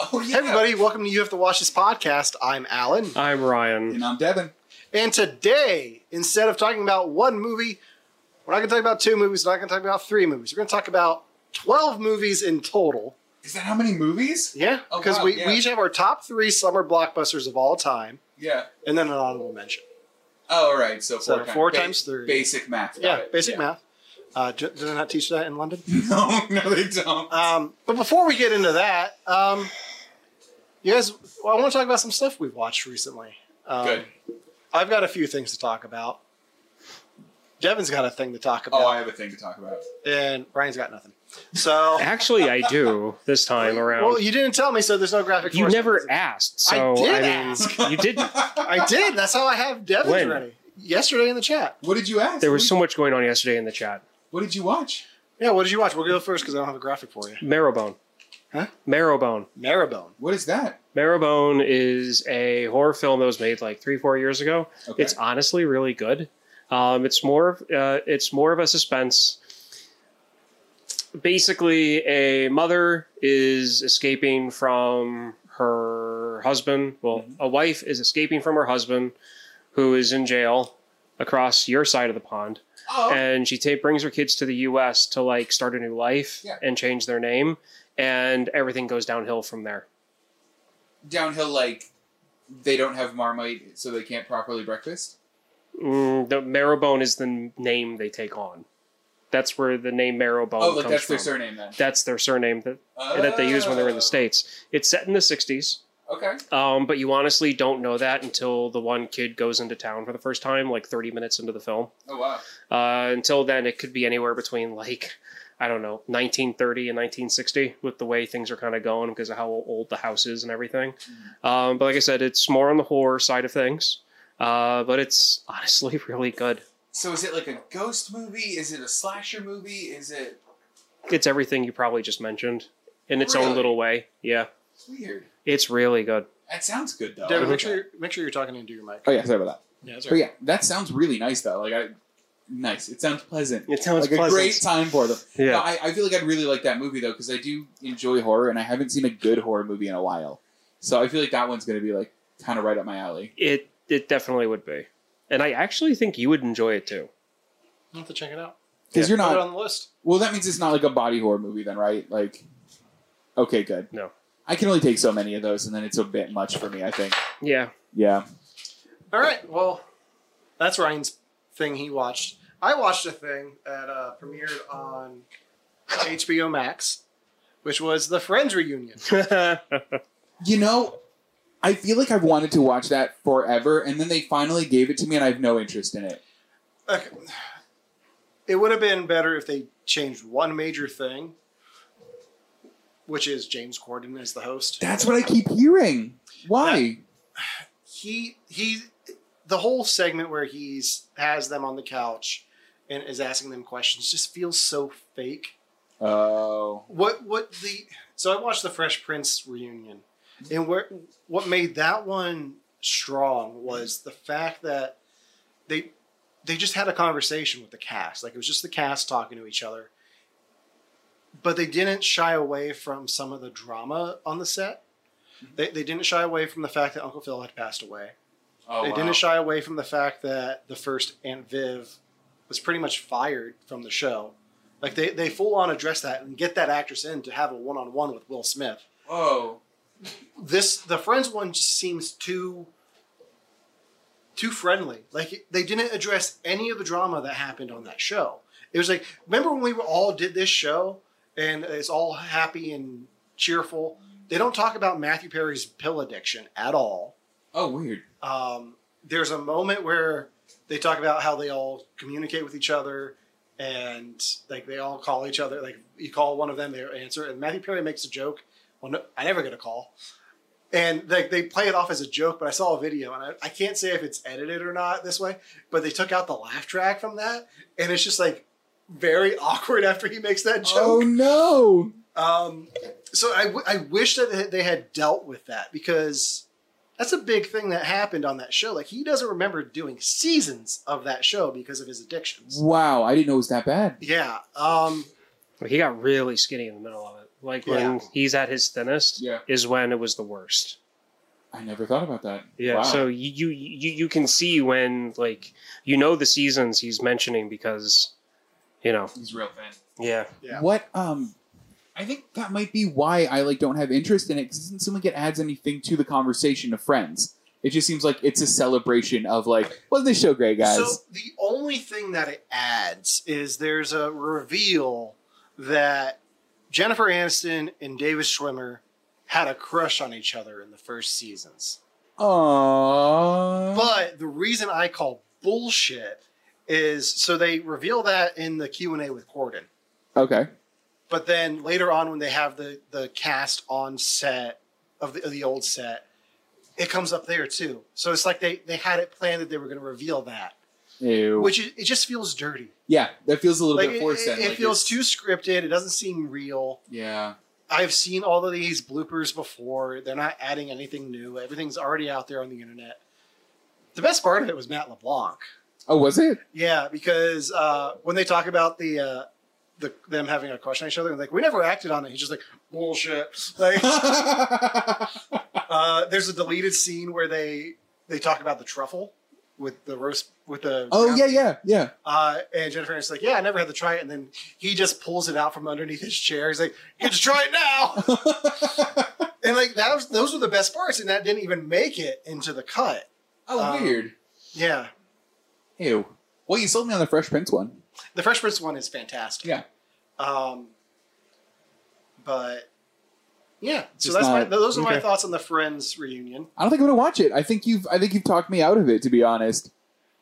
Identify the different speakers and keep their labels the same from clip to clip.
Speaker 1: Oh
Speaker 2: Hey everybody, welcome to You Have to Watch This Podcast. I'm Alan.
Speaker 3: I'm Ryan.
Speaker 1: And I'm Devin.
Speaker 2: And today, instead of talking about one movie, we're not going to talk about two movies, we're not going to talk about three movies. We're going to talk about 12 movies in total.
Speaker 1: Is that how many movies?
Speaker 2: Yeah.
Speaker 1: Oh,
Speaker 2: Because
Speaker 1: wow,
Speaker 2: we,
Speaker 1: yeah.
Speaker 2: we each have our top three summer blockbusters of all time
Speaker 1: Yeah.
Speaker 2: and then an honorable mention.
Speaker 1: Oh, all right. So
Speaker 2: So
Speaker 1: four, times,
Speaker 2: four times three.
Speaker 1: Basic math. Got
Speaker 2: yeah,
Speaker 1: it.
Speaker 2: basic math. Uh, do, do they not teach that in London?
Speaker 1: No, no, they don't.
Speaker 2: Um, but before we get into that, um, you guys, well, I want to talk about some stuff we've watched recently. Um,
Speaker 1: Good.
Speaker 2: I've got a few things to talk about. Devin's got a thing to talk about,
Speaker 1: Oh, I have a thing to talk about.
Speaker 2: and Ryan's got nothing. So,
Speaker 3: Actually, I do this time around.
Speaker 2: well, you didn't tell me, so there's no graphic.
Speaker 3: you
Speaker 2: for us.
Speaker 3: never asked,
Speaker 2: I
Speaker 3: so I,
Speaker 2: did
Speaker 3: mean,
Speaker 2: ask.
Speaker 3: you didn't.
Speaker 2: I did. That's how I have Devin's
Speaker 3: When?
Speaker 2: ready. Yesterday in the chat.
Speaker 1: What did you ask?
Speaker 3: There
Speaker 1: What
Speaker 3: was
Speaker 1: did-
Speaker 3: so much going on yesterday in the chat.
Speaker 1: What did you watch?
Speaker 2: Yeah. What did you watch? We'll go first because I don't have a graphic for you.
Speaker 3: Marrowbone.
Speaker 2: Huh?
Speaker 3: Marrowbone.
Speaker 2: Marrowbone.
Speaker 1: What is that?
Speaker 3: Marrowbone is a horror film that was made like three, four years ago.
Speaker 1: Okay.
Speaker 3: It's honestly really good. Um, it's more of uh, it's more of a suspense. Basically, a mother is escaping from her husband. Well,
Speaker 1: Mm-hmm.
Speaker 3: a wife is escaping from her husband, who is in jail across your side of the pond,
Speaker 1: oh,
Speaker 3: and she ta- brings her kids to the U.S. to like start a new life
Speaker 1: Yeah.
Speaker 3: and change their name, and everything goes downhill from there.
Speaker 1: downhill like they don't have marmite, so they can't properly breakfast.
Speaker 3: Mm, the Marrowbone is the n- name they take on. That's where the name Marrowbone
Speaker 1: Oh, like
Speaker 3: comes
Speaker 1: that's
Speaker 3: from.
Speaker 1: their surname then.
Speaker 3: That's their surname that, that they used when they were in
Speaker 1: Oh.
Speaker 3: the states. It's set in the '60s,
Speaker 1: Okay.
Speaker 3: um, but you honestly don't know that until the one kid goes into town for the first time, like 30 minutes into the film.
Speaker 1: Oh wow.
Speaker 3: Uh, until then, it could be anywhere between like I don't know, 1930 and 1960, with the way things are kind of going because of how old the house is and everything.
Speaker 1: Hmm.
Speaker 3: Um, but like I said, it's more on the horror side of things. Uh, but it's honestly really good.
Speaker 1: So is it like a ghost movie? Is it a slasher movie? Is it
Speaker 3: it's everything you probably just mentioned in its
Speaker 1: Really?
Speaker 3: own little way. Yeah,
Speaker 1: weird?
Speaker 3: it's really good.
Speaker 1: That sounds good though.
Speaker 2: Devin,
Speaker 1: I
Speaker 2: make
Speaker 1: like
Speaker 2: sure you're, make sure you're talking into your mic.
Speaker 1: that. Oh yeah, sorry about that.
Speaker 2: Yeah. That's
Speaker 1: But yeah, that sounds really nice though. Like I, nice. It sounds pleasant.
Speaker 3: It sounds
Speaker 1: like a great time for them.
Speaker 3: yeah,
Speaker 1: No, I, I feel like I'd really like that movie though because I do enjoy horror and I haven't seen a good horror movie in a while. So I feel like that one's gonna be like kind of right up my alley.
Speaker 3: it it definitely would be, and I actually think you would enjoy it too.
Speaker 2: I'll have to check it out.
Speaker 1: Because
Speaker 3: Yeah.
Speaker 1: you're
Speaker 2: Put
Speaker 1: not
Speaker 2: it on the list.
Speaker 1: Well, that means it's not like a body horror movie, then, right? Like, okay, good.
Speaker 3: No.
Speaker 1: I can only take so many of those, and then it's a bit much for me. I think.
Speaker 3: Yeah,
Speaker 1: Yeah.
Speaker 2: All right. Well, that's Ryan's thing he watched. I watched a thing that uh, premiered on HBO Max, which was the Friends reunion.
Speaker 1: You know, I feel like I've wanted to watch that forever, and then they finally gave it to me, and I have no interest in it.
Speaker 2: Okay. It would have been better if they changed one major thing, which is James Corden is the host.
Speaker 1: That's what I keep hearing. Why?
Speaker 2: He he, the whole segment where he's has them on the couch and is asking them questions just feels so fake.
Speaker 1: Oh,
Speaker 2: What what the so I watched the Fresh Prince reunion, and where what made that one strong was the fact that they they just had a conversation with the cast, like it was just the cast talking to each other, but they didn't shy away from some of the drama on the set. They, they didn't shy away from the fact that Uncle Phil had passed away.
Speaker 1: oh,
Speaker 2: they
Speaker 1: wow.
Speaker 2: didn't shy away from the fact that the first Aunt Viv was pretty much fired from the show. Like they, they full on address that and get that actress in to have a one on one with Will Smith.
Speaker 1: Whoa.
Speaker 2: This the Friends one just seems too too friendly. Like they didn't address any of the drama that happened on that show. It was like remember when we were all did this show and it's all happy and cheerful. They don't talk about Matthew Perry's pill addiction at all
Speaker 1: Oh, weird.
Speaker 2: um, there's a moment where they talk about how they all communicate with each other and like they all call each other like you call one of them they answer and matthew perry makes a joke well no, i never get a call and like they play it off as a joke but i saw a video and I, I can't say if it's edited or not this way but they took out the laugh track from that and it's just like very awkward after he makes that
Speaker 1: Oh
Speaker 2: joke
Speaker 1: no.
Speaker 2: um, so I, w- I wish that they had dealt with that because that's a big thing that happened on that show. Like he doesn't remember doing seasons of that show because of his addictions.
Speaker 1: Wow, I didn't know it was that bad.
Speaker 2: Yeah. Um,
Speaker 3: he got really skinny in the middle of it. Like
Speaker 2: Yeah.
Speaker 3: when he's at his thinnest
Speaker 1: Yeah,
Speaker 3: is when it was the worst.
Speaker 1: I never thought about that.
Speaker 3: Yeah,
Speaker 1: Wow.
Speaker 3: so you, you you you can see when like you know the seasons he's mentioning because you know
Speaker 1: he's real thin.
Speaker 3: yeah
Speaker 2: Yeah.
Speaker 1: What um I think that might be why I like don't have interest in it because it doesn't seem like it adds anything to the conversation of friends. It just seems like it's a celebration of like, wasn't this show great, guys?
Speaker 2: So the only thing that it adds is there's a reveal that Jennifer Aniston and David Schwimmer had a crush on each other in the first seasons.
Speaker 1: Aww.
Speaker 2: But the reason I call bullshit is so they reveal that in the Q and A with Corden,
Speaker 1: okay.
Speaker 2: but then later on when they have the the cast on set of the, of the old set, it comes up there too. So it's like they they had it planned that they were going to reveal that,
Speaker 1: Ew.
Speaker 2: which it, it just feels dirty.
Speaker 1: yeah, that feels a little
Speaker 2: Like
Speaker 1: bit
Speaker 2: it,
Speaker 1: forced. then,
Speaker 2: it- it
Speaker 1: like,
Speaker 2: feels
Speaker 1: it's-
Speaker 2: too scripted. It doesn't seem real.
Speaker 1: Yeah.
Speaker 2: I've seen all of these bloopers before. They're not adding anything new. Everything's already out there on the internet. The best part of it was Matt LeBlanc.
Speaker 1: Oh, was it?
Speaker 2: Yeah, because uh, when they talk about the, uh, the them having a crush on each other, and like we never acted on it. He's just like bullshit. Like
Speaker 1: Oh,
Speaker 2: uh, there's a deleted scene where they they talk about the truffle with the roast with the
Speaker 1: oh yeah, yeah, yeah.
Speaker 2: Uh, and Jennifer Aniston's like, yeah, I never had to try it. And then he just pulls it out from underneath his chair. He's like, you get to try it now. and like that was those were the best parts, and that didn't even make it into the cut.
Speaker 1: oh,
Speaker 2: Um,
Speaker 1: weird.
Speaker 2: Yeah,
Speaker 1: Ew. Well, you sold me on the Fresh Prince one.
Speaker 2: the Fresh Prince one is fantastic.
Speaker 1: Yeah.
Speaker 2: Um, but yeah, so
Speaker 1: Just
Speaker 2: that's my,
Speaker 1: not-
Speaker 2: those are my
Speaker 3: okay.
Speaker 2: thoughts on the Friends reunion.
Speaker 1: I don't think I'm gonna watch it. I think you've I think you've talked me out of it. To be honest.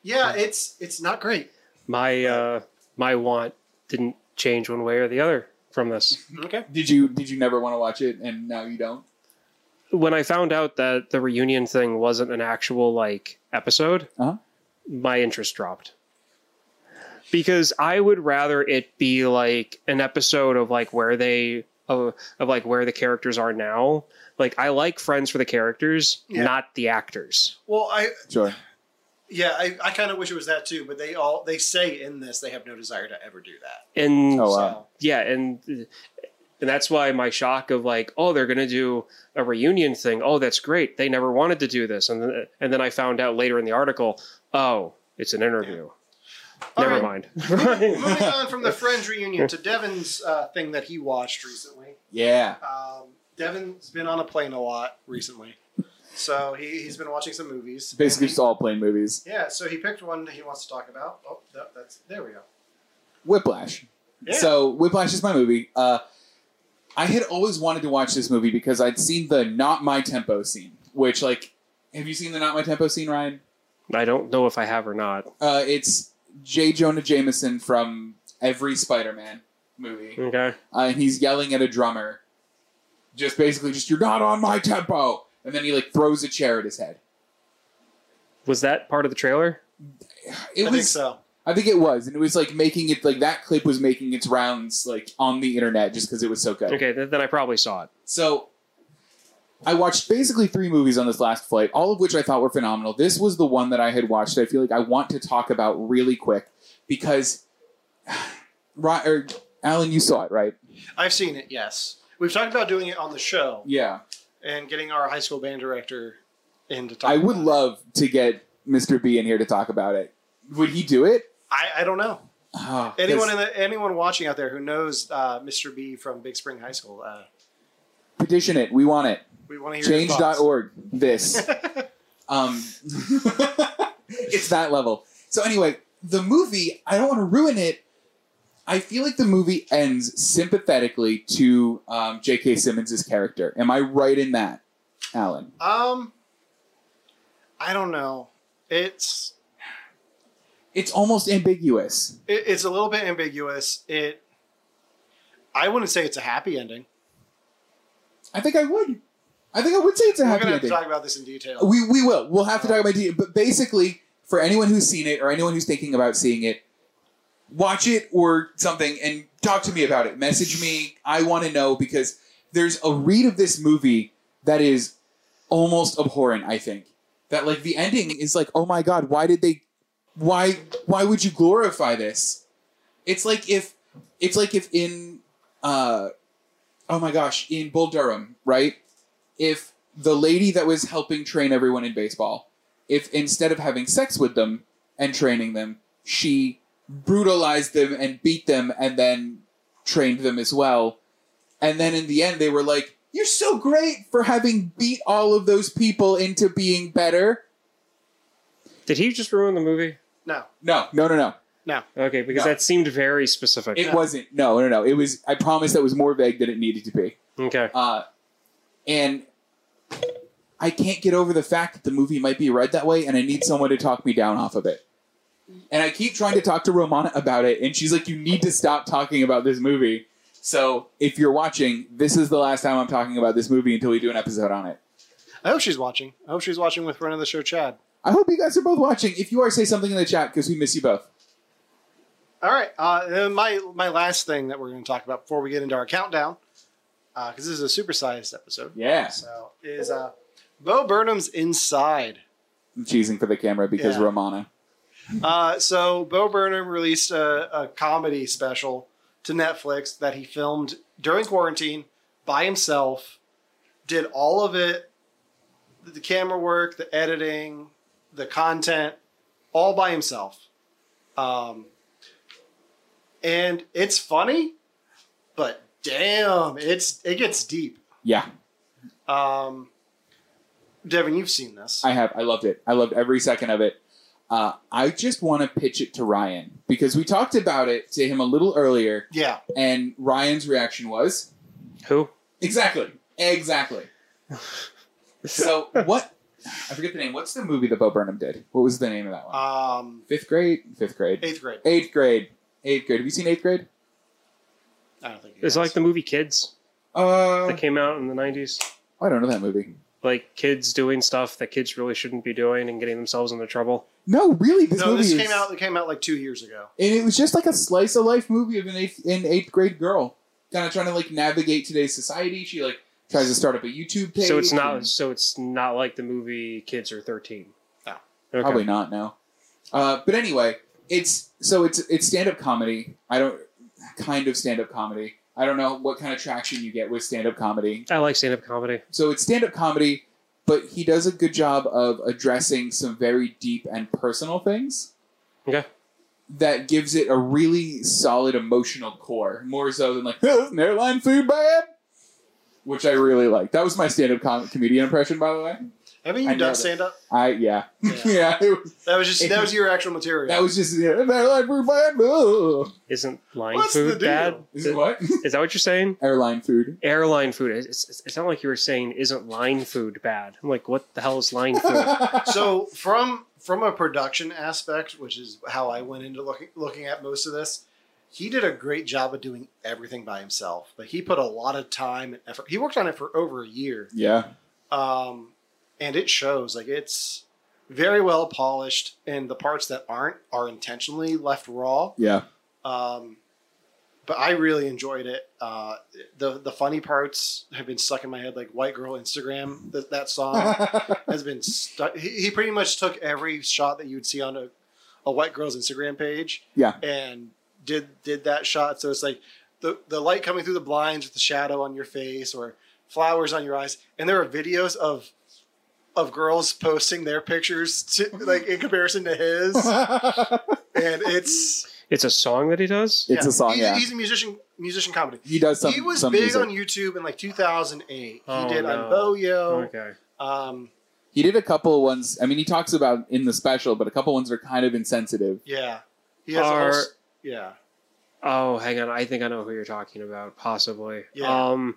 Speaker 2: Yeah, it's it's not great.
Speaker 3: my uh my want didn't change one way or the other from this
Speaker 2: Okay.
Speaker 1: Did you Did you never want to watch it, and now you don't?
Speaker 3: when I found out that the reunion thing wasn't an actual like episode
Speaker 1: Uh-huh.
Speaker 3: my interest dropped because I would rather it be like an episode of like where they of, of like where the characters are now like I like Friends for the characters
Speaker 2: Yeah.
Speaker 3: not the actors.
Speaker 2: Well, I
Speaker 1: Sure.
Speaker 2: yeah, I, I kind of wish it was that too, but they all they say in this they have no desire to ever do that.
Speaker 3: and
Speaker 1: Oh,
Speaker 2: so
Speaker 1: wow.
Speaker 3: yeah and and that's why my shock of like oh they're gonna do a reunion thing oh that's great they never wanted to do this and then, and then i found out later in the article oh it's an interview
Speaker 2: All
Speaker 3: never
Speaker 2: right.
Speaker 3: mind
Speaker 2: Moving on from the Friends reunion to Devin's uh, thing that he watched recently.
Speaker 1: Yeah.
Speaker 2: Um, Devin's been on a plane a lot recently, so he, he's been watching some movies.
Speaker 1: It's basically just all plain movies.
Speaker 2: yeah, so he picked one that he wants to talk about. Oh, that, that's there we go.
Speaker 1: Whiplash.
Speaker 2: Yeah.
Speaker 1: So Whiplash is my movie. Uh, I had always wanted to watch this movie because I'd seen the not my tempo scene, which like, have you seen the not my tempo scene, Ryan?
Speaker 3: i don't know if i have or not
Speaker 1: Uh, it's J. Jonah Jameson from every Spider-Man movie.
Speaker 3: okay
Speaker 1: uh, and he's yelling at a drummer, just basically just you're not on my tempo, and then he like throws a chair at his head.
Speaker 3: was that part of the trailer
Speaker 1: It
Speaker 2: I
Speaker 1: was,
Speaker 2: think so.
Speaker 1: I think it was, and it was like making it like that clip was making its rounds like on the internet just because it was so good.
Speaker 3: okay th- then i probably saw it
Speaker 1: So I watched basically three movies on this last flight, all of which I thought were phenomenal. This was the one that I had watched. that I feel like I want to talk about really quick because, Ri- or Alan, you saw it, right?
Speaker 2: I've seen it. Yes, we've talked about doing it on the show
Speaker 1: Yeah.
Speaker 2: and getting our high school band director in to talk.
Speaker 1: I would
Speaker 2: about it.
Speaker 1: love to get Mr. B in here to talk about it. Would he do it?
Speaker 2: I, I don't know
Speaker 1: Ah,
Speaker 2: anyone
Speaker 1: this-
Speaker 2: in the, anyone watching out there who knows uh, Mr. B from Big Spring High School. Uh,
Speaker 1: petition it. We want it.
Speaker 2: we want to hear your thoughts.
Speaker 1: Change.org. This. um, it's that level. So anyway, the movie, I don't want to ruin it. I feel like the movie ends sympathetically to um, J.K. Simmons' character. Am I right in that, Alan?
Speaker 2: Um, I don't know. It's
Speaker 1: It's almost ambiguous.
Speaker 2: it, it's a little bit ambiguous. It I wouldn't say it's a happy ending.
Speaker 1: I think I would. I think I would say it's a
Speaker 2: We're
Speaker 1: happy
Speaker 2: gonna have
Speaker 1: ending.
Speaker 2: to talk about this in detail.
Speaker 1: We we will. We'll have to talk about it. But basically, for anyone who's seen it or anyone who's thinking about seeing it, watch it or something and talk to me about it. Message me. I want to know because there's a read of this movie that is almost abhorrent. I think that like the ending is like, oh my god, why did they? Why why would you glorify this? It's like if it's like if in uh oh my gosh, in Bull Durham, right? If the lady that was helping train everyone in baseball, if instead of having sex with them and training them, she brutalized them and beat them and then trained them as well. And then in the end, they were like, You're so great for having beat all of those people into being better.
Speaker 3: Did he just ruin the movie?
Speaker 2: No,
Speaker 1: No, no, no, no.
Speaker 3: Okay, because
Speaker 1: No.
Speaker 3: that seemed very specific.
Speaker 1: It wasn't. No, no, no. It was, I promise that was more vague than it needed to be.
Speaker 3: okay.
Speaker 1: Uh, and I can't get over the fact that the movie might be read that way, and I need someone to talk me down off of it. And I keep trying to talk to Romana about it, and she's like, "You need to stop talking about this movie." So if you're watching, this is the last time I'm talking about this movie until we do an episode on it.
Speaker 2: I hope she's watching. I hope she's watching with friend of the show Chad.
Speaker 1: I hope you guys are both watching. If you are, say something in the chat because we miss you both.
Speaker 2: All right. Uh, then my my last thing that we're going to talk about before we get into our countdown, because this is a supersized episode.
Speaker 1: Yeah,
Speaker 2: So is uh, Bo Burnham's Inside.
Speaker 1: I'm cheesing for the camera because
Speaker 2: Yeah.
Speaker 1: Romana.
Speaker 2: Uh, so Bo Burnham released a, a comedy special to Netflix that he filmed during quarantine by himself. Did all of it, the camera work, the editing, the content, all by himself. Um, and it's funny, but damn, it's it gets deep.
Speaker 1: Yeah,
Speaker 2: Um, Devin, you've seen this.
Speaker 1: I have. I loved it. I loved every second of it. Uh, I just want to pitch it to Ryan because we talked about it to him a little earlier.
Speaker 2: yeah,
Speaker 1: And Ryan's reaction was
Speaker 3: Who?
Speaker 1: exactly, exactly. so what? I forget the name. What's the movie that Bo Burnham did? What was the name of that one?
Speaker 2: um,
Speaker 1: fifth grade, fifth grade,
Speaker 2: eighth grade.
Speaker 1: eighth grade, eighth grade. Have you seen eighth grade?
Speaker 2: I don't think he
Speaker 3: It's
Speaker 2: has.
Speaker 3: like the movie Kids
Speaker 1: Uh,
Speaker 3: that came out in the 90s.
Speaker 1: I don't know that movie.
Speaker 3: Like kids doing stuff that kids really shouldn't be doing and getting themselves into trouble.
Speaker 1: No, really, this
Speaker 2: no,
Speaker 1: movie
Speaker 2: this
Speaker 1: is,
Speaker 2: came out. It came out like two years ago.
Speaker 1: and it was just like a slice of life movie of an eighth, an eighth grade girl, kind of trying to like navigate today's society. She like tries to start up a YouTube page.
Speaker 3: So it's not.
Speaker 1: and-
Speaker 3: So it's not like the movie Kids Are 13.
Speaker 2: No.
Speaker 3: Okay.
Speaker 1: Probably not now. Uh, but anyway, it's so it's it's stand up comedy. I don't kind of stand up comedy. I don't know what kind of traction you get with stand up comedy.
Speaker 3: I like stand-up comedy.
Speaker 1: So it's stand up comedy, but he does a good job of addressing some very deep and personal things.
Speaker 3: Okay.
Speaker 1: That gives it a really solid emotional core, more so than like "Huh, an airline food bad, which I really like. That was my stand up com- comedian impression, by the way.
Speaker 2: Haven't you
Speaker 1: I know
Speaker 2: done
Speaker 1: that.
Speaker 2: stand up?
Speaker 1: I yeah
Speaker 2: Yeah.
Speaker 1: yeah. it was-
Speaker 2: That was just
Speaker 1: If
Speaker 2: that
Speaker 1: you-
Speaker 2: was your actual material.
Speaker 1: that was just yeah, an airline food bad. Ugh.
Speaker 3: Isn't line
Speaker 2: What's the
Speaker 3: food
Speaker 2: deal?
Speaker 3: bad?
Speaker 1: Is it what?
Speaker 3: Is that what you're saying?
Speaker 1: Airline food.
Speaker 3: Airline food. It's, it's, it's not like you were saying isn't line food bad. I'm like, what the hell is line food?
Speaker 1: so
Speaker 2: so from from a production aspect, which is how I went into looking looking at most of this. He did a great job of doing everything by himself. Like he put a lot of time and effort. He worked on it for over a year,
Speaker 1: yeah,
Speaker 2: um, and it shows. Like it's very well polished, and the parts that aren't are intentionally left raw.
Speaker 1: yeah.
Speaker 2: Um, but I really enjoyed it. Uh, the the funny parts have been stuck in my head, like "White Girl Instagram." That that song
Speaker 1: Oh.
Speaker 2: has been stuck. He, he pretty much took every shot that you would see on a, a white girl's Instagram page,
Speaker 1: Yeah.
Speaker 2: and did did that shot. So it's like the the light coming through the blinds with the shadow on your face or flowers on your eyes, and there are videos of of girls posting their pictures to, like in comparison to his, and it's
Speaker 3: it's a song that he does.
Speaker 1: It's a song,
Speaker 2: He's,
Speaker 1: yeah.
Speaker 2: he's a musician, musician comedy.
Speaker 1: he does some.
Speaker 2: he was
Speaker 1: some
Speaker 2: big
Speaker 1: music.
Speaker 2: on YouTube in like 2008.
Speaker 3: Oh,
Speaker 2: he did
Speaker 3: no.
Speaker 2: on Boyo.
Speaker 3: Okay.
Speaker 2: Um,
Speaker 1: He did a couple ones. I mean, he talks about in the special, but a couple ones are kind of insensitive.
Speaker 2: yeah, he has.
Speaker 3: Are-
Speaker 2: a whole s- yeah,
Speaker 3: Oh, hang on. I think I know who you're talking about. Possibly.
Speaker 2: Yeah.
Speaker 3: Um,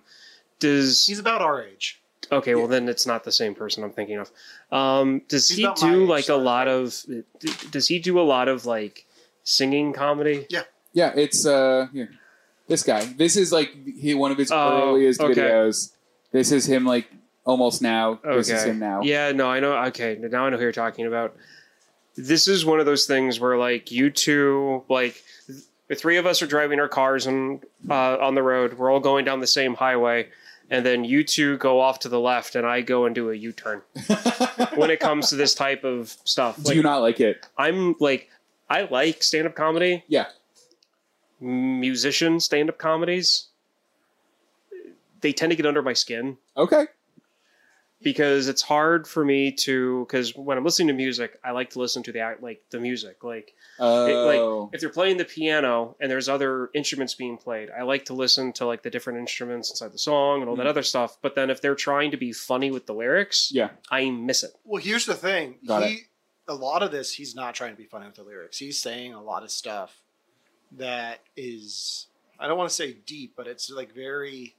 Speaker 3: does
Speaker 2: he's about our age.
Speaker 3: okay? Well, then it's not the same person I'm thinking of. Um, does
Speaker 2: He's
Speaker 3: he
Speaker 2: not my
Speaker 3: do
Speaker 2: age,
Speaker 3: like a
Speaker 2: so-
Speaker 3: lot of? d- Does he do a lot of like singing comedy?
Speaker 1: Yeah, it's uh here. This guy. This is like he, one of his
Speaker 3: Oh,
Speaker 1: earliest
Speaker 3: okay.
Speaker 1: videos. This is him like almost now. This is him now.
Speaker 3: Yeah, no, I know. Okay, now I know who you're talking about. This is one of those things where, like, you two, like, th- the three of us are driving our cars and uh, on the road. We're all going down the same highway, and then you two go off to the left, and I go and do a U-turn. when it comes to this type of stuff,
Speaker 1: Do
Speaker 3: like,
Speaker 1: you not like it?
Speaker 3: I'm like, I like stand-up comedy.
Speaker 1: Yeah.
Speaker 3: Musician stand-up comedies. they tend to get under my skin
Speaker 1: Okay.
Speaker 3: because it's hard for me to because when I'm listening to music, I like to listen to the act like the music. Like
Speaker 1: Oh.
Speaker 3: if they're playing the piano and there's other instruments being played, I like to listen to like the different instruments inside the song and all that
Speaker 1: Mhm.
Speaker 3: other stuff. But then if they're trying to be funny with the lyrics,
Speaker 1: yeah.
Speaker 3: I miss it.
Speaker 2: Well, here's the thing.
Speaker 1: Got
Speaker 2: he, a lot of this, he's not trying to be funny with the lyrics. He's saying a lot of stuff that is, I don't want to say deep, but it's like very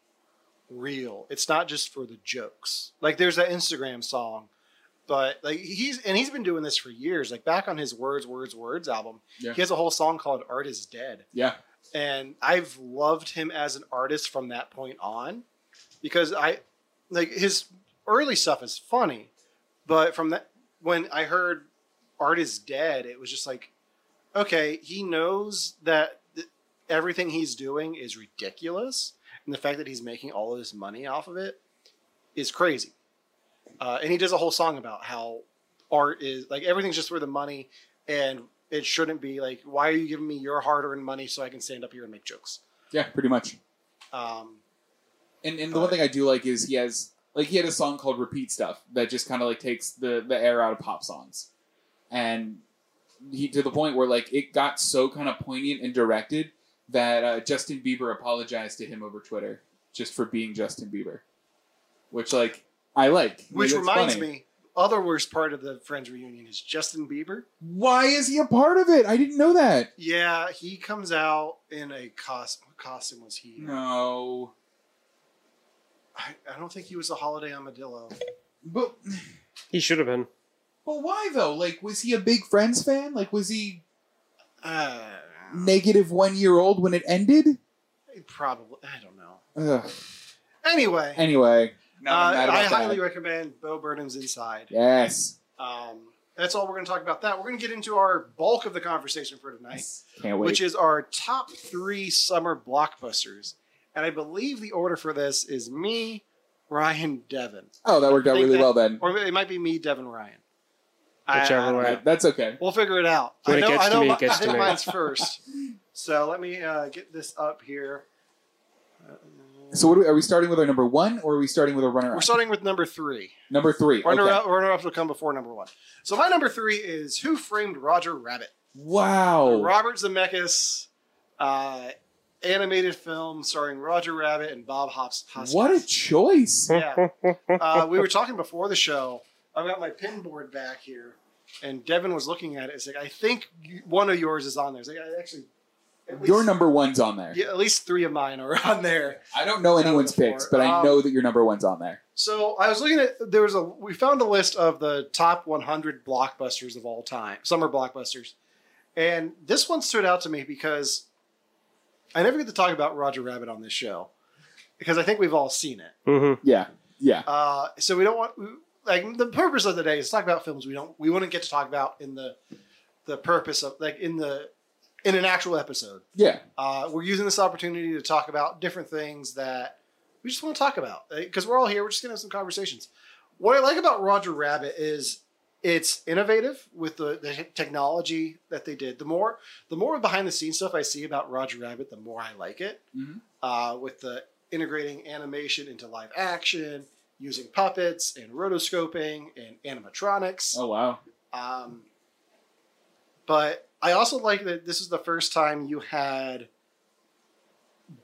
Speaker 2: real. It's not just for the jokes. Like there's that Instagram song, but like he's and he's been doing this for years. Like back on his Words, Words, Words album,
Speaker 1: Yeah.
Speaker 2: he has a whole song called "Art Is Dead."
Speaker 1: Yeah.
Speaker 2: and I've loved him as an artist from that point on because I like his early stuff is funny, but from that when I heard Art is Dead, it was just like okay, he knows that th- everything he's doing is ridiculous, and the fact that he's making all of this money off of it is crazy. Uh, and he does a whole song about how art is like everything's just for the money and it shouldn't be like why are you giving me your hard-earned money so i can stand up here and make jokes
Speaker 1: Yeah. Pretty much.
Speaker 2: um,
Speaker 1: And and the one thing I do like is he has like he had a song called "Repeat Stuff" that just kind of like takes the the air out of pop songs, and he to the point where like it got so kind of poignant and directed that uh, Justin Bieber apologized to him over Twitter just for being Justin Bieber, which like I like.
Speaker 2: which reminds me other worst part of the friends reunion is justin bieber
Speaker 1: why is he a part of it? I didn't know that.
Speaker 2: yeah he comes out in a costume costume was he
Speaker 1: No,
Speaker 2: I, I don't think he was a holiday armadillo
Speaker 1: but
Speaker 3: He should have been.
Speaker 1: but why though? Like, was he a big Friends fan? Like, was he
Speaker 2: uh,
Speaker 1: negative one year old when it ended?
Speaker 2: probably i don't know
Speaker 1: Ugh.
Speaker 2: anyway
Speaker 1: Anyway,
Speaker 2: uh,
Speaker 1: now I'm mad about
Speaker 2: i
Speaker 1: that.
Speaker 2: highly recommend bo burnham's inside
Speaker 1: Yes.
Speaker 2: um, that's all we're going to talk about that we're going to get into our bulk of the conversation for tonight
Speaker 1: Can't wait.
Speaker 2: which is our top three summer blockbusters. And I believe the order for this is me, Ryan, Devin,
Speaker 1: oh, that worked out
Speaker 2: I think
Speaker 1: really
Speaker 2: that-
Speaker 1: well then.
Speaker 2: or it might be me, Devin, Ryan.
Speaker 3: Whichever
Speaker 2: don't
Speaker 3: way.
Speaker 2: know.
Speaker 1: That- That's okay.
Speaker 2: We'll figure it out.
Speaker 3: When
Speaker 2: I
Speaker 3: it
Speaker 2: know,
Speaker 3: gets
Speaker 2: I
Speaker 3: to
Speaker 2: know
Speaker 3: me, it
Speaker 2: mi-
Speaker 3: gets
Speaker 2: I think
Speaker 3: to me.
Speaker 2: mine's first. So let me uh, get this up here. Uh,
Speaker 1: So, what are we, are we starting with our number one, or are we starting with a runner-up?
Speaker 2: we're starting with number three.
Speaker 1: number three.
Speaker 2: Runner
Speaker 1: okay.
Speaker 2: up, runner ups will come before number one. So my number three is Who Framed Roger Rabbit?
Speaker 1: Wow.
Speaker 2: Robert Zemeckis uh, animated film starring Roger Rabbit and Bob Hops. Hoskins.
Speaker 1: What a choice.
Speaker 2: Yeah. uh, we were talking before the show. I've got my pin board back here, and Devin was looking at it. It's like I think you- one of yours is on there. It's like I actually, at least,
Speaker 1: Your number one's on there.
Speaker 2: yeah, at least three of mine are on there.
Speaker 1: I don't know anyone's
Speaker 2: Number four.
Speaker 1: picks, but I
Speaker 2: Um,
Speaker 1: know that your number one's on there.
Speaker 2: So I was looking at there was a we found a list of the top 100 blockbusters of all time, summer blockbusters, and this one stood out to me because I never get to talk about Roger Rabbit on this show because I think we've all seen it.
Speaker 3: hmm
Speaker 1: Yeah. Yeah.
Speaker 2: Uh, so we don't want we, like the purpose of the day is to talk about films we don't we wouldn't get to talk about in the the purpose of like in the in an actual episode.
Speaker 1: Yeah.
Speaker 2: Uh, we're using this opportunity to talk about different things that we just want to talk about because we're all here. We're just gonna have some conversations. What I like about Roger Rabbit is it's innovative with the, the technology that they did. The more the more behind the scenes stuff I see about Roger Rabbit, the more I like it.
Speaker 1: Mhm.
Speaker 2: Uh, with the integrating animation into live action, using puppets and rotoscoping and animatronics.
Speaker 1: Oh wow.
Speaker 2: Um, but I also like that this is the first time you had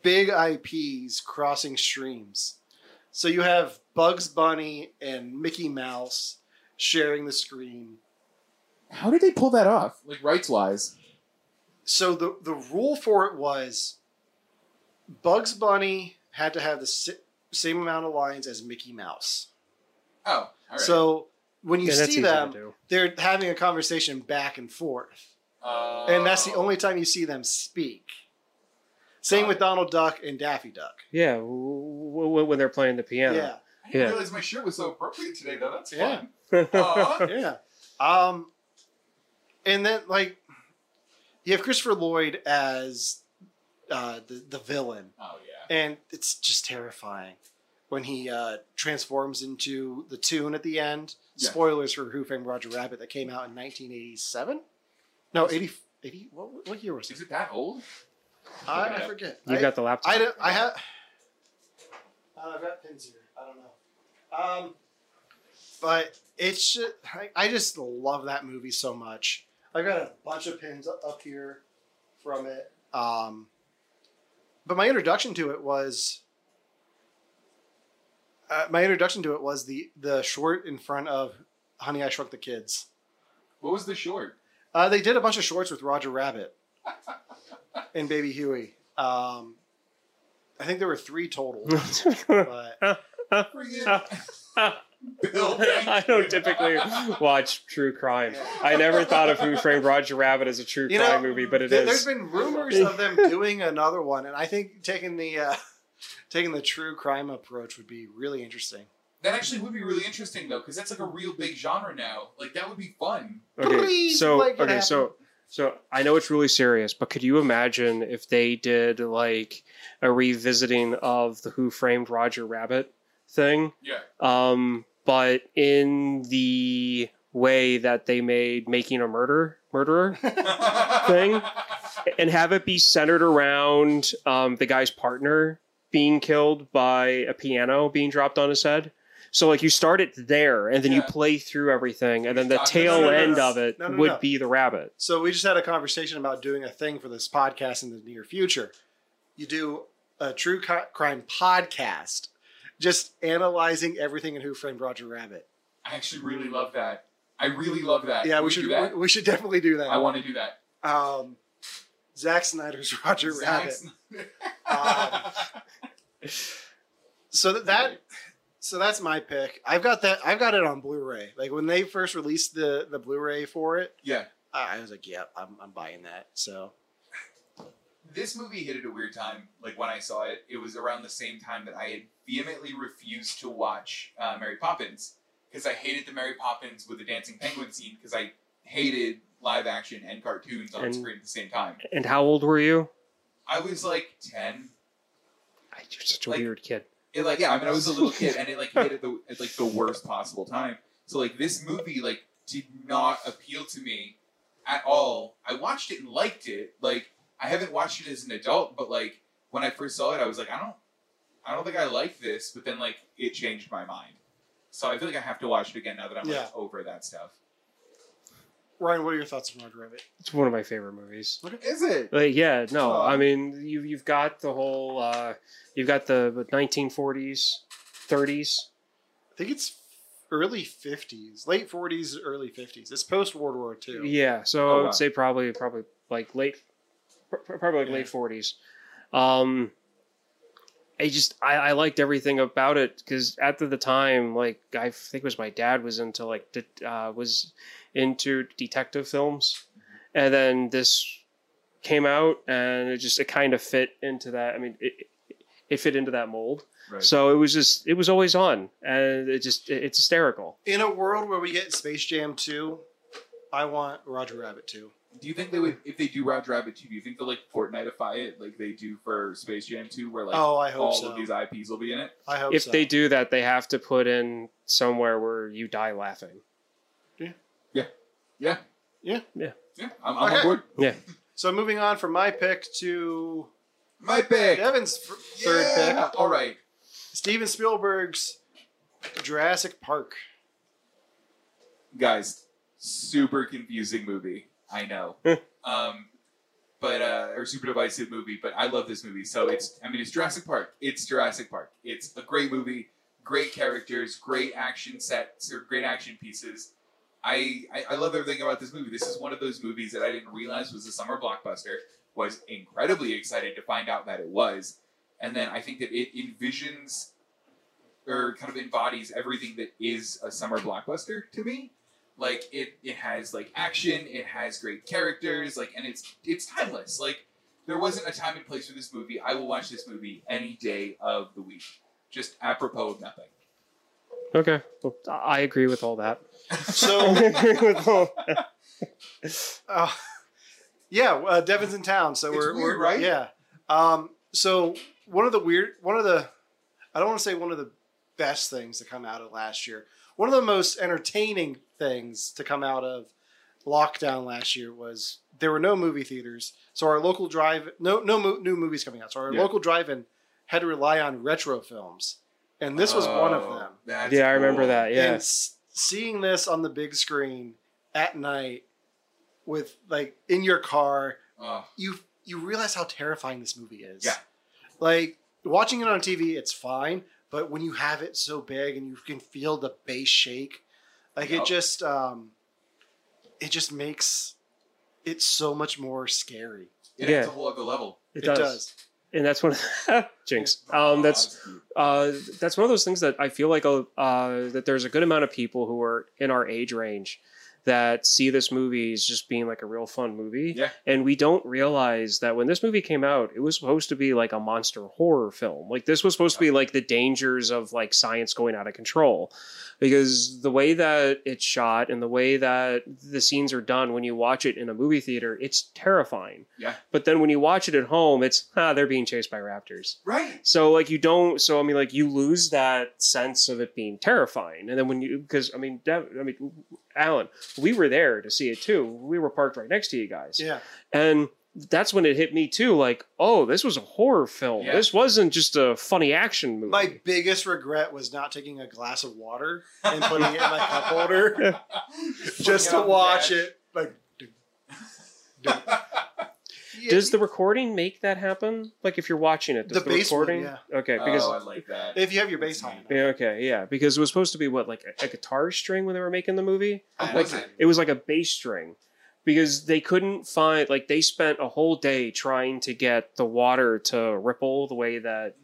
Speaker 2: big IPs crossing streams. So you have Bugs Bunny and Mickey Mouse sharing the screen.
Speaker 1: How did they pull that off? Like rights wise.
Speaker 2: So the the rule for it was Bugs Bunny had to have the si- same amount of lines as Mickey Mouse.
Speaker 1: Oh. All right.
Speaker 2: So when you
Speaker 3: Yeah, that's
Speaker 2: see
Speaker 3: easy
Speaker 2: them,
Speaker 3: to do.
Speaker 2: they're having a conversation back and forth.
Speaker 1: Uh,
Speaker 2: and that's the only time you see them speak. Same with Donald Duck and Daffy Duck.
Speaker 3: Yeah, w- w- when they're playing the piano.
Speaker 2: Yeah,
Speaker 1: I didn't
Speaker 3: yeah.
Speaker 1: realize my shirt was so appropriate today, though. That's
Speaker 2: Yeah. Oh,
Speaker 1: fun. Aw.
Speaker 2: yeah. Um, and then like you have Christopher Lloyd as uh, the the villain,
Speaker 1: oh yeah.
Speaker 2: and it's just terrifying when he uh, transforms into the tune at the end.
Speaker 1: Yeah.
Speaker 2: Spoilers for Who Framed Roger Rabbit that came out in 1987. No, 80. 80 what, what year was it?
Speaker 1: Is it that old?
Speaker 2: I, I forget.
Speaker 3: You've
Speaker 2: I-
Speaker 3: got the laptop.
Speaker 2: I don't, I have Uh, I've got pins here. I don't know. Um, but it's ju- I, I just love that movie so much. I've got a bunch of pins up up here from it. Um, but my introduction to it was uh, my introduction to it was the the short in front of Honey I Shrunk the Kids.
Speaker 1: What was the short?
Speaker 2: Uh, they did a bunch of shorts with Roger Rabbit and Baby Huey. Um, I think there were three total. But
Speaker 1: Bill, thank
Speaker 3: I don't typically watch true crime. I never thought of Who Framed Roger Rabbit as a true
Speaker 2: You know,
Speaker 3: crime movie, but it
Speaker 2: There- There's
Speaker 3: is.
Speaker 2: been rumors of them doing another one, and I think taking the uh, taking the true crime approach would be really interesting.
Speaker 1: That actually would be really interesting though, because that's like a real big genre now. Like that would be fun.
Speaker 3: okay,
Speaker 2: Please
Speaker 3: so
Speaker 2: make it
Speaker 3: okay, so so I know it's really serious, but could you imagine if they did like a revisiting of the Who Framed Roger Rabbit thing?
Speaker 1: Yeah.
Speaker 3: um, but in the way that they made making a murder murderer Thing? and have it be centered around um, the guy's partner being killed by a piano being dropped on his head. So like you start it there, and then you
Speaker 1: Yeah.
Speaker 3: play through everything, and then the
Speaker 1: No, no,
Speaker 3: tail
Speaker 2: no, no,
Speaker 3: end
Speaker 2: no.
Speaker 3: of it
Speaker 2: No, no,
Speaker 3: would
Speaker 2: no.
Speaker 3: be the rabbit.
Speaker 2: So we just had a conversation about doing a thing for this podcast in the near future. You do a true co- crime podcast, just analyzing everything in Who Framed Roger Rabbit.
Speaker 1: I actually really love that. I really love that.
Speaker 2: Yeah,
Speaker 1: Can
Speaker 2: we should
Speaker 1: do that.
Speaker 2: we, we should definitely do that.
Speaker 1: I want to do that.
Speaker 2: um, Zack Snyder's Roger Rabbit.
Speaker 1: Zack Snyder.
Speaker 2: Um, so that, that so that's my pick. I've got that. I've got it on Blu-ray. Like when they first released the the Blu-ray for it,
Speaker 1: yeah.
Speaker 2: I I was like, yeah, I'm, I'm buying that. So
Speaker 1: This movie hit at a weird time. Like when I saw it, it was around the same time that I had vehemently refused to watch uh, Mary Poppins because I hated the Mary Poppins with the dancing penguin scene because I hated live action and cartoons on
Speaker 3: And-
Speaker 1: screen at the same time.
Speaker 3: And how old were you?
Speaker 1: I was like ten.
Speaker 3: I- You're such a
Speaker 1: Like-
Speaker 3: weird kid.
Speaker 1: It like yeah, I mean I was a little kid and it like hit at the at like the worst possible time. So like this movie like did not appeal to me at all. I watched it and liked it. Like I haven't watched it as an adult, but like when I first saw it, I was like, I don't I don't think I like this, but then like it changed my mind. So I feel like I have to watch it again now that I'm
Speaker 2: Yeah.
Speaker 1: like over that stuff.
Speaker 2: Ryan, what are your thoughts on Roger Rabbit?
Speaker 3: It's one of my favorite movies.
Speaker 1: Is it?
Speaker 3: Like, yeah, no,
Speaker 1: Aw.
Speaker 3: I mean you you've got the whole uh, you've got the 1940s, 30s.
Speaker 2: I think it's early 50s, late 40s, early 50s. It's post World War II.
Speaker 3: Yeah, so
Speaker 1: Oh,
Speaker 3: I would
Speaker 1: wow.
Speaker 3: say probably probably like late, pr- pr- probably like
Speaker 2: Yeah.
Speaker 3: late forties. Um, I just I, I liked everything about it because at the time, like I think it was my dad was into like det- uh, was into detective films, and then this came out and it just it kind of fit into that. I mean, it, it fit into that mold.
Speaker 1: Right.
Speaker 3: So it was just it was always on, and it just it, it's hysterical.
Speaker 2: In a world where we get Space Jam 2, I want Roger Rabbit 2.
Speaker 1: do you think they would if they do Roger Rabbit 2, do you think they'll like Fortniteify it like they do for Space Jam 2 where like
Speaker 2: oh, I hope
Speaker 1: all
Speaker 2: so.
Speaker 1: of these IPs will be in it?
Speaker 2: I hope
Speaker 3: if
Speaker 2: so.
Speaker 3: they do that, they have to put in somewhere where you die laughing.
Speaker 1: Yeah.
Speaker 2: Yeah.
Speaker 3: Yeah.
Speaker 1: Yeah. I'm, I'm
Speaker 2: Okay.
Speaker 1: on board.
Speaker 2: so moving on from my pick to
Speaker 1: My pick.
Speaker 2: Devin's f- third pick.
Speaker 1: Yeah. All right.
Speaker 2: Steven Spielberg's Jurassic Park.
Speaker 1: Guys, super confusing movie. I know. um, but uh, or super divisive movie, but I love this movie. So it's I mean it's Jurassic Park. It's Jurassic Park. It's a great movie, great characters, great action sets or great action pieces. I, I, I love everything about this movie. This is one of those movies that I didn't realize was a summer blockbuster. Was incredibly excited to find out that it was, and then I think that it envisions or kind of embodies everything that is a summer blockbuster to me. Like it, it has like action, it has great characters, like, and it's it's timeless. Like there wasn't a time and place for this movie. I will watch this movie any day of the week, just apropos of nothing.
Speaker 3: Okay, well, I agree with all that.
Speaker 2: So
Speaker 3: I agree with all.
Speaker 2: Uh, yeah, uh, Devin's in town, so
Speaker 1: It's
Speaker 2: we're,
Speaker 1: weird,
Speaker 2: we're-
Speaker 1: right?
Speaker 2: Yeah. Um, so one of the weird, one of the, I don't want to say one of the best things to come out of last year. One of the most entertaining things to come out of lockdown last year was there were no movie theaters, so our local drive, no, no mo- new movies coming out, so our
Speaker 1: Yeah.
Speaker 2: local drive-in had to rely on retro films. and this was one of
Speaker 1: Oh,
Speaker 2: them.
Speaker 1: that's
Speaker 3: yeah, I remember
Speaker 1: cool.
Speaker 3: that. Yeah,
Speaker 2: And s- seeing this on the big screen at night with like in your car,
Speaker 1: Oh,
Speaker 2: you you realize how terrifying this movie is.
Speaker 1: Yeah.
Speaker 2: Like watching it on TV, it's fine, but when you have it so big and you can feel the base shake, like
Speaker 1: Yep.
Speaker 2: it just um it just makes it so much more scary.
Speaker 1: it
Speaker 3: Yeah.
Speaker 1: adds a whole other level.
Speaker 3: it, does. and that's one. of- Jinx. Um,
Speaker 1: Oh,
Speaker 3: that's
Speaker 1: cute.
Speaker 3: uh, that's one of those things that I feel like uh, uh, that there's a good amount of people who are in our age range that see this movie as just being like a real fun movie.
Speaker 1: Yeah.
Speaker 3: And we don't realize that when this movie came out, it was supposed to be like a monster horror film. Like this was supposed to be like the dangers of like science going out of control. Because the way that it's shot and the way that the scenes are done when you watch it in a movie theater, it's terrifying.
Speaker 1: Yeah.
Speaker 3: But then when you watch it at home, it's ah, they're being chased by raptors.
Speaker 1: right.
Speaker 3: So like you don't. So I mean, like you lose that sense of it being terrifying, and then when you because I mean, Dev, I mean, Alan, we were there to see it too. We were parked right next to you guys,
Speaker 2: Yeah.
Speaker 3: and that's when it hit me too. Like, oh, this was a horror film.
Speaker 1: Yeah.
Speaker 3: This wasn't just a funny action movie.
Speaker 2: My biggest regret was not taking a glass of water and putting it in my cup holder just to watch it. Like, dude, dude. Yeah,
Speaker 3: Does the recording make that happen? Like if you're watching it, does
Speaker 2: The
Speaker 3: the,
Speaker 2: bass one,
Speaker 3: recording?
Speaker 2: yeah.
Speaker 3: Okay, because
Speaker 1: Because oh, I like that.
Speaker 2: if you have your bass high enough?
Speaker 3: yeah, okay, yeah, because it was supposed to be what like a, a guitar string when they were making the movie.
Speaker 1: I
Speaker 3: like,
Speaker 1: like
Speaker 3: it was like a bass string because they couldn't find like they spent a whole day trying to get the water to ripple the way that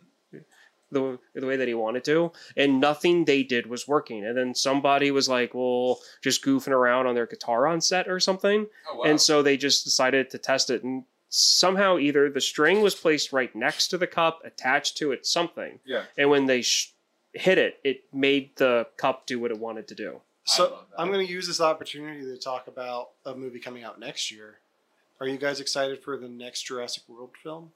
Speaker 3: the, the way that he wanted to and nothing they did was working and then somebody was like well just goofing around on their guitar on set or something
Speaker 1: oh, wow.
Speaker 3: and so they just decided to test it and somehow either the string was placed right next to the cup attached to it something
Speaker 1: yeah.
Speaker 3: and when they sh- hit it it made the cup do what it wanted to do
Speaker 1: I
Speaker 2: So
Speaker 1: love that.
Speaker 2: I'm going to use this opportunity to talk about a movie coming out next year. Are you guys excited for the next Jurassic World film?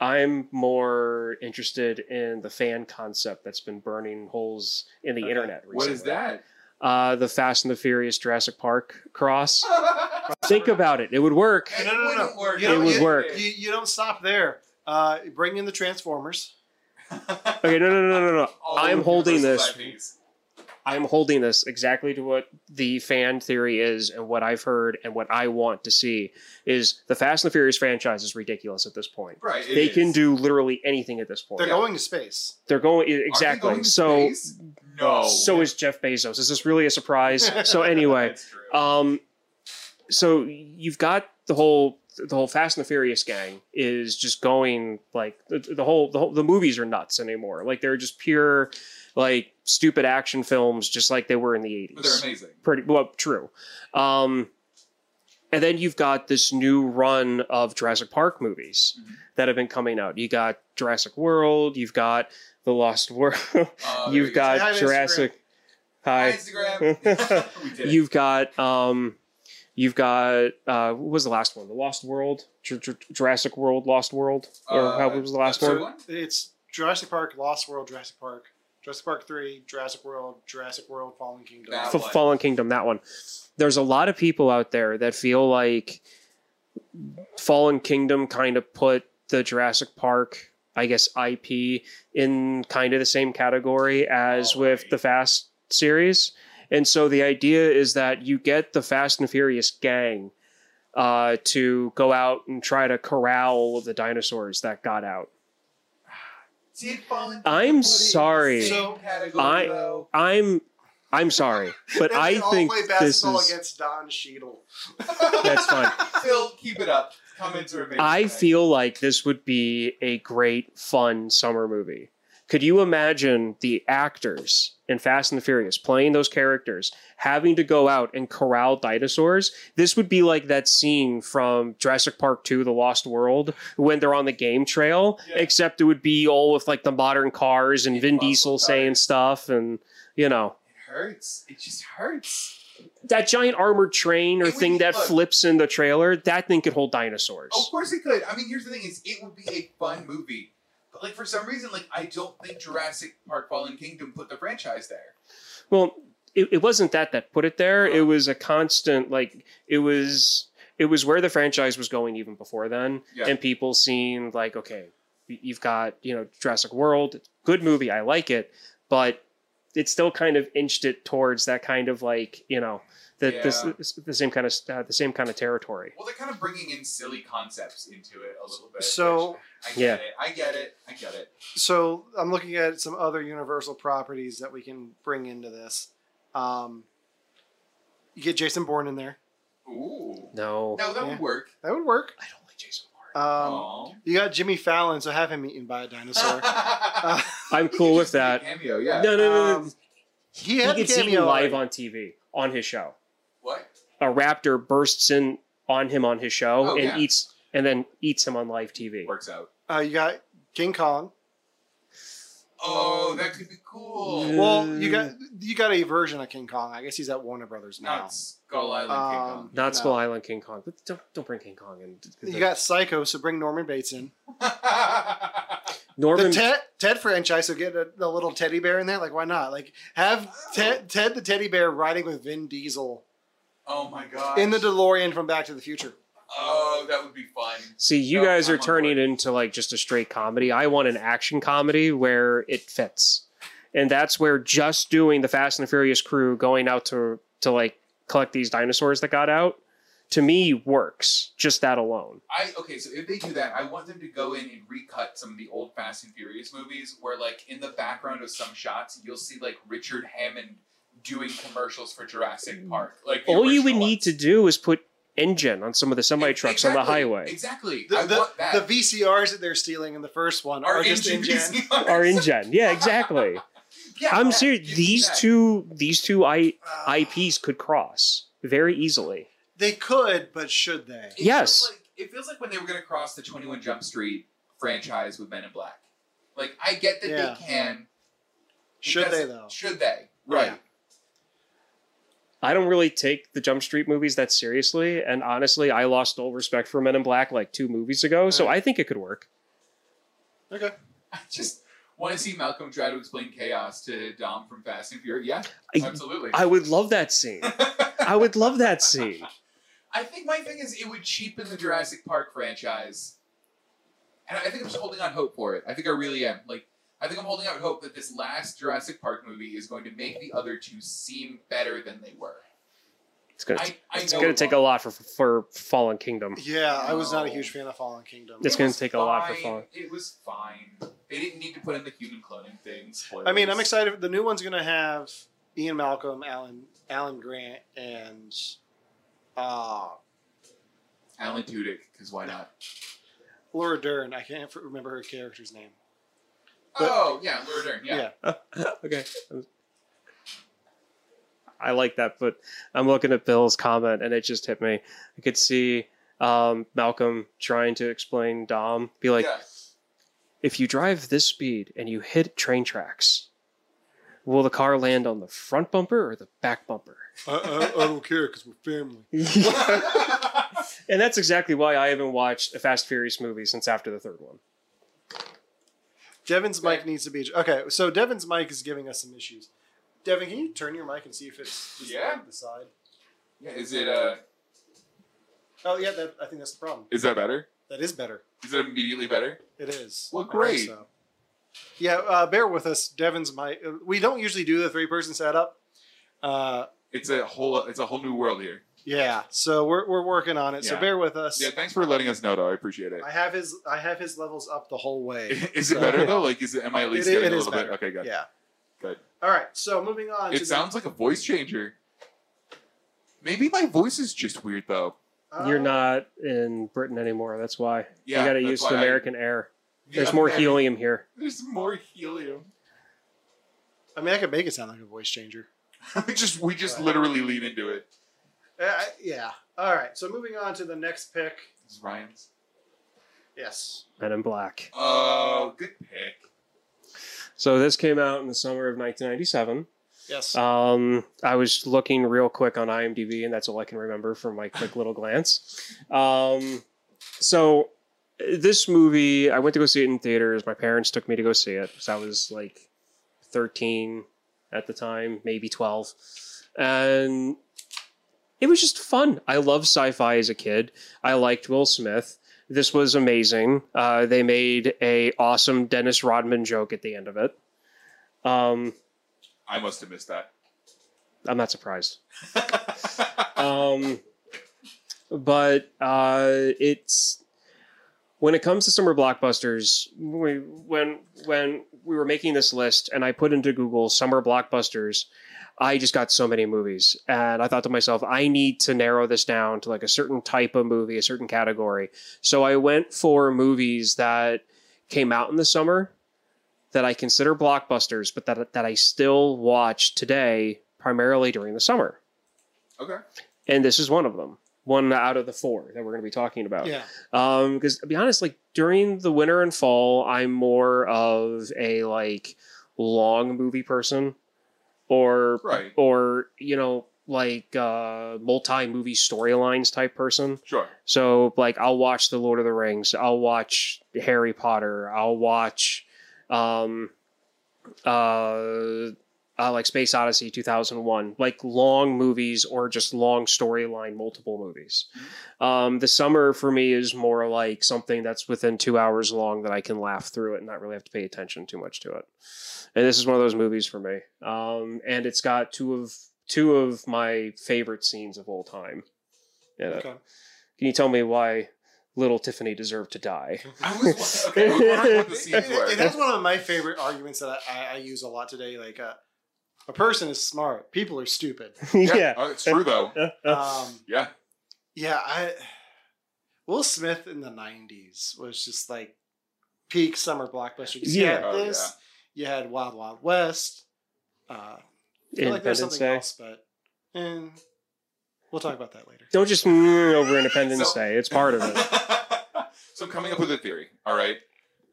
Speaker 3: I'm more interested in the fan concept that's been burning holes in the
Speaker 2: Okay.
Speaker 3: internet recently.
Speaker 1: What is that?
Speaker 3: Uh, the Fast and the Furious Jurassic Park cross. Think about it. It would work.
Speaker 2: No, no, no, no.
Speaker 1: It wouldn't work.
Speaker 2: You
Speaker 3: It
Speaker 2: don't-
Speaker 3: would
Speaker 2: you-
Speaker 3: work.
Speaker 2: You, you don't stop there. Uh, bring in the Transformers.
Speaker 3: Okay, no, no, no, no, no, no.
Speaker 1: All
Speaker 3: I'm holding
Speaker 1: universal
Speaker 3: this.
Speaker 1: IPs.
Speaker 3: I'm holding this exactly to what the fan theory is and what I've heard and what I want to see is the Fast and the Furious franchise is ridiculous at this point.
Speaker 1: Right. it
Speaker 3: they
Speaker 1: is.
Speaker 3: can do literally anything at this point.
Speaker 2: They're
Speaker 3: They're,
Speaker 1: Yeah.
Speaker 2: going to space.
Speaker 3: going
Speaker 1: Are they
Speaker 3: exactly.
Speaker 1: going to
Speaker 3: so
Speaker 1: space? Oh. no.
Speaker 3: so is Jeff Bezos. Is this really a surprise? so anyway,
Speaker 1: That's true.
Speaker 3: Um, so you've got the whole the whole Fast and the Furious gang is just going like the, the whole the whole the movies are nuts anymore. Like they're just pure like stupid action films, just like they were in the
Speaker 1: But they're
Speaker 3: eighties.
Speaker 1: amazing.
Speaker 3: Pretty well, true. Um, and then you've got this new run of Jurassic Park movies
Speaker 1: Mhm.
Speaker 3: that have been coming out. You got Jurassic World. You've got the Lost World.
Speaker 1: Uh,
Speaker 3: you've
Speaker 1: there
Speaker 2: Say hi
Speaker 3: got
Speaker 2: to
Speaker 3: Jurassic.
Speaker 1: we
Speaker 3: Hi.
Speaker 1: go. Instagram. we did it.
Speaker 3: You've got um, you've got uh, what was the last one? The Lost World, Ju- Ju- Jurassic World, Lost World, or
Speaker 1: Uh,
Speaker 3: how what was the last
Speaker 1: episode
Speaker 3: one?
Speaker 2: It's Jurassic Park, Lost World, Jurassic Park, Jurassic Park 3, Jurassic World, Jurassic World, Fallen Kingdom.
Speaker 1: That
Speaker 3: F-
Speaker 1: one.
Speaker 3: Fallen Kingdom, that one. There's a lot of people out there that feel like Fallen Kingdom kind of put the Jurassic Park, I guess, IP in kind of the same category as
Speaker 1: Oh,
Speaker 3: with
Speaker 1: right.
Speaker 3: the Fast series. And so the idea is that you get the Fast and Furious gang uh, to go out and try to corral the dinosaurs that got out.
Speaker 1: Did Fallen
Speaker 3: I'm
Speaker 1: Kingdom put it in the
Speaker 3: sorry.
Speaker 1: same
Speaker 2: So,
Speaker 1: category,
Speaker 3: I-
Speaker 1: though?
Speaker 3: I'm I'm sorry, but
Speaker 2: They
Speaker 3: I
Speaker 2: all
Speaker 3: think
Speaker 2: play
Speaker 3: this
Speaker 2: basketball
Speaker 3: is
Speaker 2: against Don Cheadle.
Speaker 3: that's fine.
Speaker 1: Phil, keep it up. Comments are amazing.
Speaker 3: I feel like this would be a great, fun summer movie. Could you imagine the actors in Fast and the Furious playing those characters having to go out and corral dinosaurs? This would be like that scene from Jurassic Park 2 The Lost World when they're on the game trail,
Speaker 1: Yeah.
Speaker 3: except it would be all with like the modern cars and Vin
Speaker 1: Muscle
Speaker 3: Diesel
Speaker 1: cars.
Speaker 3: saying stuff and, you know,
Speaker 1: It hurts. It just hurts.
Speaker 3: that giant armored train
Speaker 1: It
Speaker 3: or
Speaker 1: would
Speaker 3: thing
Speaker 1: be
Speaker 3: that
Speaker 1: fun.
Speaker 3: flips in the trailer, that thing could hold dinosaurs.
Speaker 1: Of course it could. I mean, here's the thing: is it would be a fun movie, but like for some reason, like I don't think Jurassic Park: Fallen Kingdom put the franchise there.
Speaker 3: Well, it, it wasn't that that put it there.
Speaker 1: Uh-huh.
Speaker 3: It was a constant, like it was, it was where the franchise was going even before then,
Speaker 1: Yeah.
Speaker 3: and people seeing like, okay, You've got you know Jurassic World, good movie, I like it, but it still kind of inched it towards that kind of like you know the
Speaker 1: Yeah.
Speaker 3: this, the same kind of uh, the same kind of territory.
Speaker 1: Well, they're kind of bringing in silly concepts into it a little bit.
Speaker 2: So-
Speaker 1: which I get
Speaker 3: Yeah.
Speaker 1: it. I get it. I get it.
Speaker 2: So I'm looking at some other Universal properties that we can bring into this. Um, you get Jason Bourne in there.
Speaker 1: Ooh.
Speaker 3: No,
Speaker 1: No, that
Speaker 2: Yeah.
Speaker 1: would work.
Speaker 2: That would work.
Speaker 3: I don't like Jason Bourne.
Speaker 2: Um,
Speaker 1: Aw.
Speaker 2: you got Jimmy Fallon, so have him eaten by a dinosaur. Uh,
Speaker 3: I'm cool with that.
Speaker 1: Cameo, yeah.
Speaker 3: No, no, no, no.
Speaker 2: Um, he
Speaker 3: He
Speaker 2: had
Speaker 3: can
Speaker 2: a
Speaker 3: see me
Speaker 2: cameo.
Speaker 3: live on TV on his show.
Speaker 1: What?
Speaker 3: A raptor bursts in on him on his show
Speaker 1: Oh,
Speaker 3: and
Speaker 1: yeah.
Speaker 3: eats and then eats him on live TV.
Speaker 1: Works out.
Speaker 2: Uh, you got King Kong.
Speaker 1: Oh, that could be cool.
Speaker 3: Yeah.
Speaker 2: Well, you
Speaker 3: Uh.
Speaker 2: got you got a version of King Kong. I guess he's at Warner Brothers now.
Speaker 1: Not Skull Island
Speaker 2: Um,
Speaker 3: Not
Speaker 2: No.
Speaker 3: Skull Island King Kong. But don't don't bring King Kong in.
Speaker 2: You got Psycho, so bring Norman Bates in.
Speaker 1: King Kong.
Speaker 3: Norman
Speaker 2: The Ted, Ted franchise, so get a, a little teddy bear in there. Like, why not? Like, have Ted, Ted the teddy bear riding with Vin Diesel
Speaker 1: oh my god.
Speaker 2: in the DeLorean from Back to the Future.
Speaker 1: oh, that would be fun.
Speaker 3: See, you
Speaker 2: Oh,
Speaker 1: No,
Speaker 3: guys
Speaker 1: I'm
Speaker 3: are
Speaker 1: on
Speaker 3: turning
Speaker 1: board.
Speaker 3: it into like just a straight comedy. I want an action comedy where it fits. And that's where just doing the Fast and the Furious crew going out to to like collect these dinosaurs that got out to me works just that alone.
Speaker 1: I okay, so if they do that, I want them to go in and recut some of the old Fast and Furious movies, where like in the background of some shots, you'll see like Richard Hammond doing commercials for Jurassic Park. Like the
Speaker 3: Mm. All you would
Speaker 1: original
Speaker 3: need
Speaker 1: ones.
Speaker 3: to do is put engine on some of the semi
Speaker 1: Ex-
Speaker 3: trucks on the
Speaker 1: exactly,
Speaker 3: highway
Speaker 1: Exactly.
Speaker 2: The,
Speaker 1: I want that.
Speaker 2: the, the VCRs that they're stealing in the first one are,
Speaker 1: Our
Speaker 2: just in
Speaker 1: engine
Speaker 2: gen.
Speaker 1: VCRs.
Speaker 3: or engine. Yeah, exactly.
Speaker 1: Yeah,
Speaker 3: I'm
Speaker 1: yeah,
Speaker 3: serious.
Speaker 1: give me
Speaker 3: These
Speaker 1: that.
Speaker 3: two these two I,
Speaker 2: Uh,
Speaker 3: IPs could cross very easily.
Speaker 2: They could, but should they?
Speaker 1: It
Speaker 3: Yes.
Speaker 1: Feels like, it feels like when they were going to cross the 21 Jump Street franchise with Men in Black. Like, I get that
Speaker 2: Yeah.
Speaker 1: they can. It
Speaker 2: Should they
Speaker 1: doesn't-
Speaker 2: though?
Speaker 1: Should they? Right.
Speaker 3: I don't really take the Jump Street movies that seriously, and honestly, I lost all respect for Men in Black like two movies ago,
Speaker 1: Uh-huh.
Speaker 3: so I think it could work.
Speaker 2: Okay.
Speaker 1: I just want to see Malcolm try to explain chaos to Dom from Fast and Furious. Yeah,
Speaker 3: I,
Speaker 1: absolutely.
Speaker 3: I would love that scene. I would love that scene.
Speaker 1: I think my thing is it would cheapen the Jurassic Park franchise. And I think I'm just holding on hope for it. I think I really am. Like, I think I'm holding out hope that this last Jurassic Park movie is going to make the other two seem better than they were.
Speaker 3: It's gonna,
Speaker 1: I, I
Speaker 3: it's
Speaker 1: know
Speaker 3: gonna
Speaker 1: it
Speaker 3: take
Speaker 1: won't.
Speaker 3: a lot for for Fallen Kingdom.
Speaker 2: Yeah, I was not a
Speaker 1: No.
Speaker 2: huge fan of Fallen Kingdom.
Speaker 3: It's
Speaker 1: It
Speaker 3: gonna
Speaker 1: was
Speaker 3: take a lot for
Speaker 1: fine.
Speaker 3: Fallen.
Speaker 1: It was fine. They didn't need to put in the human cloning thing. Spoilers.
Speaker 2: I mean, I'm excited. The new one's gonna have Ian Malcolm, Alan, Alan Grant, and uh,
Speaker 1: Alan Tudyk, because why not?
Speaker 2: Laura Dern. I can't f- remember her character's name. But-
Speaker 1: oh yeah, Laura Dern. Yeah.
Speaker 2: Yeah.
Speaker 3: okay. I like that, but I'm looking at Bill's comment and it just hit me. I could see um, Malcolm trying to explain Dom, be like,
Speaker 1: Yeah.
Speaker 3: If you drive this speed and you hit train tracks, will the car land on the front bumper or the back bumper?
Speaker 2: I, I, I don't care because we're family.
Speaker 3: and that's exactly why I haven't watched a Fast Furious movie since after the third one.
Speaker 2: Devin's mic needs to be okay. So Devin's mic is giving us some issues. Devin, can you turn your mic and see if it's just
Speaker 1: Yeah.
Speaker 2: on the side?
Speaker 1: yeah. Is it? Uh,
Speaker 2: Oh yeah, that, I think that's the problem.
Speaker 1: is that better?
Speaker 2: That is better.
Speaker 1: Is it immediately better?
Speaker 2: It is.
Speaker 1: Well,
Speaker 2: I think
Speaker 1: great.
Speaker 2: so. Yeah, uh, bear with us. Devin's mic. We don't usually do the three person setup. Uh,
Speaker 1: It's a whole. It's a whole new world here.
Speaker 2: yeah, so we're, we're working on it. So
Speaker 1: Yeah.
Speaker 2: bear with us.
Speaker 1: Yeah. Thanks for letting us know, though. I appreciate it.
Speaker 2: I have his I have his levels up the whole way.
Speaker 1: Is it better though? Like, is it? Am I at least
Speaker 2: It-
Speaker 1: getting
Speaker 2: it
Speaker 1: a
Speaker 2: is
Speaker 1: little bit?
Speaker 2: better.
Speaker 1: Okay, good.
Speaker 2: Yeah.
Speaker 1: Good.
Speaker 2: All right. So moving on. to
Speaker 1: It sounds like a voice changer. Maybe my voice is just weird though.
Speaker 2: the, uh,
Speaker 3: You're not in Britain anymore. That's why.
Speaker 1: Oh. Yeah.
Speaker 3: you got to
Speaker 1: that's
Speaker 3: use
Speaker 1: why
Speaker 3: the
Speaker 1: I-
Speaker 3: American air.
Speaker 1: Yeah,
Speaker 3: There's more
Speaker 1: okay.
Speaker 3: helium here.
Speaker 1: There's more helium.
Speaker 2: I mean, I could make it sound like a voice changer.
Speaker 1: we just we just
Speaker 2: Right.
Speaker 1: literally lean into it.
Speaker 2: Uh, I- yeah. All right. So moving on to the next pick.
Speaker 1: This is Ryan's.
Speaker 2: Yes.
Speaker 3: Men in Black.
Speaker 1: Oh, good pick.
Speaker 3: So this came out in the summer of 1997.
Speaker 2: Yes.
Speaker 3: Um, I was looking real quick on IMDb, and that's all I can remember from my quick little glance. Um, so this movie, I went to go see it in theaters. My parents took me to go see it because I was like 13 at the time, maybe 12, and it was just fun. I loved sci-fi as a kid. I liked Will Smith. This was amazing. Uh, they made a awesome Dennis Rodman joke at the end of it. Um,
Speaker 1: I must have missed that.
Speaker 3: I'm not surprised. um, but uh, it's when it comes to summer blockbusters. We, when when we were making this list, and I put into Google summer blockbusters, I just got so many movies, and I thought to myself, I need to narrow this down to like a certain type of movie, a certain category. So I went for movies that came out in the summer that I consider blockbusters, but that that I still watch today, primarily during the summer.
Speaker 1: Okay.
Speaker 3: And this is one of them. One out of the four that we're going to be talking about.
Speaker 2: Yeah.
Speaker 3: Um, because to be honest, like during the winter and fall, I'm more of a like long movie person, or
Speaker 1: Right.
Speaker 3: or you know like uh multi movie storylines type person.
Speaker 1: Sure.
Speaker 3: So like I'll watch The Lord of the Rings, I'll watch Harry Potter, I'll watch um uh, uh like Space Odyssey 2001, like long movies or just long storyline multiple movies. Um the summer for me is more like something that's within 2 hours long that I can laugh through it and not really have to pay attention too much to it. And this is one of those movies for me. Um and it's got two of two of my favorite scenes of all time. Yeah.
Speaker 2: Okay.
Speaker 3: Can you tell me why little Tiffany deserved to die?
Speaker 1: I was okay. I wonder what the scenes were.
Speaker 2: And that's one of my favorite arguments that I, I, I use a lot today. Like, uh, a person is smart. People are stupid.
Speaker 1: Oh, it's true though.
Speaker 2: Um,
Speaker 1: Yeah.
Speaker 2: yeah, I Will Smith in the '90s was just like peak summer blockbuster. 'Cause You
Speaker 3: Yeah.
Speaker 2: had
Speaker 1: Oh,
Speaker 2: this. You had Wild Wild West. Uh, I feel like there's
Speaker 3: Independence
Speaker 2: something
Speaker 3: Day.
Speaker 2: else, but and we'll talk about that later.
Speaker 3: Don't just mm over Independence
Speaker 1: So-
Speaker 3: Day. It's part of it.
Speaker 1: so I'm coming up with a theory. All right.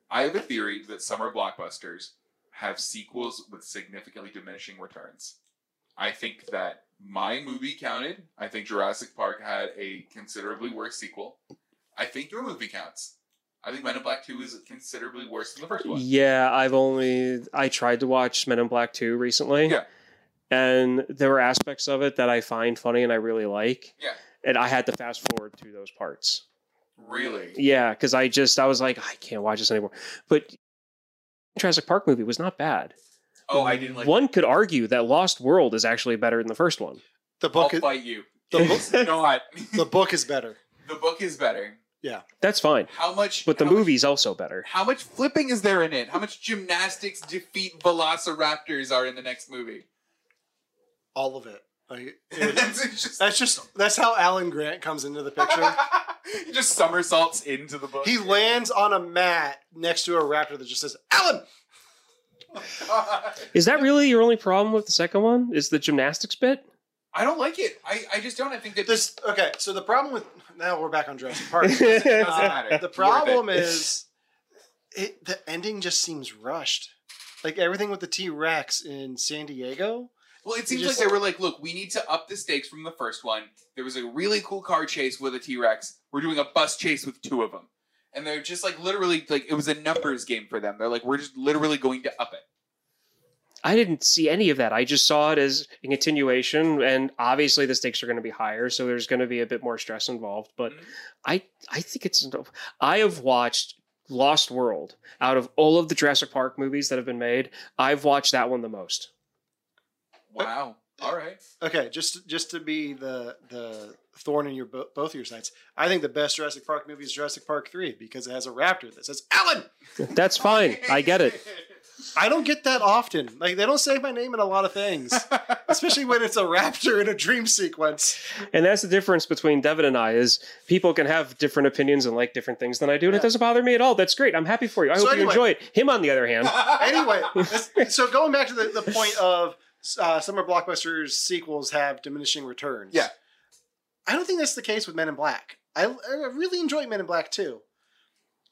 Speaker 1: I have a theory that summer blockbusters have sequels with significantly diminishing returns. I think that my movie counted. I think Jurassic Park had a considerably worse sequel. I think your movie counts. I think Men in Black 2 is considerably worse than the first one.
Speaker 3: Yeah, I've only I tried to watch Men in Black 2 recently.
Speaker 1: Yeah.
Speaker 3: And there were aspects of it that I find funny and I really like.
Speaker 1: Yeah.
Speaker 3: And I had to fast forward through those parts.
Speaker 1: Really?
Speaker 3: Yeah, because I just I was like, I can't watch this anymore. But Jurassic Park movie was not bad.
Speaker 1: Oh, I didn't like
Speaker 3: one could argue that Lost World is actually better than the first one.
Speaker 2: The
Speaker 1: I'll
Speaker 2: book, is,
Speaker 1: fight you.
Speaker 2: the,
Speaker 1: It's
Speaker 2: book-
Speaker 1: not.
Speaker 2: the book is better.
Speaker 1: The book is better.
Speaker 3: That's fine.
Speaker 1: How much
Speaker 3: But the
Speaker 1: how much-
Speaker 3: movie's also better.
Speaker 1: How much flipping is there in it? How much gymnastics defeat velociraptors are in the next movie?
Speaker 2: All of it. Like, it-
Speaker 1: It's just,
Speaker 2: that's just that's how Alan Grant comes into the picture.
Speaker 1: he just somersaults into the book.
Speaker 2: He lands on a mat next to a raptor that just says "Alan."
Speaker 1: I
Speaker 3: Is that really your only problem with the second one? Is the gymnastics bit?
Speaker 1: don't like it. I, I just don't. I think that
Speaker 2: This okay. So the problem with now we're back on Jurassic Park.
Speaker 1: doesn't
Speaker 2: Uh,
Speaker 1: matter.
Speaker 2: the
Speaker 1: Worth
Speaker 2: problem
Speaker 1: it.
Speaker 2: is it, the ending just seems rushed. Like everything with the T Rex in San Diego.
Speaker 1: Well, it seems
Speaker 2: just-
Speaker 1: like they were like, look, we need to up the stakes from the first one. There was a really cool car chase with a T Rex. We're doing a bus chase with two of them. And they're just like literally, like, it was a numbers game for them. They're like, we're just literally going to up it.
Speaker 3: I didn't see any of that. I just saw it as a continuation, and obviously the stakes are going to be higher, so there's going to be a bit more stress involved. But
Speaker 1: Mhm.
Speaker 3: I, I think it's. I have watched Lost World out of all of the Jurassic Park movies that have been made. I've watched that one the most.
Speaker 1: Wow. All right.
Speaker 2: Okay, just just to be the the thorn in your bo- both of your sides. I think the best Jurassic Park movie is Jurassic Park Three because it has a raptor that says "Alan."
Speaker 3: That's fine. I get it.
Speaker 2: I don't get that often. Like they don't say my name in a lot of things, especially when it's a raptor in a dream sequence.
Speaker 3: And that's the difference between Devin and I is people can have different opinions and like different things than I do, and
Speaker 2: Yeah.
Speaker 3: it doesn't bother me at all. That's great. I'm happy for you. I
Speaker 2: So
Speaker 3: hope you
Speaker 2: anyway-
Speaker 3: enjoy it. Him, on the other hand,
Speaker 2: Anyway, that's- so going back to the, the point of uh, summer blockbusters sequels have diminishing returns.
Speaker 1: Yeah.
Speaker 2: I don't think that's the case with Men in Black. I, I really enjoy Men in Black too.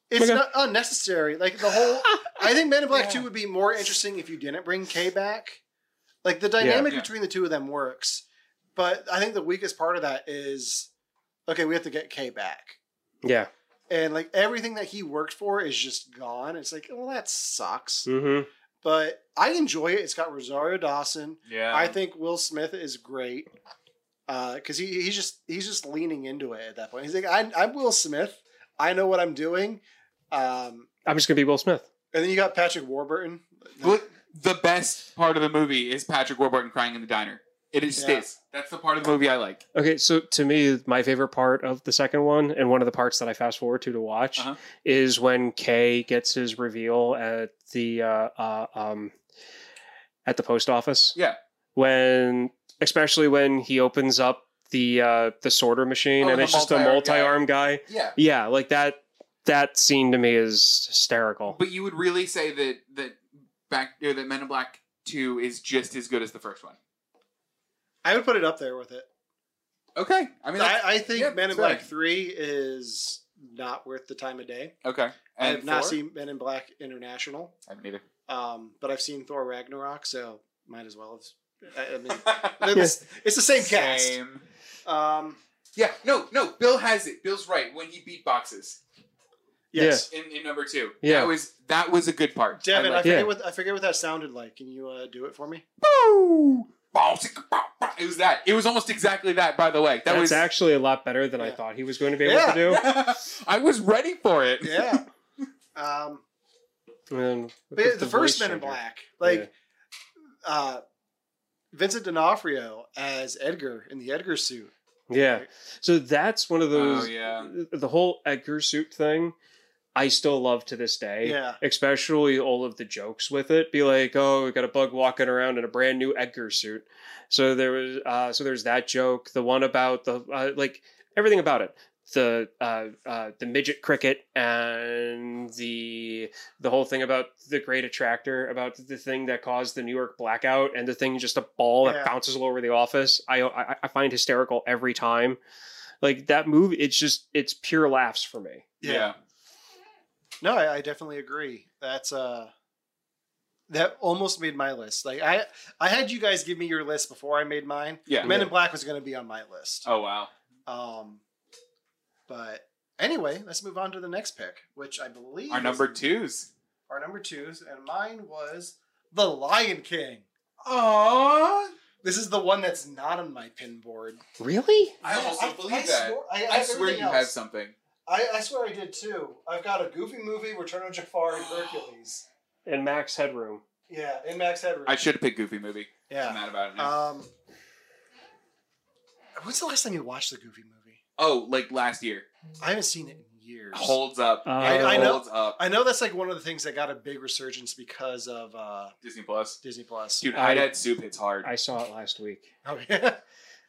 Speaker 2: It's
Speaker 3: Okay.
Speaker 2: not unnecessary. Like the whole, I think Men in Black
Speaker 1: Yeah.
Speaker 2: Two would be more interesting if you didn't bring K back. Like the dynamic
Speaker 1: Yeah.
Speaker 2: between the two of them works, but I think the weakest part of that is, okay, we have to get K back,
Speaker 3: yeah.
Speaker 2: and like everything that he worked for is just gone. It's like, well, that sucks.
Speaker 3: hmm
Speaker 2: But I enjoy it. It's got Rosario Dawson.
Speaker 1: Yeah.
Speaker 2: I think Will Smith is great uh, because he, he's just he's just leaning into it at that point. He's like, I, I'm Will Smith. I know what I'm doing. Um,
Speaker 3: I'm just gonna be Will Smith.
Speaker 2: and then you got Patrick Warburton.
Speaker 1: Look, the best part of the movie is Patrick Warburton crying in the diner. It is
Speaker 2: Yeah.
Speaker 1: this. That's the part of the movie I like.
Speaker 3: Okay, so to me, my favorite part of the second one, and one of the parts that I fast forward to to watch,
Speaker 1: Uh-huh.
Speaker 3: is when Kay gets his reveal at the uh, uh, um, at the post office.
Speaker 1: Yeah.
Speaker 3: When, especially when he opens up the uh, the sorter machine,
Speaker 1: Oh,
Speaker 3: and
Speaker 1: the
Speaker 3: it's just a
Speaker 1: multi-arm guy.
Speaker 3: multi-arm guy.
Speaker 1: Yeah.
Speaker 3: Yeah, like that. That scene to me is hysterical.
Speaker 1: But you would really say that that back or that Men in Black Two is just as good as the first one.
Speaker 2: I would put it up there with it.
Speaker 1: Okay, I mean,
Speaker 2: I,
Speaker 1: that's,
Speaker 2: I think
Speaker 1: yeah,
Speaker 2: Men in
Speaker 1: fair.
Speaker 2: Black Three is not worth the time of day.
Speaker 1: okay.
Speaker 2: I have not
Speaker 1: four?
Speaker 2: seen Men in Black International,
Speaker 1: I haven't either.
Speaker 2: um, but I've seen Thor Ragnarok, so might as well. Have, I, I mean, it's, it's the same cast.
Speaker 1: Same.
Speaker 2: Um,
Speaker 1: Yeah. No. No. Bill has it. Bill's right when he beatboxes
Speaker 2: yes,
Speaker 1: in, in number two.
Speaker 3: Yeah.
Speaker 1: That was that was a good part.
Speaker 2: Devin,
Speaker 1: I
Speaker 2: I,
Speaker 1: like
Speaker 2: forget
Speaker 3: Yeah.
Speaker 2: what I forget what that sounded like. Can you uh, do it for me?
Speaker 1: Boo! Bouncy, bow, bow. It was that. It was almost exactly that. By the way, that
Speaker 3: That's
Speaker 1: was.
Speaker 3: actually a lot better than I
Speaker 2: Yeah.
Speaker 3: thought he was going to be able
Speaker 2: Yeah.
Speaker 3: to do.
Speaker 1: I was ready for it.
Speaker 2: Yeah. um,
Speaker 3: And
Speaker 2: but
Speaker 3: with
Speaker 2: the, first
Speaker 3: voice
Speaker 2: Men in
Speaker 3: changer.
Speaker 2: Black, like uh, Vincent D'Onofrio as Edgar in the Edgar suit.
Speaker 3: Yeah. So that's one of those.
Speaker 1: Oh, yeah.
Speaker 3: The whole Edgar suit thing, I still love to this day.
Speaker 2: Yeah.
Speaker 3: Especially all of the jokes with it. Be like, oh, we got a bug walking around in a brand new Edgar suit. So there was, uh, so there's that joke. The one about the uh, like everything about it. The uh, uh, the midget cricket and the the whole thing about the great attractor about the thing that caused the New York blackout and the thing just a ball
Speaker 2: Yeah.
Speaker 3: that bounces all over the office. I, I I find hysterical every time. Like that move, it's just it's pure laughs for me.
Speaker 1: Yeah.
Speaker 2: No, I, I definitely agree. That's uh that almost made my list. Like I I had you guys give me your list before I made mine.
Speaker 1: Yeah.
Speaker 2: Men in Black was going to be on my list.
Speaker 1: Oh wow.
Speaker 2: Um but anyway, let's move on to the next pick, which I believe
Speaker 1: Our
Speaker 2: is-
Speaker 1: number twos.
Speaker 2: our number 2s and mine was The Lion King.
Speaker 1: Aww.
Speaker 2: This is the one that's not on my pin board.
Speaker 3: Really?
Speaker 1: I almost
Speaker 2: Yeah,
Speaker 1: don't believe that.
Speaker 2: swore- I,
Speaker 1: I swear you had something.
Speaker 2: I, I swear I did too. I've got a Goofy movie, Return of Jafar, and Hercules.
Speaker 3: And Max Headroom.
Speaker 2: Yeah, and Max Headroom.
Speaker 1: I should have picked Goofy movie. I'm
Speaker 2: yeah.
Speaker 1: mad about it now.
Speaker 2: Um, when's the last time you watched the Goofy movie?
Speaker 1: oh, like last year.
Speaker 2: I haven't seen it in years.
Speaker 1: Holds up.
Speaker 3: Uh,
Speaker 1: It
Speaker 2: I- I know-
Speaker 1: holds up.
Speaker 2: I know that's like one of the things that got a big resurgence because of uh,
Speaker 1: Disney Plus.
Speaker 2: Disney Plus.
Speaker 1: Dude,
Speaker 3: I-
Speaker 1: I had soup. It's hard.
Speaker 3: I saw it last week.
Speaker 2: Oh yeah,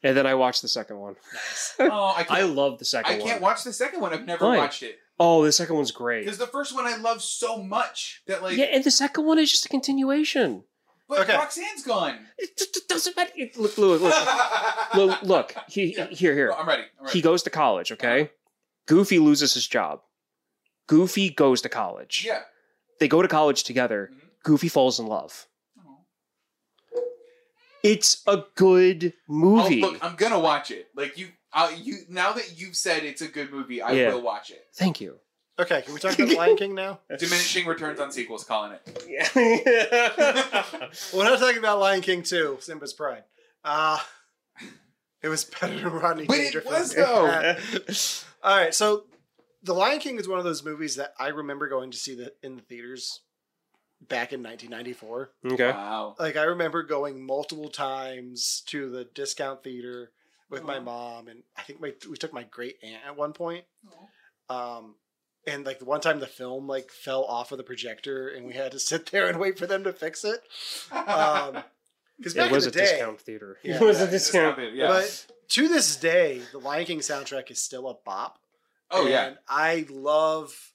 Speaker 3: And then I watched the second one.
Speaker 2: nice.
Speaker 1: oh, I
Speaker 3: I
Speaker 1: can't.
Speaker 3: love the
Speaker 1: I,
Speaker 3: second
Speaker 1: can't
Speaker 3: one.
Speaker 1: watch the second one. I've never
Speaker 3: Why?
Speaker 1: watched it
Speaker 3: Oh, the second one's great.
Speaker 1: because the first one I love so much that like,
Speaker 3: yeah, and the second one is just a continuation.
Speaker 1: but
Speaker 2: Okay.
Speaker 1: Roxanne's gone.
Speaker 3: It just it doesn't matter. It- look, look, look, look, look. He,
Speaker 1: Yeah.
Speaker 3: Here, here.
Speaker 1: Oh, I'm Uh-huh. ready. I'm ready.
Speaker 3: He goes to college, okay? Goofy loses his job. Goofy goes to college.
Speaker 1: yeah.
Speaker 3: They go to college together.
Speaker 1: Mhm.
Speaker 3: Goofy falls in love.
Speaker 1: Oh.
Speaker 3: It's a good
Speaker 1: Oh,
Speaker 3: movie.
Speaker 1: look, I'm gonna watch it. Like you, uh, you. Now that you've said it's a good movie, I
Speaker 3: Yeah.
Speaker 1: will watch it.
Speaker 3: Thank you.
Speaker 2: Okay, can we talk about The Lion King now?
Speaker 1: Diminishing returns on sequels, calling it.
Speaker 3: Yeah.
Speaker 2: We're not talking about Lion King two, Simba's Pride. Uh it was better than Rodney.
Speaker 1: But it
Speaker 2: Dangerfield.
Speaker 1: was,
Speaker 3: Oh.
Speaker 1: though.
Speaker 2: Uh, All right, so The Lion King is one of those movies that I remember going to see the in the theaters back in 1994.
Speaker 3: okay.
Speaker 1: Wow.
Speaker 2: Like I remember going multiple times to the discount theater with my
Speaker 1: Aw.
Speaker 2: mom, and I think my we took my great aunt at one point.
Speaker 1: Aw.
Speaker 2: Um, and like the one time the film like fell off of the projector, and we had to sit there and wait for them to fix it. Um, because back
Speaker 3: It was
Speaker 2: in
Speaker 3: a
Speaker 2: the day,
Speaker 3: discount theater.
Speaker 2: Yeah.
Speaker 3: it was a
Speaker 1: Yeah, it's
Speaker 3: discount.
Speaker 1: not bad, yeah.
Speaker 2: but to this day, the Lion King soundtrack is still a bop.
Speaker 1: oh yeah.
Speaker 2: And I love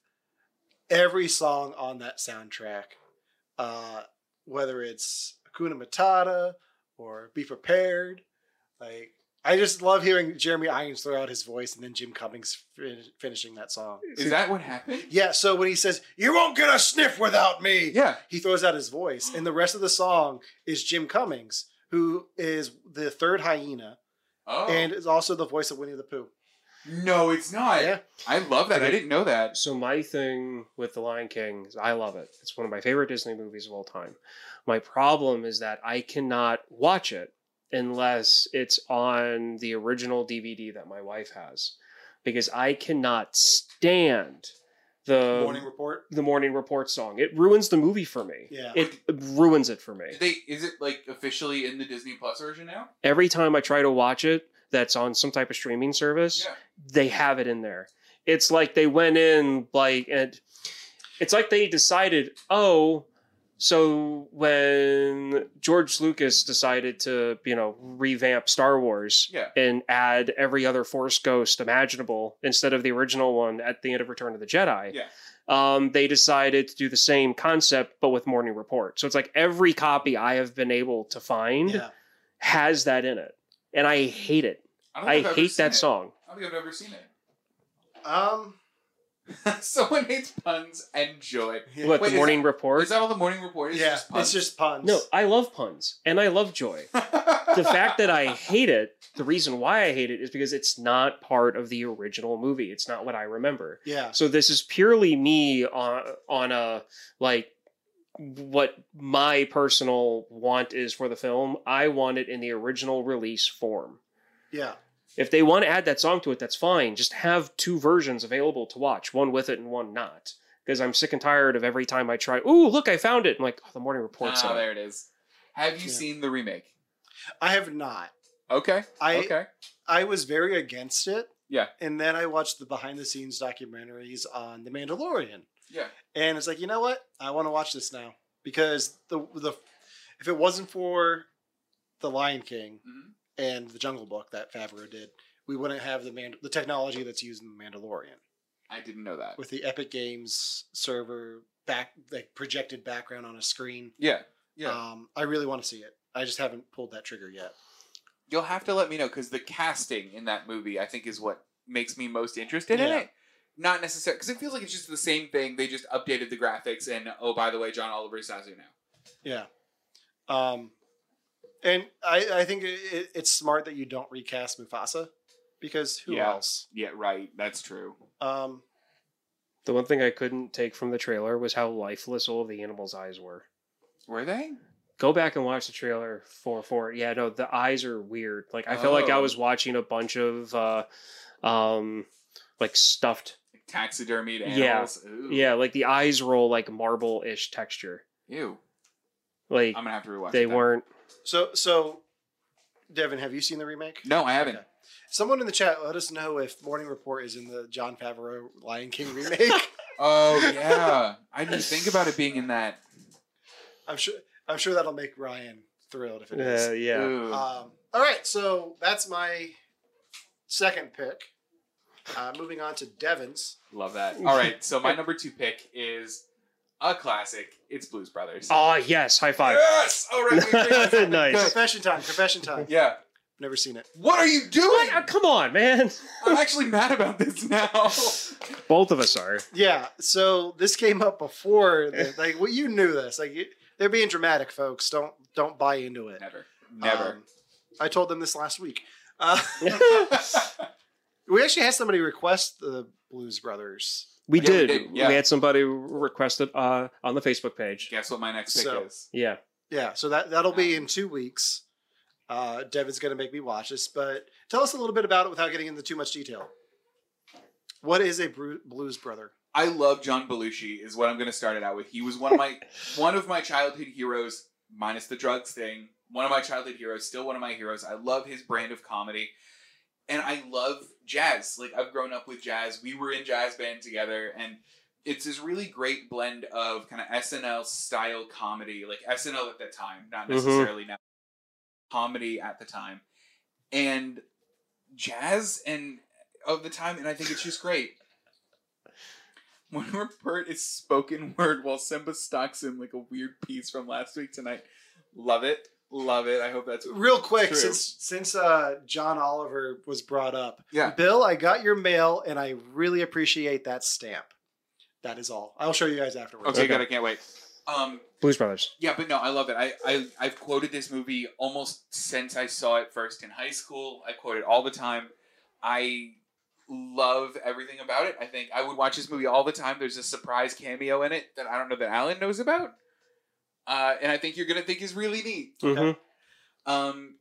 Speaker 2: every song on that soundtrack, uh, whether it's Hakuna Matata or Be Prepared. Like, I just love hearing Jeremy Irons throw out his voice and then Jim Cummings fin- finishing that song.
Speaker 1: Is that what happened?
Speaker 2: Yeah, so when he says, You won't get a sniff without me,
Speaker 1: Yeah.
Speaker 2: he throws out his voice. And the rest of the song is Jim Cummings, who is the third hyena
Speaker 1: Oh.
Speaker 2: and is also the voice of Winnie the Pooh.
Speaker 1: no, it's not.
Speaker 2: Yeah.
Speaker 1: I love that. I didn't know that.
Speaker 3: So my thing with The Lion King is I love it. It's one of my favorite Disney movies of all time. My problem is that I cannot watch it unless it's on the original DVD that my wife has. because I cannot stand the
Speaker 2: Morning Report.
Speaker 3: the morning report song. It ruins the movie for me.
Speaker 2: Yeah.
Speaker 3: It ruins it for me.
Speaker 1: Did they, is it like officially in the Disney Plus version now?
Speaker 3: Every time I try to watch it that's on some type of streaming service,
Speaker 1: Yeah.
Speaker 3: they have it in there. It's like they went in like and it's like they decided, "Oh, so when George Lucas decided to, you know, revamp Star Wars,
Speaker 1: Yeah.
Speaker 3: and add every other Force ghost imaginable instead of the original one at the end of Return of the Jedi.
Speaker 1: Yeah.
Speaker 3: Um, they decided to do the same concept but with Morning Report. So it's like every copy I have been able to find
Speaker 2: Yeah.
Speaker 3: has that in it, and I hate it.
Speaker 1: I, don't
Speaker 3: I
Speaker 1: think I've ever
Speaker 3: hate
Speaker 1: seen
Speaker 3: that
Speaker 1: it.
Speaker 3: song.
Speaker 1: I don't think I've ever seen it.
Speaker 2: Um.
Speaker 1: Someone hates puns and joy.
Speaker 2: Yeah.
Speaker 3: What
Speaker 1: Wait,
Speaker 3: the
Speaker 1: is
Speaker 3: Morning Report?
Speaker 1: Is that all the morning report? Is
Speaker 2: yeah,
Speaker 1: just puns?
Speaker 2: it's just puns.
Speaker 3: no, I love puns and I love joy. the fact that I hate it, the reason why I hate it is because it's not part of the original movie. It's not what I remember.
Speaker 2: Yeah.
Speaker 3: So this is purely me on on a like what my personal want is for the film. I want it in the original release form.
Speaker 2: Yeah.
Speaker 3: If they want to add that song to it, that's fine. Just have two versions available to watch, one with it and one not. Because I'm sick and tired of every time I try. Ooh, look, I found it. I'm like, oh, the morning report's
Speaker 1: ah,
Speaker 3: on.
Speaker 1: there it is. Have you
Speaker 2: Yeah.
Speaker 1: seen the remake?
Speaker 2: I have not.
Speaker 1: Okay.
Speaker 2: I
Speaker 1: okay.
Speaker 2: I was very against it.
Speaker 1: Yeah.
Speaker 2: And then I watched the behind the scenes documentaries on The Mandalorian.
Speaker 1: Yeah.
Speaker 2: And it's like, you know what? I want to watch this now because the the if it wasn't for The Lion King
Speaker 1: Mhm.
Speaker 2: and The Jungle Book that Favreau did, we wouldn't have the man, the technology that's used in The Mandalorian
Speaker 1: I didn't know that.
Speaker 2: with the Epic Games server back like projected background on a screen.
Speaker 1: Yeah. Yeah.
Speaker 2: Um, I really want to see it. I just haven't pulled that trigger yet.
Speaker 1: You'll have to let me know because the casting in that movie, I think, is what makes me most interested in
Speaker 2: Yeah.
Speaker 1: it. Not necessarily because it feels like it's just the same thing. They just updated the graphics, and oh, by the way, John Oliver is Zazu now.
Speaker 2: Yeah. Um, and I, I think it, it, it's smart that you don't recast Mufasa because who
Speaker 1: Yeah.
Speaker 2: else?
Speaker 1: Yeah, right. That's true.
Speaker 2: Um,
Speaker 3: The one thing I couldn't take from the trailer was how lifeless all of the animals' eyes were.
Speaker 1: Were they?
Speaker 3: go back and watch the trailer for for it. yeah no the eyes are weird like i felt like i
Speaker 1: Oh.
Speaker 3: was watching a bunch of uh um like stuffed
Speaker 1: Taxidermied
Speaker 3: Yeah.
Speaker 1: animals. Ooh.
Speaker 3: yeah like the eyes roll like marble-ish texture
Speaker 1: Ew.
Speaker 3: like
Speaker 1: I'm gonna have to rewatch.
Speaker 3: they
Speaker 1: it then.
Speaker 3: weren't
Speaker 2: so, so, Devin, have you seen the remake?
Speaker 1: No, I haven't.
Speaker 2: Okay. Someone in the chat, let us know if Morning Report is in the John Favreau Lion King remake.
Speaker 1: Oh yeah, I didn't think about it being in that.
Speaker 2: I'm sure, I'm sure that'll make Ryan thrilled if it is.
Speaker 3: uh, yeah
Speaker 1: Ooh.
Speaker 2: Um, all right, so that's my second pick. Uh, moving on to Devin's.
Speaker 1: Love that. All right, so my number two pick is a classic. It's Blues Brothers.
Speaker 3: Ah yes high five
Speaker 1: Yes. All right. we agreed on something.
Speaker 3: Nice.
Speaker 1: Good.
Speaker 2: Confession time, confession time.
Speaker 1: Yeah.
Speaker 2: Never seen it.
Speaker 1: What are you doing?
Speaker 3: what? Oh, come on man
Speaker 1: I'm actually mad about this now.
Speaker 3: both of us are
Speaker 2: Yeah, so this came up before, the, like, well, you knew this. Like, you, they're being dramatic, folks. Don't don't buy into it.
Speaker 1: Never. Never.
Speaker 2: Um, I told them this last week. Uh,
Speaker 1: Um,
Speaker 2: we actually had somebody request the Blues Brothers.
Speaker 3: we
Speaker 1: Yeah, we
Speaker 3: did
Speaker 1: did, yeah.
Speaker 3: we had somebody request it uh on the facebook page
Speaker 1: Guess what my next pick
Speaker 2: So-
Speaker 1: is?
Speaker 3: yeah
Speaker 2: Yeah, so that that'll be in two weeks. Uh, Devin's gonna make me watch this, but tell us a little bit about it without getting into too much detail. What is a Bru- Blues Brother?
Speaker 1: I love John Belushi. Is what I'm going to start it out with. He was one of my one of my childhood heroes, minus the drugs thing. One of my childhood heroes, still one of my heroes. I love his brand of comedy, and I love jazz. Like I've grown up with jazz. We were in jazz band together, and it's this really great blend of kind of SNL style comedy, like SNL at the time, not
Speaker 3: Mhm.
Speaker 1: necessarily now, comedy at the time, and jazz and of the time, and I think it's just great. When Rupert is spoken word while Simba stalks him like a weird piece from last week tonight. Love it. Love it. I hope that's
Speaker 2: Real quick,
Speaker 1: True.
Speaker 2: since since uh, John Oliver was brought up,
Speaker 1: Yeah.
Speaker 2: Bill, I got your mail, and I really appreciate that stamp. That is all. I'll show you guys afterwards.
Speaker 1: Okay,
Speaker 3: Okay.
Speaker 1: good. I can't wait. Um,
Speaker 3: blues brothers
Speaker 1: yeah, but no, I love it. I, I I've quoted this movie almost since I saw it first in high school. I quote it all the time. I love everything about it. I think I would watch this movie all the time. There's a surprise cameo in it that I don't know that Alan knows about. Uh, and I think you're gonna think is really neat.
Speaker 3: Mhm.
Speaker 1: Um,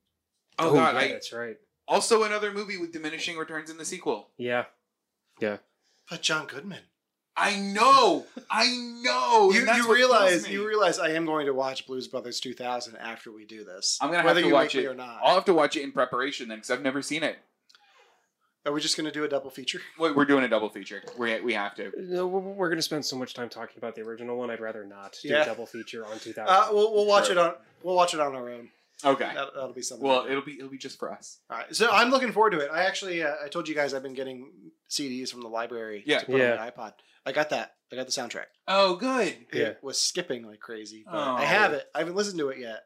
Speaker 1: oh, god!
Speaker 3: yeah,
Speaker 1: I, Oh,
Speaker 3: Oh,
Speaker 2: Oh,
Speaker 3: that's right
Speaker 1: also, another movie with diminishing returns in the sequel.
Speaker 3: yeah Yeah.
Speaker 2: But John Goodman.
Speaker 1: I know, I know.
Speaker 2: Oh, you
Speaker 1: and that's
Speaker 2: you
Speaker 1: what kills
Speaker 2: realize
Speaker 1: me.
Speaker 2: you realize I am going to watch Blues Brothers 2000 after we do this.
Speaker 1: I'm gonna have
Speaker 2: whether
Speaker 1: to
Speaker 2: you
Speaker 1: watch
Speaker 2: make me
Speaker 1: it.
Speaker 2: or not.
Speaker 1: I'll have to watch it in preparation then, because I've never seen it.
Speaker 2: Are we just going to do a double feature?
Speaker 1: Wait, We're doing a double feature. We we have to.
Speaker 3: No, we're- we're going to spend so much time talking about the original one. I'd rather not do
Speaker 2: Yeah.
Speaker 3: a double feature on 2000.
Speaker 2: Uh, we'll we'll watch
Speaker 1: Sure.
Speaker 2: it on we'll watch it on our own.
Speaker 1: Okay.
Speaker 2: That, that'll be something.
Speaker 1: Well,
Speaker 2: to do.
Speaker 1: it'll be it'll be just for us.
Speaker 2: all right. So I'm looking forward to it. I actually uh, I told you guys I've been getting CDs from the library
Speaker 1: Yeah.
Speaker 2: to put
Speaker 3: Yeah.
Speaker 2: on my iPod. I got that. I got the soundtrack.
Speaker 1: Oh, good.
Speaker 3: Yeah.
Speaker 2: It was skipping like crazy. But
Speaker 1: Oh.
Speaker 2: I have it. I haven't listened to it yet,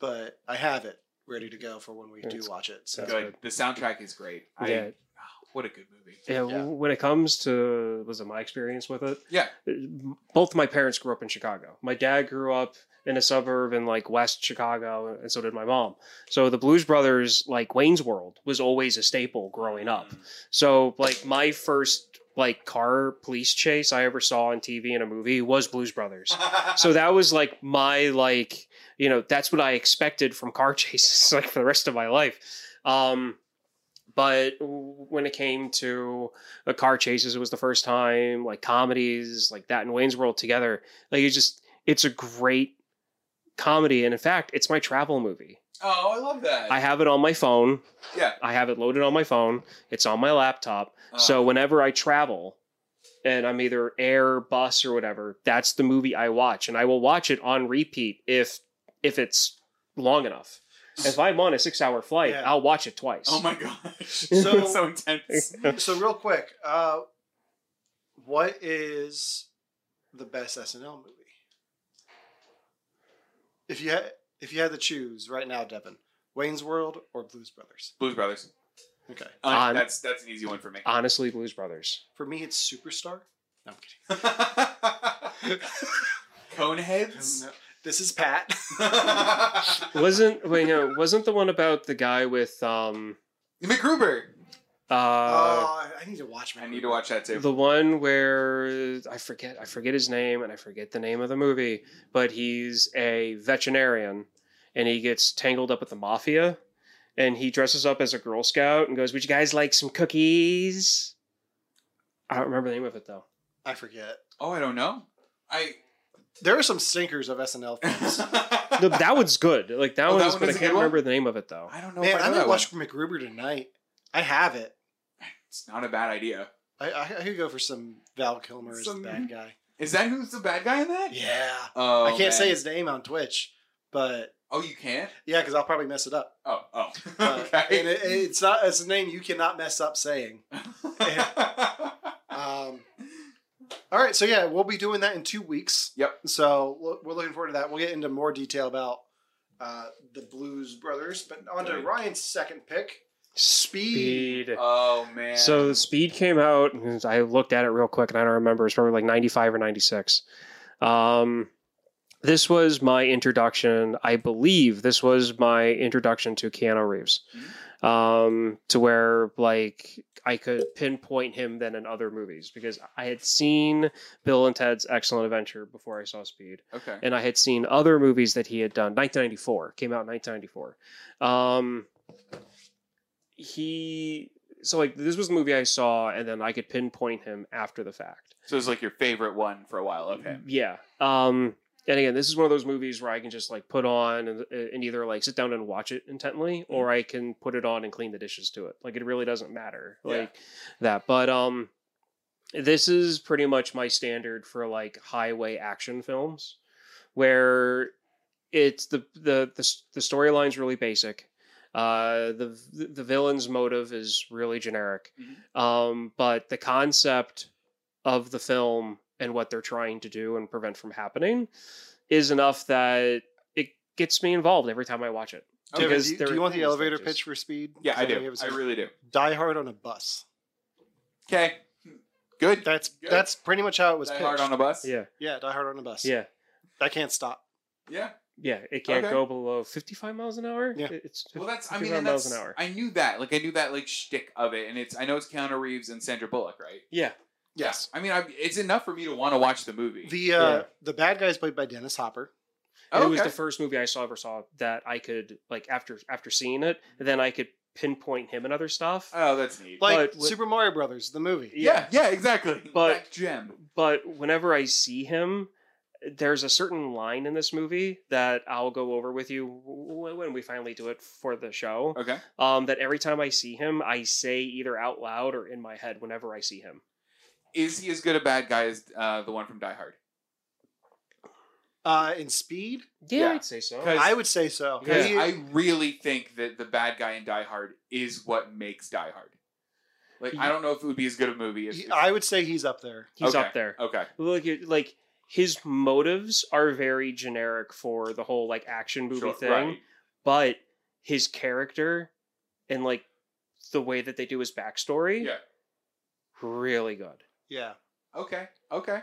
Speaker 2: but I have it ready to go for when we do
Speaker 3: That's-
Speaker 2: watch it. So
Speaker 3: that's
Speaker 1: Good. The soundtrack is great. I, oh,
Speaker 3: yeah,
Speaker 1: What a good movie.
Speaker 3: yeah,
Speaker 2: Yeah.
Speaker 3: When it comes to was it my experience with it? Uh,
Speaker 1: Yeah.
Speaker 3: Both my parents grew up in Chicago. My dad grew up in a suburb in like West Chicago, and so did my mom. So the Blues Brothers, like Wayne's World, was always a staple growing up. So like my first like car police chase I ever saw on TV in a movie was Blues Brothers.
Speaker 1: Uh-huh. Mm.
Speaker 3: so that was like my like you know that's what i expected from car chases like for the rest of my life um but when it came to the car chases it was the first time like comedies like that and wayne's world together like it's just it's a great comedy and in fact it's my travel movie
Speaker 1: oh, I love that.
Speaker 3: i have it on my phone
Speaker 1: yeah.
Speaker 3: i have it loaded on my phone it's on my laptop
Speaker 1: Uh,
Speaker 3: so whenever I travel and I'm either air, bus, or whatever, that's the movie I watch, and I will watch it on repeat if if it's long enough. If I'm on a six hour flight,
Speaker 2: Yeah.
Speaker 3: I'll watch it twice.
Speaker 1: Oh my gosh. So,
Speaker 2: So-
Speaker 1: so intense.
Speaker 2: so real quick, uh, what is the best SNL movie? If you had if you had to choose right now, Devin, Wayne's World or Blues Brothers?
Speaker 1: Blues Brothers.
Speaker 2: Okay,
Speaker 1: Uh,
Speaker 3: On-
Speaker 1: that's that's an easy one for me.
Speaker 3: Honestly, Blues Brothers.
Speaker 2: for me, it's Superstar. No, I'm kidding.
Speaker 1: Coneheads.
Speaker 2: No, This is Pat.
Speaker 3: Wasn't wait, no, wasn't the one about the guy with um
Speaker 1: McGruber.
Speaker 3: uh
Speaker 2: Oh, I need to watch.
Speaker 1: I need to watch that too.
Speaker 3: the one where I forget I forget his name and I forget the name of the movie, but he's a veterinarian and he gets tangled up with the mafia and he dresses up as a Girl Scout and goes, Would you guys like some cookies? I don't remember the name of it though.
Speaker 2: I forget.
Speaker 1: oh, I don't know. I.
Speaker 2: There are some sinkers of SNL films.
Speaker 3: No, that one's good. Like that
Speaker 1: Oh,
Speaker 3: one
Speaker 1: that
Speaker 3: is,
Speaker 1: one
Speaker 3: but I
Speaker 1: is a
Speaker 3: can't
Speaker 1: good one?
Speaker 3: remember the name of it though.
Speaker 1: I don't know. if
Speaker 2: Man,
Speaker 1: I
Speaker 2: I'm
Speaker 1: know
Speaker 2: gonna
Speaker 1: that
Speaker 2: watch
Speaker 1: one.
Speaker 2: MacGruber tonight. I have it.
Speaker 1: It's not a bad idea.
Speaker 2: I, I, I could go for some Val Kilmer as
Speaker 1: Some-
Speaker 2: the bad guy.
Speaker 1: Is that who's the bad guy in that?
Speaker 2: Yeah.
Speaker 1: Oh,
Speaker 2: I can't
Speaker 1: man.
Speaker 2: say his name on Twitch, but
Speaker 1: Oh, you can't.
Speaker 2: yeah, because I'll probably mess it up.
Speaker 1: Oh, oh.
Speaker 2: Uh,
Speaker 1: okay.
Speaker 2: And it, it's not it's a name you cannot mess up saying. Um, all right, so yeah, we'll be doing that in two weeks.
Speaker 1: Yep.
Speaker 2: So we'll- we're looking forward to that. We'll get into more detail about uh, the Blues Brothers, but on to
Speaker 1: Right.
Speaker 2: Ryan's second pick. Speed.
Speaker 3: Speed.
Speaker 1: oh man.
Speaker 3: So Speed came out, and I looked at it real quick, and I don't remember. It's probably like ninety five or ninety six. Um, this was my introduction. I believe this was my introduction to Keanu Reeves, um, to where like I could pinpoint him then in other movies because I had seen Bill and Ted's Excellent Adventure before I saw Speed
Speaker 1: okay.
Speaker 3: and I had seen other movies that he had done. 1994 came out in 1994. Um, he so like this was the movie I saw, and then I could pinpoint him after the fact.
Speaker 1: So it's like your favorite one for a while of him.
Speaker 3: Yeah. Um, and again, this is one of those movies where I can just like put on and, uh, and either like sit down and watch it intently, or I can put it on and clean the dishes to it. Like it really doesn't matter
Speaker 1: Yeah.
Speaker 3: like that. But um, this is pretty much my standard for like highway action films, where it's the the the, s- the storyline's really basic. Uh, the the villain's motive is really generic, um, but the concept of the film and what they're trying to do and prevent from happening is enough that it gets me involved every time I watch it.
Speaker 1: Okay.
Speaker 2: Devin,
Speaker 3: because
Speaker 2: Oh, do, you-
Speaker 3: there
Speaker 2: do
Speaker 3: are
Speaker 2: you want the
Speaker 3: things
Speaker 2: elevator
Speaker 3: that just-
Speaker 2: pitch for Speed?
Speaker 1: Yeah, I
Speaker 2: Because know you
Speaker 1: do.
Speaker 2: haven't
Speaker 1: I
Speaker 2: seen it.
Speaker 1: really do.
Speaker 2: Die Hard on a bus.
Speaker 1: Okay. Good.
Speaker 2: That's
Speaker 1: Good.
Speaker 2: that's pretty much how it was
Speaker 1: Die
Speaker 2: pitched.
Speaker 1: hard on a bus.
Speaker 3: Yeah,
Speaker 2: yeah, Die Hard on a bus.
Speaker 3: yeah,
Speaker 2: I can't stop.
Speaker 1: Yeah.
Speaker 3: yeah. It can't
Speaker 1: Okay.
Speaker 3: go below fifty-five miles an hour.
Speaker 2: Yeah.
Speaker 3: it's
Speaker 1: Well, that's. I
Speaker 3: 55
Speaker 1: mean, and
Speaker 3: miles
Speaker 1: that's.
Speaker 3: an hour.
Speaker 1: I knew that. Like, I knew that. Like, shtick of it, and it's. I know it's Keanu Reeves and Sandra Bullock, right?
Speaker 3: yeah,
Speaker 2: Yes.
Speaker 1: I mean, I, it's enough for me to want to watch the movie.
Speaker 2: The uh,
Speaker 3: Yeah.
Speaker 2: the bad guy is played by Dennis Hopper.
Speaker 3: And
Speaker 1: Oh,
Speaker 3: it was
Speaker 1: okay.
Speaker 3: the first movie I saw ever saw that I could like after after seeing it, then I could pinpoint him and other stuff.
Speaker 1: Oh, that's neat.
Speaker 2: Like
Speaker 3: But with-
Speaker 2: Super Mario Brothers, the movie.
Speaker 1: yeah, yeah, exactly.
Speaker 3: But-
Speaker 1: That gem.
Speaker 3: but whenever I see him, there's a certain line in this movie that I'll go over with you w- when we finally do it for the show.
Speaker 1: Okay.
Speaker 3: Um, that every time I see him, I say either out loud or in my head whenever I see him.
Speaker 1: Is he as good a bad guy as uh, the one from Die Hard?
Speaker 2: Uh, in Speed,
Speaker 1: Yeah.
Speaker 3: I'd say so.
Speaker 1: 'Cause-
Speaker 2: I would say so.
Speaker 1: Because
Speaker 2: He-
Speaker 1: I really think that the bad guy in Die Hard is what makes Die Hard. Like, I don't know if it would be as good a movie. If,
Speaker 2: he-
Speaker 1: if-
Speaker 2: I would say he's up there.
Speaker 3: He's
Speaker 1: okay,
Speaker 3: up there.
Speaker 1: Okay.
Speaker 3: Like, it- like his motives are very generic for the whole like action movie
Speaker 1: Sure,
Speaker 3: thing,
Speaker 1: right.
Speaker 3: but his character and like the way that they do his backstory,
Speaker 1: Yeah.
Speaker 3: really good.
Speaker 2: Yeah.
Speaker 1: Okay. Okay.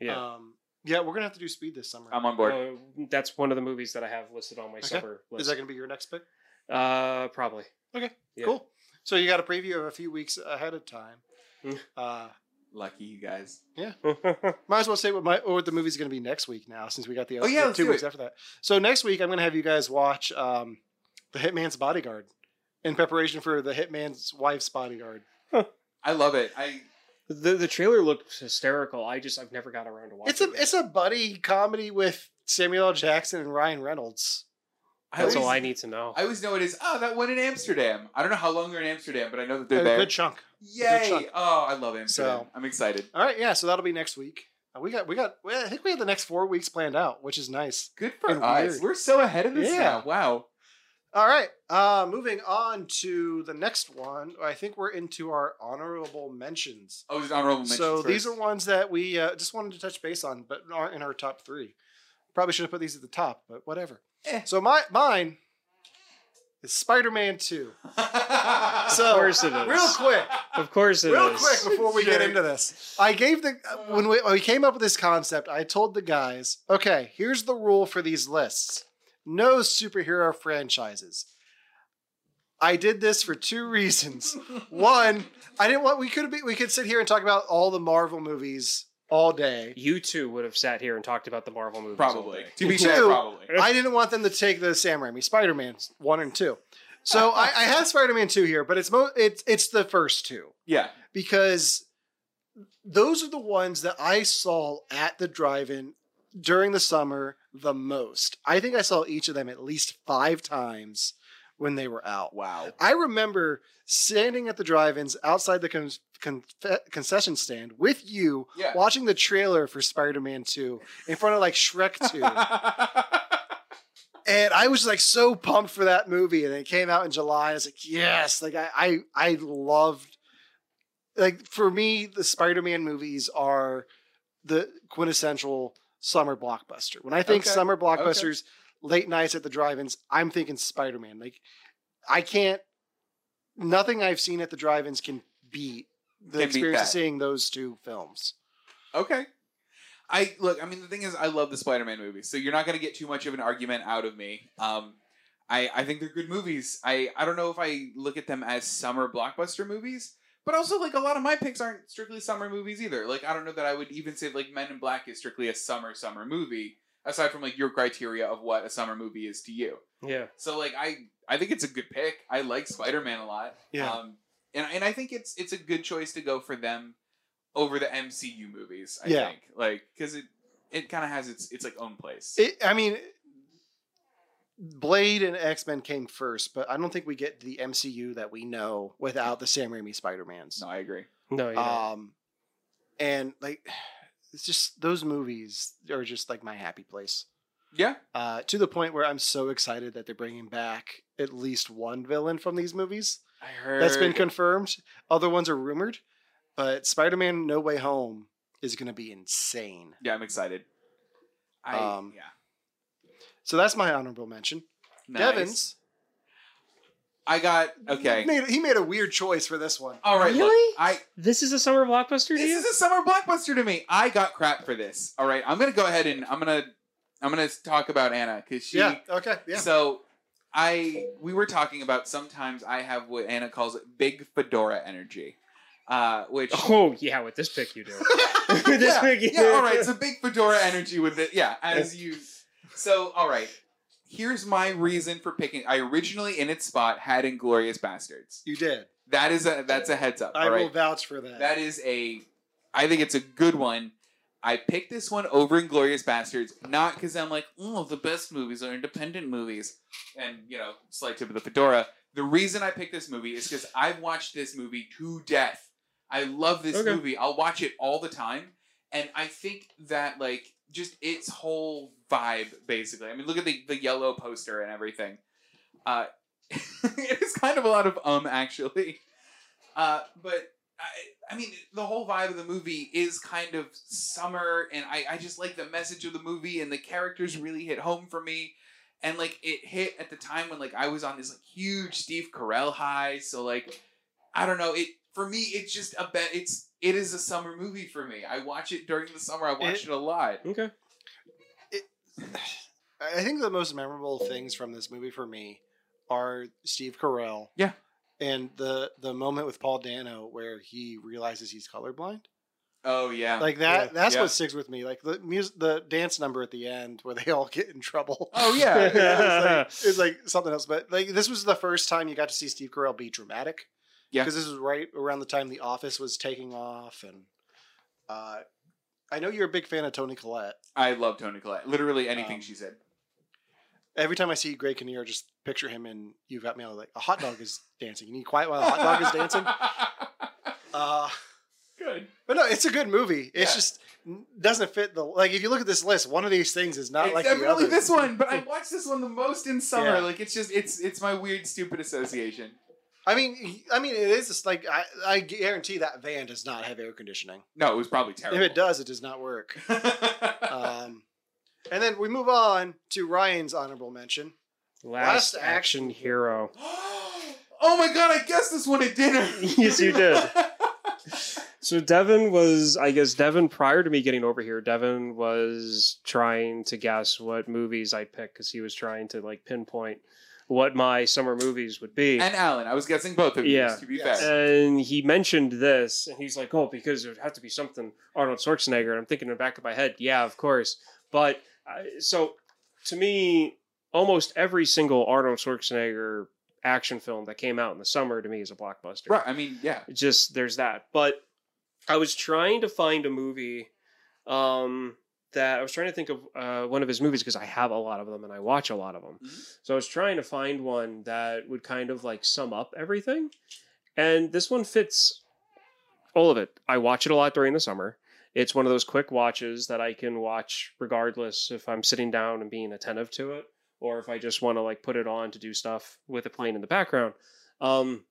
Speaker 3: Yeah.
Speaker 2: Um, yeah, we're gonna have to do Speed this summer.
Speaker 1: I'm on board.
Speaker 3: Uh, that's one of the movies that I have listed on my
Speaker 2: Okay.
Speaker 3: summer list.
Speaker 2: Is that gonna be your next pick?
Speaker 3: uh, probably. Yeah.
Speaker 2: Cool. So you got a preview of a few weeks ahead of time.
Speaker 3: Hmm.
Speaker 2: uh,
Speaker 1: Lucky you guys.
Speaker 2: might as well say what my or what the movie's going to be next week now, since we got the,
Speaker 1: Oh, yeah,
Speaker 2: the
Speaker 1: let's
Speaker 2: two
Speaker 1: do
Speaker 2: weeks
Speaker 1: it.
Speaker 2: after that. So next week I'm going to have you guys watch um, the Hitman's Bodyguard in preparation for the Hitman's Wife's Bodyguard.
Speaker 1: I love it. I
Speaker 3: the the trailer looked hysterical. I just I've never got around to watching.
Speaker 2: It's a
Speaker 3: it.
Speaker 2: it's a buddy comedy with Samuel L. Jackson and Ryan Reynolds.
Speaker 1: I
Speaker 3: That's
Speaker 1: always,
Speaker 3: all I need to know.
Speaker 1: I always know it is. Oh, that one in Amsterdam. I don't know how long they're in Amsterdam, but I know that
Speaker 2: A
Speaker 1: they're there.
Speaker 2: good chunk. good
Speaker 1: Yay!
Speaker 2: chunk.
Speaker 1: Oh, I love Amsterdam.
Speaker 2: So-
Speaker 1: I'm excited.
Speaker 2: All right, yeah. So that'll be next week. Uh, We got we got well, I think we have the next four weeks planned out, which is nice.
Speaker 1: Good for
Speaker 2: And
Speaker 1: us.
Speaker 2: weird.
Speaker 1: We're so ahead of this
Speaker 2: Yeah.
Speaker 1: now. Wow.
Speaker 2: All right. Uh, moving on to the next one. I think we're into our honorable mentions.
Speaker 1: Oh, there's honorable mentions.
Speaker 2: So these are
Speaker 1: first.
Speaker 2: ones that we uh, just wanted to touch base on, but aren't in our top three. Probably should have put these at the top, but whatever.
Speaker 1: Eh.
Speaker 2: So my mine is Spider-Man Two. So-
Speaker 3: of course it is.
Speaker 2: Real quick,
Speaker 3: of course it is.
Speaker 2: real quick before we get
Speaker 1: Sure.
Speaker 2: into this, I gave the uh, when we, when we came up with this concept, I told the guys, okay, here's the rule for these lists: no superhero franchises. I did this for two reasons. One, I didn't want we could be we could sit here and talk about all the Marvel movies all day.
Speaker 3: You two would have sat here and talked about the Marvel movies. all
Speaker 1: probably
Speaker 3: day.
Speaker 1: to be
Speaker 2: Two.
Speaker 1: fair, probably.
Speaker 2: I didn't want them to take the Sam Raimi Spider Man one and two. So I, I have Spider Man two here, but it's mo- it's it's the first two
Speaker 1: Yeah.
Speaker 2: because those are the ones that I saw at the drive-in during the summer the most. I think I saw each of them at least five times when they were out.
Speaker 1: Wow.
Speaker 2: I remember standing at the drive-ins outside the con- con- concession stand with you
Speaker 1: Yeah.
Speaker 2: watching the trailer for Spider-Man 2 in front of like Shrek 2. and I was like so pumped for that movie and it came out in July. I was like, "Yes, like I I I loved like for me the Spider-Man movies are the quintessential summer blockbuster. When I think
Speaker 1: Okay.
Speaker 2: summer blockbusters, late nights at the drive-ins, I'm thinking Spider-Man. Like I can't nothing I've seen at the drive-ins can beat
Speaker 1: Can
Speaker 2: the
Speaker 1: beat
Speaker 2: experience of
Speaker 1: that.
Speaker 2: seeing those two films.
Speaker 1: okay. I look. I mean, the thing is, I love the Spider-Man movies, so you're not going to get too much of an argument out of me. Um, I I think they're good movies. I I don't know if I look at them as summer blockbuster movies, but also like a lot of my picks aren't strictly summer movies either. Like I don't know that I would even say like Men in Black is strictly a summer summer movie, aside from like your criteria of what a summer movie is to you.
Speaker 3: Yeah.
Speaker 1: So like I I think it's a good pick. I like Spider Man a lot.
Speaker 2: Yeah.
Speaker 1: Um, and and I think it's it's a good choice to go for them over the MCU movies. I
Speaker 2: Yeah.
Speaker 1: think like because it it kind of has its its like own place.
Speaker 2: It, I mean, Blade and X Men came first, but I don't think we get the MCU that we know without the Sam Raimi Spider Mans.
Speaker 1: no, I agree.
Speaker 3: No. You don't.
Speaker 2: um, and like, it's just those movies are just like my happy place.
Speaker 1: Yeah.
Speaker 2: Uh, to the point where I'm so excited that they're bringing back at least one villain from these movies.
Speaker 1: I heard
Speaker 2: That's been confirmed. Other ones are rumored, but Spider Man No Way Home is going to be insane.
Speaker 1: yeah, I'm excited. I
Speaker 2: Um,
Speaker 1: yeah.
Speaker 2: So that's my honorable mention.
Speaker 1: Nice.
Speaker 2: Devin's.
Speaker 1: I got okay.
Speaker 2: He made, he made a weird choice for this one.
Speaker 1: All right.
Speaker 3: Really?
Speaker 1: Look, I
Speaker 3: this is a summer blockbuster to you?
Speaker 1: This is a summer blockbuster to me. I got crap for this. All right. I'm gonna go ahead and I'm gonna I'm gonna talk about Anna because she
Speaker 2: yeah. Okay. Yeah.
Speaker 1: So I we were talking about sometimes I have what Anna calls big fedora energy, uh, which
Speaker 3: oh yeah, with this pick you do. With this
Speaker 1: yeah,
Speaker 3: pick you
Speaker 1: yeah, all right. So big fedora energy with it. Yeah, as you. So all right. here's my reason for picking. I originally in its spot had Inglorious Bastards.
Speaker 2: You did.
Speaker 1: That is a that's a heads up.
Speaker 2: I
Speaker 1: all right?
Speaker 2: will vouch for that.
Speaker 1: That is a. I think it's a good one. I picked this one over Inglorious Bastards, not because I'm like, oh, the best movies are independent movies, and you know, slight tip of the fedora. The reason I picked this movie is because I've watched this movie to death. I love this
Speaker 3: Okay.
Speaker 1: movie. I'll watch it all the time, and I think that like just its whole vibe, basically. I mean, look at the the yellow poster and everything. Uh, it's kind of a lot of um, actually. Uh, but I, I mean, the whole vibe of the movie is kind of summer, and I, I just like the message of the movie, and the characters really hit home for me. And like it hit at the time when like I was on this like huge Steve Carell high, so like I don't know. It for me, it's just a bet. It's it is a summer movie for me. I watch it during the summer. I watch it,
Speaker 2: It-
Speaker 1: a lot.
Speaker 3: Okay.
Speaker 2: I I think the most memorable things from this movie for me are Steve Carell.
Speaker 1: Yeah.
Speaker 2: And the the moment with Paul Dano where he realizes he's colorblind.
Speaker 1: Oh yeah.
Speaker 2: Like that
Speaker 3: Yeah.
Speaker 2: that's
Speaker 1: Yeah.
Speaker 2: what sticks with me. Like the music the dance number at the end where they all get in trouble.
Speaker 1: oh yeah.
Speaker 2: Yeah, it's, like, it's like something else, but like this was the first time you got to see Steve Carell be dramatic.
Speaker 1: Yeah.
Speaker 2: because this was right around the time The Office was taking off, and uh, I know you're a big fan of Tony Collette.
Speaker 1: I love Tony Collette. Literally anything
Speaker 2: Um,
Speaker 1: she said.
Speaker 2: Every time I see Greg Kinnear, just picture him in You've Got Mail. Like a hot dog is dancing. You need quiet while a hot dog is dancing. Uh,
Speaker 1: Good.
Speaker 2: but no, it's a good movie. It's
Speaker 1: Yeah.
Speaker 2: just n- doesn't fit the like. If you look at this list, one of these things is not
Speaker 1: it's
Speaker 2: like the
Speaker 1: definitely
Speaker 2: other.
Speaker 1: this one, but I watched this one the most in summer.
Speaker 2: Yeah.
Speaker 1: Like it's just it's it's my weird stupid association.
Speaker 2: I mean, I mean, it is just like I, I guarantee that van does not have air conditioning.
Speaker 1: No, it was probably terrible.
Speaker 2: If it does, it does not work.
Speaker 1: does,
Speaker 2: Um, and then we move on to Ryan's honorable mention. Last
Speaker 3: Last,
Speaker 2: action
Speaker 3: action hero.
Speaker 1: oh my god! I guessed this one at dinner.
Speaker 3: Yes, you did. So Devin was, I guess, Devin prior to me getting over here, Devin was trying to guess what movies I picked because he was trying to like pinpoint what my summer movies would be.
Speaker 1: and Alan, I was guessing both of you.
Speaker 3: Yeah.
Speaker 1: To be
Speaker 2: Yes.
Speaker 1: fair,
Speaker 3: And he mentioned this, and he's like, "Oh, because it would have to be something Arnold Schwarzenegger." And I'm thinking in the back of my head, "Yeah, of course." But I, so, to me, almost every single Arnold Schwarzenegger action film that came out in the summer to me is a blockbuster.
Speaker 1: right? I mean, yeah.
Speaker 3: Just there's that. But I was trying to find a movie um, that I was trying to think of uh, one of his movies because I have a lot of them and I watch a lot of them.
Speaker 1: Mhm.
Speaker 3: So I was trying to find one that would kind of like sum up everything. And this one fits all of it. I watch it a lot during the summer. It's one of those quick watches that I can watch regardless if I'm sitting down and being attentive to it or if I just want to like put it on to do stuff with it playing in the background. Um,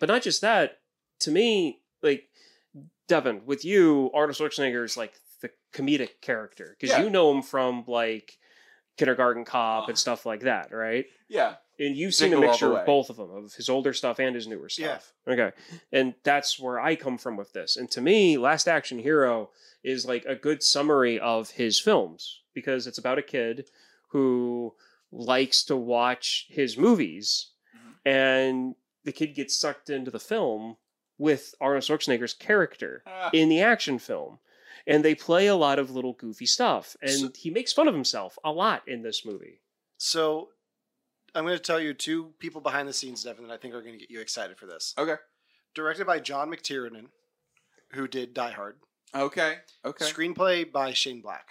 Speaker 3: but not just that, to me, like Devin, with you, Arnold Schwarzenegger is like the comedic character because
Speaker 1: Yeah.
Speaker 3: you know him from like Kindergarten Cop and stuff like that, right?
Speaker 1: Yeah.
Speaker 3: And you've seen a
Speaker 1: Jingle All the
Speaker 3: mixture
Speaker 1: Way.
Speaker 3: of both of them, of his older stuff and his newer stuff. Okay. And that's where I come from with this. And to me, Last Action Hero is like a good summary of his films because it's about a kid who likes to watch his movies
Speaker 1: Mm-hmm.
Speaker 3: and the kid gets sucked into the film with Arnold Schwarzenegger's character
Speaker 1: Ah,
Speaker 3: in the action film. And they play a lot of little goofy stuff. And
Speaker 2: So-
Speaker 3: he makes fun of himself a lot in this movie.
Speaker 2: So I'm going to tell you two people behind the scenes, Devin, that I think are going to get you excited for this.
Speaker 1: Okay.
Speaker 2: Directed by John McTiernan, who did Die Hard.
Speaker 1: okay. Okay.
Speaker 2: Screenplay by Shane Black.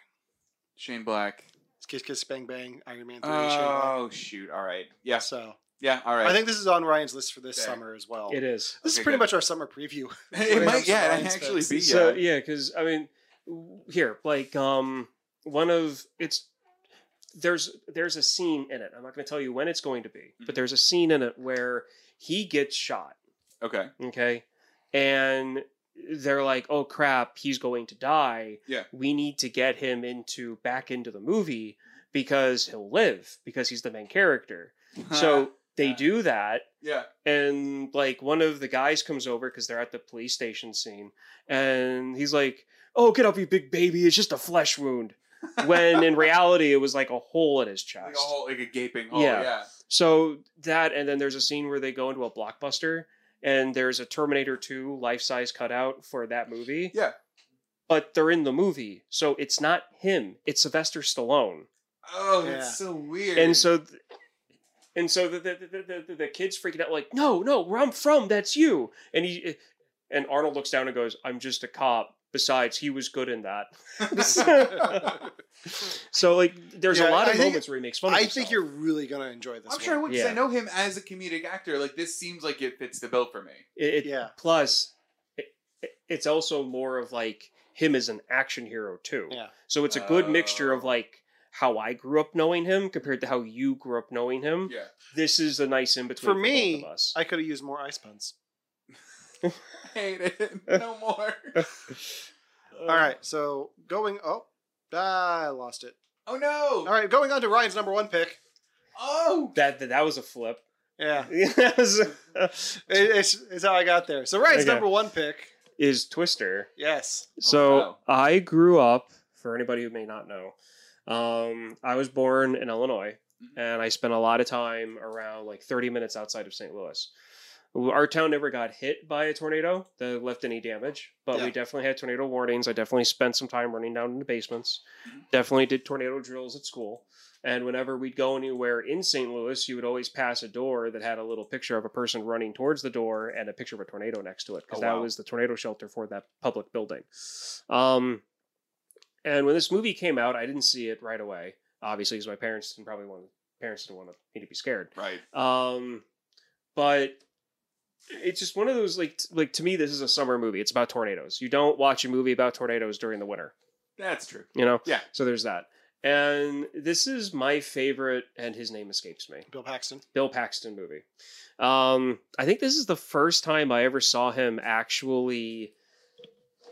Speaker 1: Shane Black.
Speaker 2: Kiss Kiss Bang Bang, Iron Man 3, Shane Black.
Speaker 1: Oh shoot! All right. Yeah.
Speaker 2: So
Speaker 1: Yeah. All right.
Speaker 2: I think this is on Ryan's list for this
Speaker 1: Fair.
Speaker 2: summer as well.
Speaker 3: It is.
Speaker 2: This
Speaker 1: Okay,
Speaker 2: is pretty
Speaker 1: good.
Speaker 2: much our summer preview.
Speaker 1: it might. Yeah. It
Speaker 2: Ryan's
Speaker 1: actually
Speaker 2: fix.
Speaker 1: be.
Speaker 3: So
Speaker 1: Yeah.
Speaker 3: yeah, because I mean, w- here, like, um, one of it's there's there's a scene in it. I'm not going to tell you when it's going to be,
Speaker 1: Mhm.
Speaker 3: but there's a scene in it where he gets shot.
Speaker 1: Okay.
Speaker 3: Okay, and they're like, "Oh crap, he's going to die."
Speaker 1: Yeah.
Speaker 3: we need to get him into back into the movie because he'll live because he's the main character. so they
Speaker 1: Yeah.
Speaker 3: do that
Speaker 1: yeah.
Speaker 3: and like one of the guys comes over because they're at the police station scene and he's like oh get up you big baby it's just a flesh wound when in reality it was like a hole in his
Speaker 1: Like
Speaker 3: chest
Speaker 1: a hole, like a gaping hole.
Speaker 3: Yeah.
Speaker 1: yeah.
Speaker 3: so that and then there's a scene where they go into a blockbuster and there's a terminator 2 life-size cutout for that movie
Speaker 1: Yeah.
Speaker 3: but they're in the movie so it's not him it's sylvester stallone
Speaker 1: Oh,
Speaker 2: Yeah.
Speaker 1: that's so weird.
Speaker 3: and so th- and so the the, the, the- the the kid's freaking out like no no where i'm from that's you and he eh, and arnold looks down and goes i'm just a cop besides he was good in that so like there's
Speaker 2: Yeah,
Speaker 3: a lot
Speaker 2: I
Speaker 3: of
Speaker 2: think-
Speaker 3: moments where he makes fun of
Speaker 2: I
Speaker 3: himself.
Speaker 2: think you're really gonna enjoy this.
Speaker 1: I'm sure I
Speaker 2: one.
Speaker 1: would because
Speaker 3: Yeah.
Speaker 1: I know him as a comedic actor. Like this seems like it fits the bill for me.
Speaker 3: It, it-
Speaker 2: Yeah.
Speaker 3: Plus, it, it- it's also more of like him as an action hero too.
Speaker 2: Yeah.
Speaker 3: So it's a good
Speaker 1: Oh.
Speaker 3: mixture of like how I grew up knowing him compared to how you grew up knowing him.
Speaker 1: Yeah.
Speaker 3: This is a nice in between
Speaker 2: For
Speaker 3: for,
Speaker 2: me,
Speaker 3: both of us.
Speaker 2: I could have used more ice puns.
Speaker 1: Hate it. No more.
Speaker 2: All right, so going oh, ah, I lost it.
Speaker 1: Oh no.
Speaker 2: All right, going on to Ryan's number one pick.
Speaker 1: Oh.
Speaker 3: that, that that was a flip.
Speaker 2: Yeah,
Speaker 3: That was-
Speaker 2: it, it's, it's how I got there. So Ryan's
Speaker 3: Okay.
Speaker 2: number one pick.
Speaker 3: is Twister.
Speaker 2: Yes.
Speaker 3: So
Speaker 1: wow.
Speaker 3: I grew up, for anybody who may not know, um, I was born in Illinois
Speaker 1: Mhm.
Speaker 3: and I spent a lot of time around like 30 minutes outside of St. Louis. Our town never got hit by a tornado that left any damage, but
Speaker 2: Yeah.
Speaker 3: we definitely had tornado warnings. I definitely spent some time running down in the basements,
Speaker 1: Mhm.
Speaker 3: definitely did tornado drills at school. And whenever we'd go anywhere in St. Louis, you would always pass a door that had a little picture of a person running towards the door and a picture of a tornado next to it because
Speaker 1: Oh,
Speaker 3: that
Speaker 1: wow.
Speaker 3: was the tornado shelter for that public building. Um, and when this movie came out, I didn't see it right away, obviously, because my parents didn't probably want parents didn't want me to be scared.
Speaker 1: Right.
Speaker 3: Um, but it's just one of those like t- like to me, this is a summer movie. It's about tornadoes. You don't watch a movie about tornadoes during the winter
Speaker 1: That's true.
Speaker 3: you know
Speaker 1: Yeah.
Speaker 3: so there's that and this is my favorite and his name escapes me
Speaker 2: Bill Paxton.
Speaker 3: bill paxton movie um i think this is the first time i ever saw him actually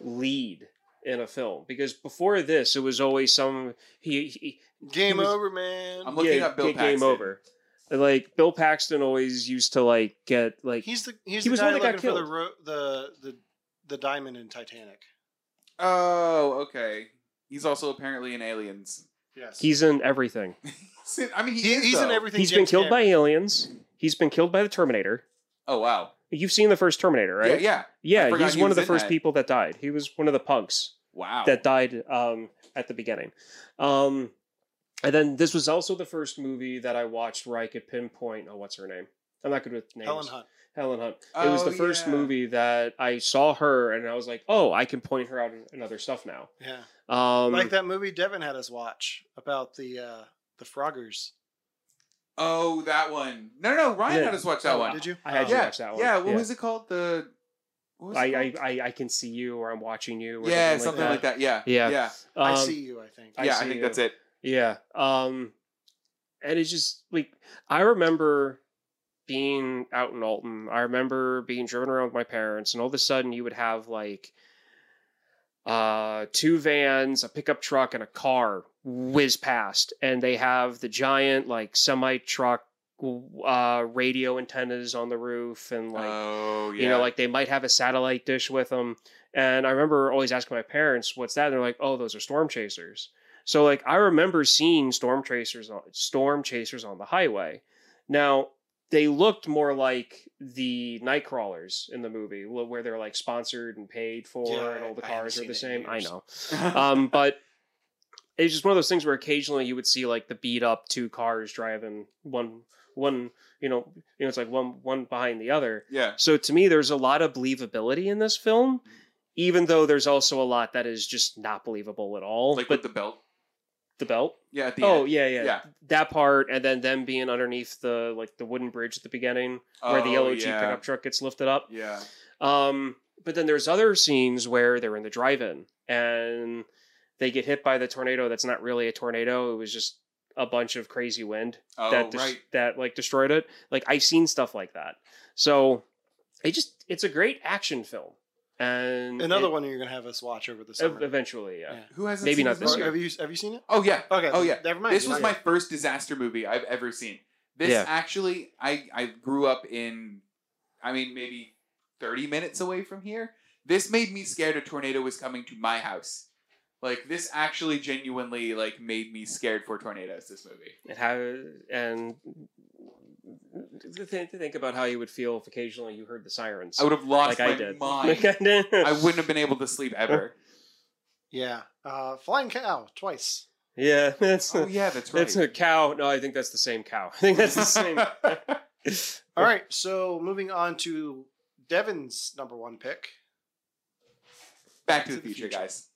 Speaker 3: lead in a film because before this it was always some he, he
Speaker 2: Game
Speaker 3: was-
Speaker 2: over, man.
Speaker 1: I'm looking
Speaker 3: yeah,
Speaker 1: up Bill
Speaker 3: ga-
Speaker 1: Paxton.
Speaker 3: game over like bill paxton always used to like get like
Speaker 2: he's the he's
Speaker 3: He
Speaker 2: the
Speaker 3: was the
Speaker 2: guy
Speaker 3: one that
Speaker 2: looking
Speaker 3: got
Speaker 2: for the,
Speaker 3: killed.
Speaker 2: ro- the the the diamond in Titanic.
Speaker 1: Oh, okay. He's also apparently in Aliens.
Speaker 2: Yes.
Speaker 3: he's in everything
Speaker 1: He's in- I mean, he
Speaker 2: He-
Speaker 1: is,
Speaker 2: he's in
Speaker 1: though.
Speaker 2: everything.
Speaker 3: he's been
Speaker 2: James
Speaker 3: killed by
Speaker 2: Cameron.
Speaker 3: aliens he's been killed by the terminator
Speaker 1: Oh wow.
Speaker 3: you've seen the first terminator right
Speaker 1: Yeah. yeah. I
Speaker 3: Yeah,
Speaker 1: forgot
Speaker 3: he's
Speaker 1: he
Speaker 3: one
Speaker 1: was
Speaker 3: of the
Speaker 1: in
Speaker 3: first
Speaker 1: that. Oh.
Speaker 3: people that died. He was one of the punks
Speaker 1: Wow.
Speaker 3: that died um, at the beginning. Um, and then this was also the first movie that I watched where I could pinpoint. Oh, what's her name? I'm not good with names.
Speaker 2: Helen Hunt.
Speaker 3: Helen Hunt. it was
Speaker 1: Oh,
Speaker 3: the first
Speaker 1: yeah.
Speaker 3: movie that I saw her, and I was like, oh, I can point her out in, in other stuff now.
Speaker 2: Yeah.
Speaker 3: Um,
Speaker 2: like that movie Devin had us watch about the uh the Froggers.
Speaker 1: Oh, that one. No, no, no. Ryan
Speaker 3: Yeah.
Speaker 1: had us watch that
Speaker 2: Oh,
Speaker 1: one.
Speaker 2: Did you?
Speaker 3: I had
Speaker 2: Oh.
Speaker 3: you
Speaker 1: yeah.
Speaker 3: watch that one.
Speaker 1: Yeah. What
Speaker 3: Yeah.
Speaker 1: was it called? The. What was it
Speaker 3: I, I,
Speaker 1: called?
Speaker 3: I I can see you, or I'm watching you. Or
Speaker 1: yeah, something
Speaker 2: that.
Speaker 1: like that. Yeah.
Speaker 3: Yeah.
Speaker 1: Yeah.
Speaker 3: that.
Speaker 2: I
Speaker 3: Um,
Speaker 2: see you. I think.
Speaker 3: I
Speaker 1: yeah, I
Speaker 3: see
Speaker 1: think
Speaker 3: you.
Speaker 1: that's it.
Speaker 3: Yeah. Um and it's just like I remember being out in Alton. I remember being driven around with my parents and all of a sudden you would have like uh two vans, a pickup truck and a car whiz past and they have the giant like semi truck uh radio antennas on the roof and like
Speaker 1: oh, yeah.
Speaker 3: you know, like they might have a satellite dish with them. And I remember always asking my parents, "What's that?" And they're like, "Oh, those are storm chasers." So like I remember seeing storm chasers on storm chasers on the highway. Now they looked more like the night crawlers in the movie, wh- where they're like sponsored and paid for,
Speaker 2: Yeah,
Speaker 3: and all the
Speaker 2: I haven't
Speaker 3: cars are
Speaker 2: seen
Speaker 3: the
Speaker 2: it in
Speaker 3: same. I
Speaker 2: years.
Speaker 3: know, um, but it's just one of those things where occasionally you would see like the beat up two cars driving one one you know you know it's like one one behind the other
Speaker 1: yeah.
Speaker 3: so to me, there's a lot of believability in this film, even though there's also a lot that is just not believable at all.
Speaker 1: Like
Speaker 3: but
Speaker 1: with the belt.
Speaker 3: the belt.
Speaker 1: Yeah. At the
Speaker 3: Oh
Speaker 1: end.
Speaker 3: yeah, yeah,
Speaker 1: Yeah.
Speaker 3: That part, and then them being underneath the like the wooden bridge at the beginning, where the
Speaker 1: Oh,
Speaker 3: yellow Jeep
Speaker 1: yeah.
Speaker 3: pickup truck gets lifted up.
Speaker 1: Yeah.
Speaker 3: Um, but then there's other scenes where they're in the drive-in and they get hit by the tornado. That's not really a tornado. It was just a bunch of crazy wind
Speaker 1: Oh,
Speaker 3: that des-
Speaker 1: right.
Speaker 3: that like destroyed it. Like I've seen stuff like that. So it just it's a great action film. And
Speaker 2: Another
Speaker 3: it-
Speaker 2: one you're gonna have us watch over the
Speaker 3: ev-
Speaker 2: summer.
Speaker 3: eventually, yeah.
Speaker 2: Yeah.
Speaker 1: Who hasn't
Speaker 3: Maybe
Speaker 1: seen
Speaker 3: not this
Speaker 2: Or
Speaker 1: movie?
Speaker 2: Have you have you seen it?
Speaker 1: Oh yeah.
Speaker 2: Okay.
Speaker 1: Oh, yeah.
Speaker 2: Never mind.
Speaker 1: This was
Speaker 2: Okay.
Speaker 1: my first disaster movie I've ever seen. This
Speaker 3: Yeah.
Speaker 1: actually, I I grew up in, I mean maybe thirty minutes away from here. This made me scared a tornado was coming to my house. Like this actually genuinely like made me scared for tornadoes. This movie.
Speaker 3: And how and to think, to think about how you would feel if occasionally you heard the sirens.
Speaker 1: I would have lost
Speaker 3: like
Speaker 1: my
Speaker 3: I did.
Speaker 1: mind. I wouldn't have been able to sleep ever.
Speaker 2: Yeah. Uh, Flying Cow twice.
Speaker 3: Yeah, that's
Speaker 1: Oh yeah, that's right.
Speaker 3: that's a cow. No, I think that's the same cow. I think that's the same.
Speaker 2: All right, so moving on to Devin's number one pick.
Speaker 1: Back to the future, guys.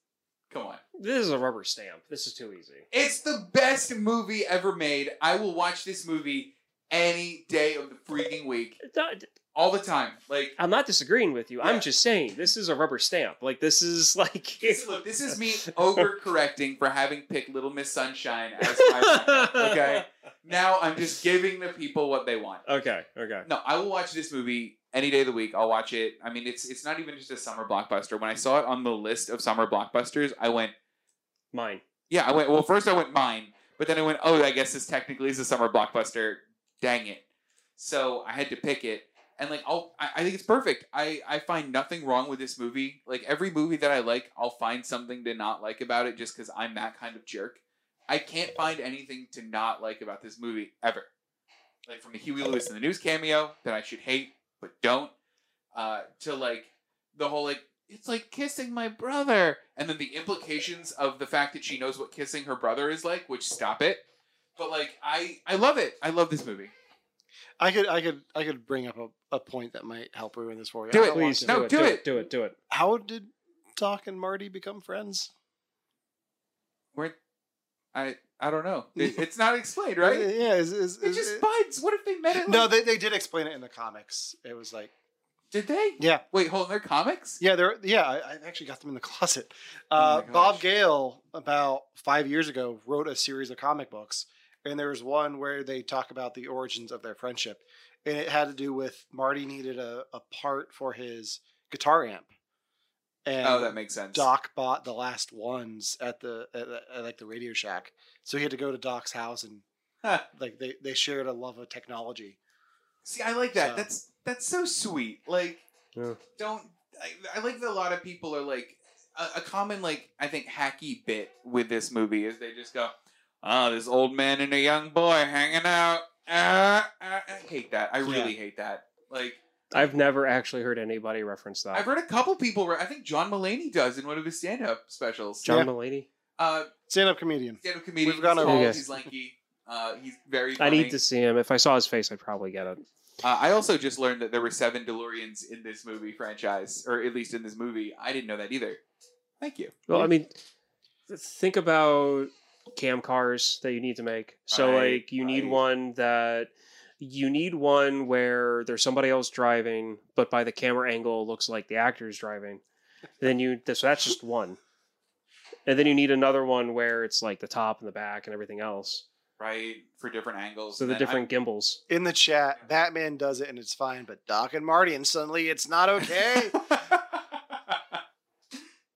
Speaker 1: Come on.
Speaker 3: this is a rubber stamp. This is too easy.
Speaker 1: It's the best movie ever made. I will watch this movie any day of the freaking week,
Speaker 3: Not-
Speaker 1: all the time. Like,
Speaker 3: I'm not disagreeing with you.
Speaker 1: Yeah.
Speaker 3: I'm just saying this is a rubber stamp. Like this is like
Speaker 1: this, look, this is me overcorrecting for having picked Little Miss Sunshine as my one. Okay, now I'm just giving the people what they want.
Speaker 3: Okay. Okay.
Speaker 1: No, I will watch this movie any day of the week. I'll watch it. I mean, it's it's not even just a summer blockbuster. When I saw it on the list of summer blockbusters, I went,
Speaker 3: Mine.
Speaker 1: yeah, I went. Well, first I went mine, but then I went, oh, I guess this technically is a summer blockbuster. Dang it! So I had to pick it, and like, I'll, I, I think it's perfect. I I find nothing wrong with this movie. Like every movie that I like, I'll find something to not like about it, just because I'm that kind of jerk. I can't find anything to not like about this movie ever. Like from the Huey Lewis and the News cameo that I should hate but don't, uh, to like the whole like it's like kissing my brother and then the implications of the fact that she knows what kissing her brother is like which stop it but like i i love it i love this movie
Speaker 2: I could, I could, I could bring up a, a point that might help ruin this for you.
Speaker 1: Do
Speaker 2: I
Speaker 1: it,
Speaker 2: don't want
Speaker 3: Please
Speaker 2: to.
Speaker 1: No, do
Speaker 3: do, it, do
Speaker 1: it.
Speaker 3: it. Do it. Do it.
Speaker 2: How did Doc and Marty become friends?
Speaker 1: we're i i don't know It- it's not explained right
Speaker 2: Uh, Yeah. Is, is,
Speaker 1: they're
Speaker 2: is,
Speaker 1: just buds what if they met it
Speaker 2: no, they, they did explain it in the comics. It was like,
Speaker 1: did they
Speaker 2: yeah,
Speaker 1: wait hold on they're comics
Speaker 2: yeah, there. Yeah, I, I actually got them in the closet.
Speaker 1: Oh
Speaker 2: Uh,
Speaker 1: my gosh.
Speaker 2: Bob Gale, about five years ago, wrote a series of comic books, and there was one where they talk about the origins of their friendship, and it had to do with Marty needed a, a part for his guitar amp, and
Speaker 1: oh that makes sense
Speaker 2: Doc bought the last ones at the at, the- at like the Radio Shack, so he had to go to Doc's house and
Speaker 1: Huh.
Speaker 2: like they they shared a love of technology.
Speaker 1: see i like that
Speaker 2: So-
Speaker 1: that's that's so sweet like
Speaker 3: Yeah.
Speaker 1: don't I, I like that a lot of people are like a, a common like i think hacky bit with this movie is they just go oh this old man and a young boy hanging out uh, uh," i hate that i really hate that like
Speaker 3: I've never actually heard anybody reference that.
Speaker 1: i've heard a couple people where i think john mullaney does in one of his stand-up specials
Speaker 3: John Mulaney.
Speaker 1: uh
Speaker 2: Stand up comedian.
Speaker 1: stand-up comedian
Speaker 2: We've gone
Speaker 1: he's
Speaker 2: over
Speaker 1: tall,
Speaker 3: this.
Speaker 1: he's lanky uh, he's very
Speaker 3: I
Speaker 1: funny.
Speaker 3: need to see him. If I saw his face, I'd probably get it.
Speaker 1: Uh, I also just learned that there were seven DeLoreans in this movie franchise, or at least in this movie. I didn't know that either. Thank you.
Speaker 3: Well, I mean, think about cam cars that you need to make. So
Speaker 1: Right,
Speaker 3: like you need
Speaker 1: right.
Speaker 3: one that you need one where there's somebody else driving, but by the camera angle it looks like the actor's driving. then you so that's just one. And then you need another one where it's like the top and the back and everything else.
Speaker 1: right? For different angles.
Speaker 3: So the
Speaker 1: And then
Speaker 3: different gimbals.
Speaker 2: In the chat, Batman does it and it's fine, but Doc and Marty and suddenly it's not okay.
Speaker 1: I-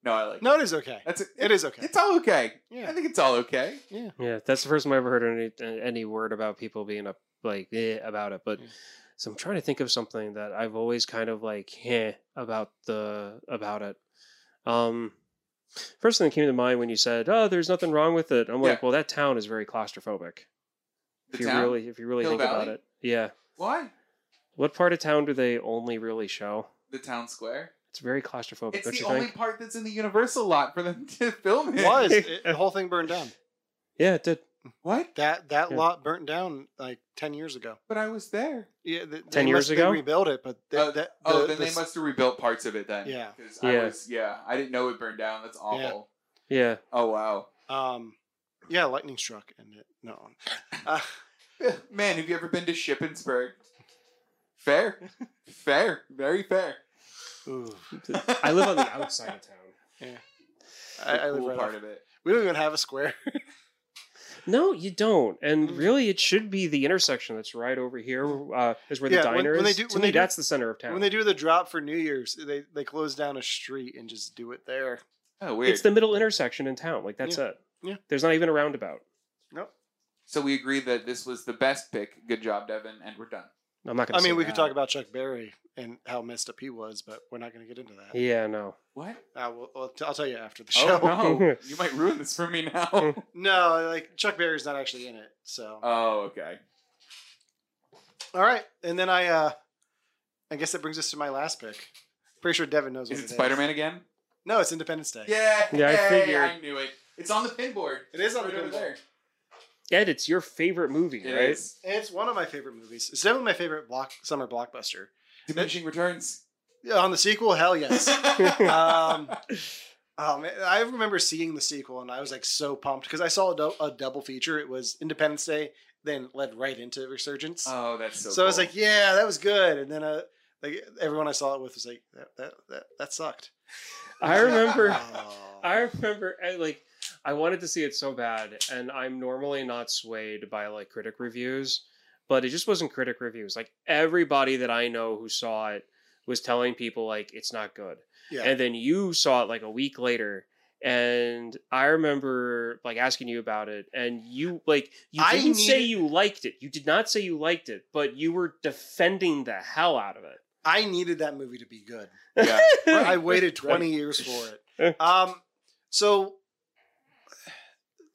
Speaker 1: no, I like.
Speaker 2: no, it is okay.
Speaker 1: that's it.
Speaker 2: It is okay.
Speaker 1: It's all okay. I
Speaker 2: Yeah.
Speaker 1: think it's all okay.
Speaker 3: Yeah, that's the first time I ever heard any any word about people being up like eh, about it. But
Speaker 1: Hmm.
Speaker 2: Yeah.
Speaker 3: so I'm trying to think of something that I've always kind of like eh about the about it. Um, first thing that came to mind when you said, "Oh, there's nothing wrong with it," I'm like,
Speaker 1: Yeah.
Speaker 3: "Well, that town is very claustrophobic."
Speaker 1: The
Speaker 3: if you
Speaker 1: town?
Speaker 3: really, if you really
Speaker 1: Hill
Speaker 3: think about
Speaker 1: Valley?
Speaker 3: it, yeah.
Speaker 1: Why
Speaker 3: What part of town do they only really show?
Speaker 1: the town square?
Speaker 3: It's very claustrophobic.
Speaker 1: It's
Speaker 3: Oh, don't
Speaker 1: the
Speaker 3: you
Speaker 1: only
Speaker 3: think?
Speaker 1: part that's in the Universal lot for them to film
Speaker 2: It
Speaker 1: in.
Speaker 2: was. It- the whole thing burned down.
Speaker 3: Yeah, it did.
Speaker 1: What?
Speaker 2: That that
Speaker 3: Yeah.
Speaker 2: lot burnt down like ten years ago.
Speaker 1: But I was there.
Speaker 2: Yeah, th-
Speaker 3: 10
Speaker 2: they
Speaker 3: years
Speaker 2: must- they
Speaker 3: ago?
Speaker 2: rebuilt it, but they,
Speaker 1: Uh,
Speaker 2: that,
Speaker 1: oh,
Speaker 2: the-
Speaker 1: then
Speaker 2: the
Speaker 1: they must have rebuilt parts of it then.
Speaker 2: Yeah.
Speaker 1: 'Cause I
Speaker 3: Yeah.
Speaker 1: was, yeah. I didn't know it burned down. That's awful.
Speaker 3: Yeah,
Speaker 1: Oh wow.
Speaker 2: Um, yeah, lightning struck and it no. Uh,
Speaker 1: Man, have you ever been to Shippensburg? Fair. fair. Very fair.
Speaker 2: ooh,
Speaker 3: I live on the outside of town.
Speaker 2: I,
Speaker 1: The
Speaker 2: I live
Speaker 1: cool
Speaker 2: right
Speaker 1: part of
Speaker 2: off-
Speaker 1: it.
Speaker 2: We don't even have a square.
Speaker 3: No, you don't. And
Speaker 2: Mm.
Speaker 3: really, it should be the intersection that's right over here, uh, is where the
Speaker 2: Yeah, when-
Speaker 3: diner
Speaker 2: when they
Speaker 3: is.
Speaker 2: do-
Speaker 3: to
Speaker 2: when
Speaker 3: me,
Speaker 2: they do-
Speaker 3: that's the center of town.
Speaker 2: When they do the drop for New Year's, they they close down a street and just do it there.
Speaker 1: Oh, weird.
Speaker 3: it's the middle intersection in town. Like that's it.
Speaker 2: Yeah.
Speaker 3: There's not even a roundabout.
Speaker 1: so we agree that this was the best pick. Good job, Devin, and we're done.
Speaker 3: I'm not gonna.
Speaker 2: I mean,
Speaker 3: say
Speaker 2: we could
Speaker 3: that.
Speaker 2: talk about Chuck Berry and how messed up he was, but we're not going to get into that.
Speaker 3: Yeah, no.
Speaker 1: What?
Speaker 2: Uh, we'll, we'll t- I'll tell you after the show.
Speaker 1: Oh no! you might ruin this for me now.
Speaker 2: no. like Chuck Berry's not actually in it. So
Speaker 1: oh, okay.
Speaker 2: all right, and then I, uh I guess that brings us to my last pick. Pretty sure Devin knows.
Speaker 1: Is
Speaker 2: what
Speaker 1: it Spider Man again?
Speaker 2: No, it's Independence Day.
Speaker 1: Yeah.
Speaker 3: Yeah, I
Speaker 1: Hey,
Speaker 3: figured.
Speaker 1: I knew it. It's on the pinboard.
Speaker 2: It is on the
Speaker 1: Right over
Speaker 2: pinboard.
Speaker 1: there.
Speaker 3: Ed, it's your favorite movie,
Speaker 1: It
Speaker 3: right?
Speaker 1: is.
Speaker 2: It's one of my favorite movies. It's definitely my favorite block summer blockbuster.
Speaker 1: Diminishing returns.
Speaker 2: Yeah, on the sequel, hell yes.
Speaker 1: Yes.
Speaker 2: um, oh man, I remember seeing the sequel and I was like so pumped because I saw a, dou- a double feature. It was Independence Day, then led right into Resurgence.
Speaker 1: oh, that's so.
Speaker 2: so I was
Speaker 1: cool.
Speaker 2: like, yeah, that was good. And then uh, like everyone I saw it with was like, that that that, that sucked.
Speaker 3: I remember.
Speaker 2: Oh.
Speaker 3: I remember, I, like, I wanted to see it so bad, and I'm normally not swayed by like critic reviews, but it just wasn't critic reviews. Like everybody that I know who saw it was telling people like it's not good,
Speaker 2: yeah.
Speaker 3: and then you saw it like a week later, and I remember like asking you about it, and you like you
Speaker 2: I
Speaker 3: didn't say
Speaker 2: needed-
Speaker 3: you liked it. You did not say you liked it, but you were defending the hell out of it.
Speaker 2: I needed that movie to be good.
Speaker 1: Yeah.
Speaker 2: I waited 20 years for it. Um, so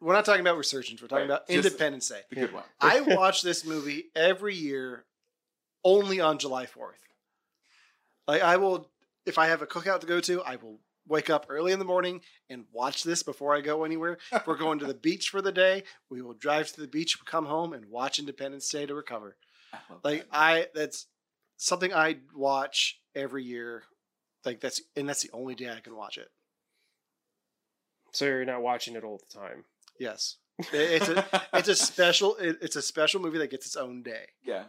Speaker 2: we're not talking about Resurgence. We're talking
Speaker 1: Right,
Speaker 2: about
Speaker 1: just-
Speaker 2: Independence Day.
Speaker 1: the good one.
Speaker 2: I watch this movie every year only on July 4th. Like I will if I have a cookout to go to, I will wake up early in the morning and watch this before I go anywhere. If we're going to the beach for the day, we will drive to the beach, come home and watch Independence Day to recover.
Speaker 1: I love
Speaker 2: Like
Speaker 1: that.
Speaker 2: I that's something I watch every year. Like that's and that's the only day I can watch it.
Speaker 3: So you're not watching it all the time.
Speaker 2: Yes. It- It's a it's a special it- it's a special movie that gets its own day.
Speaker 1: yeah.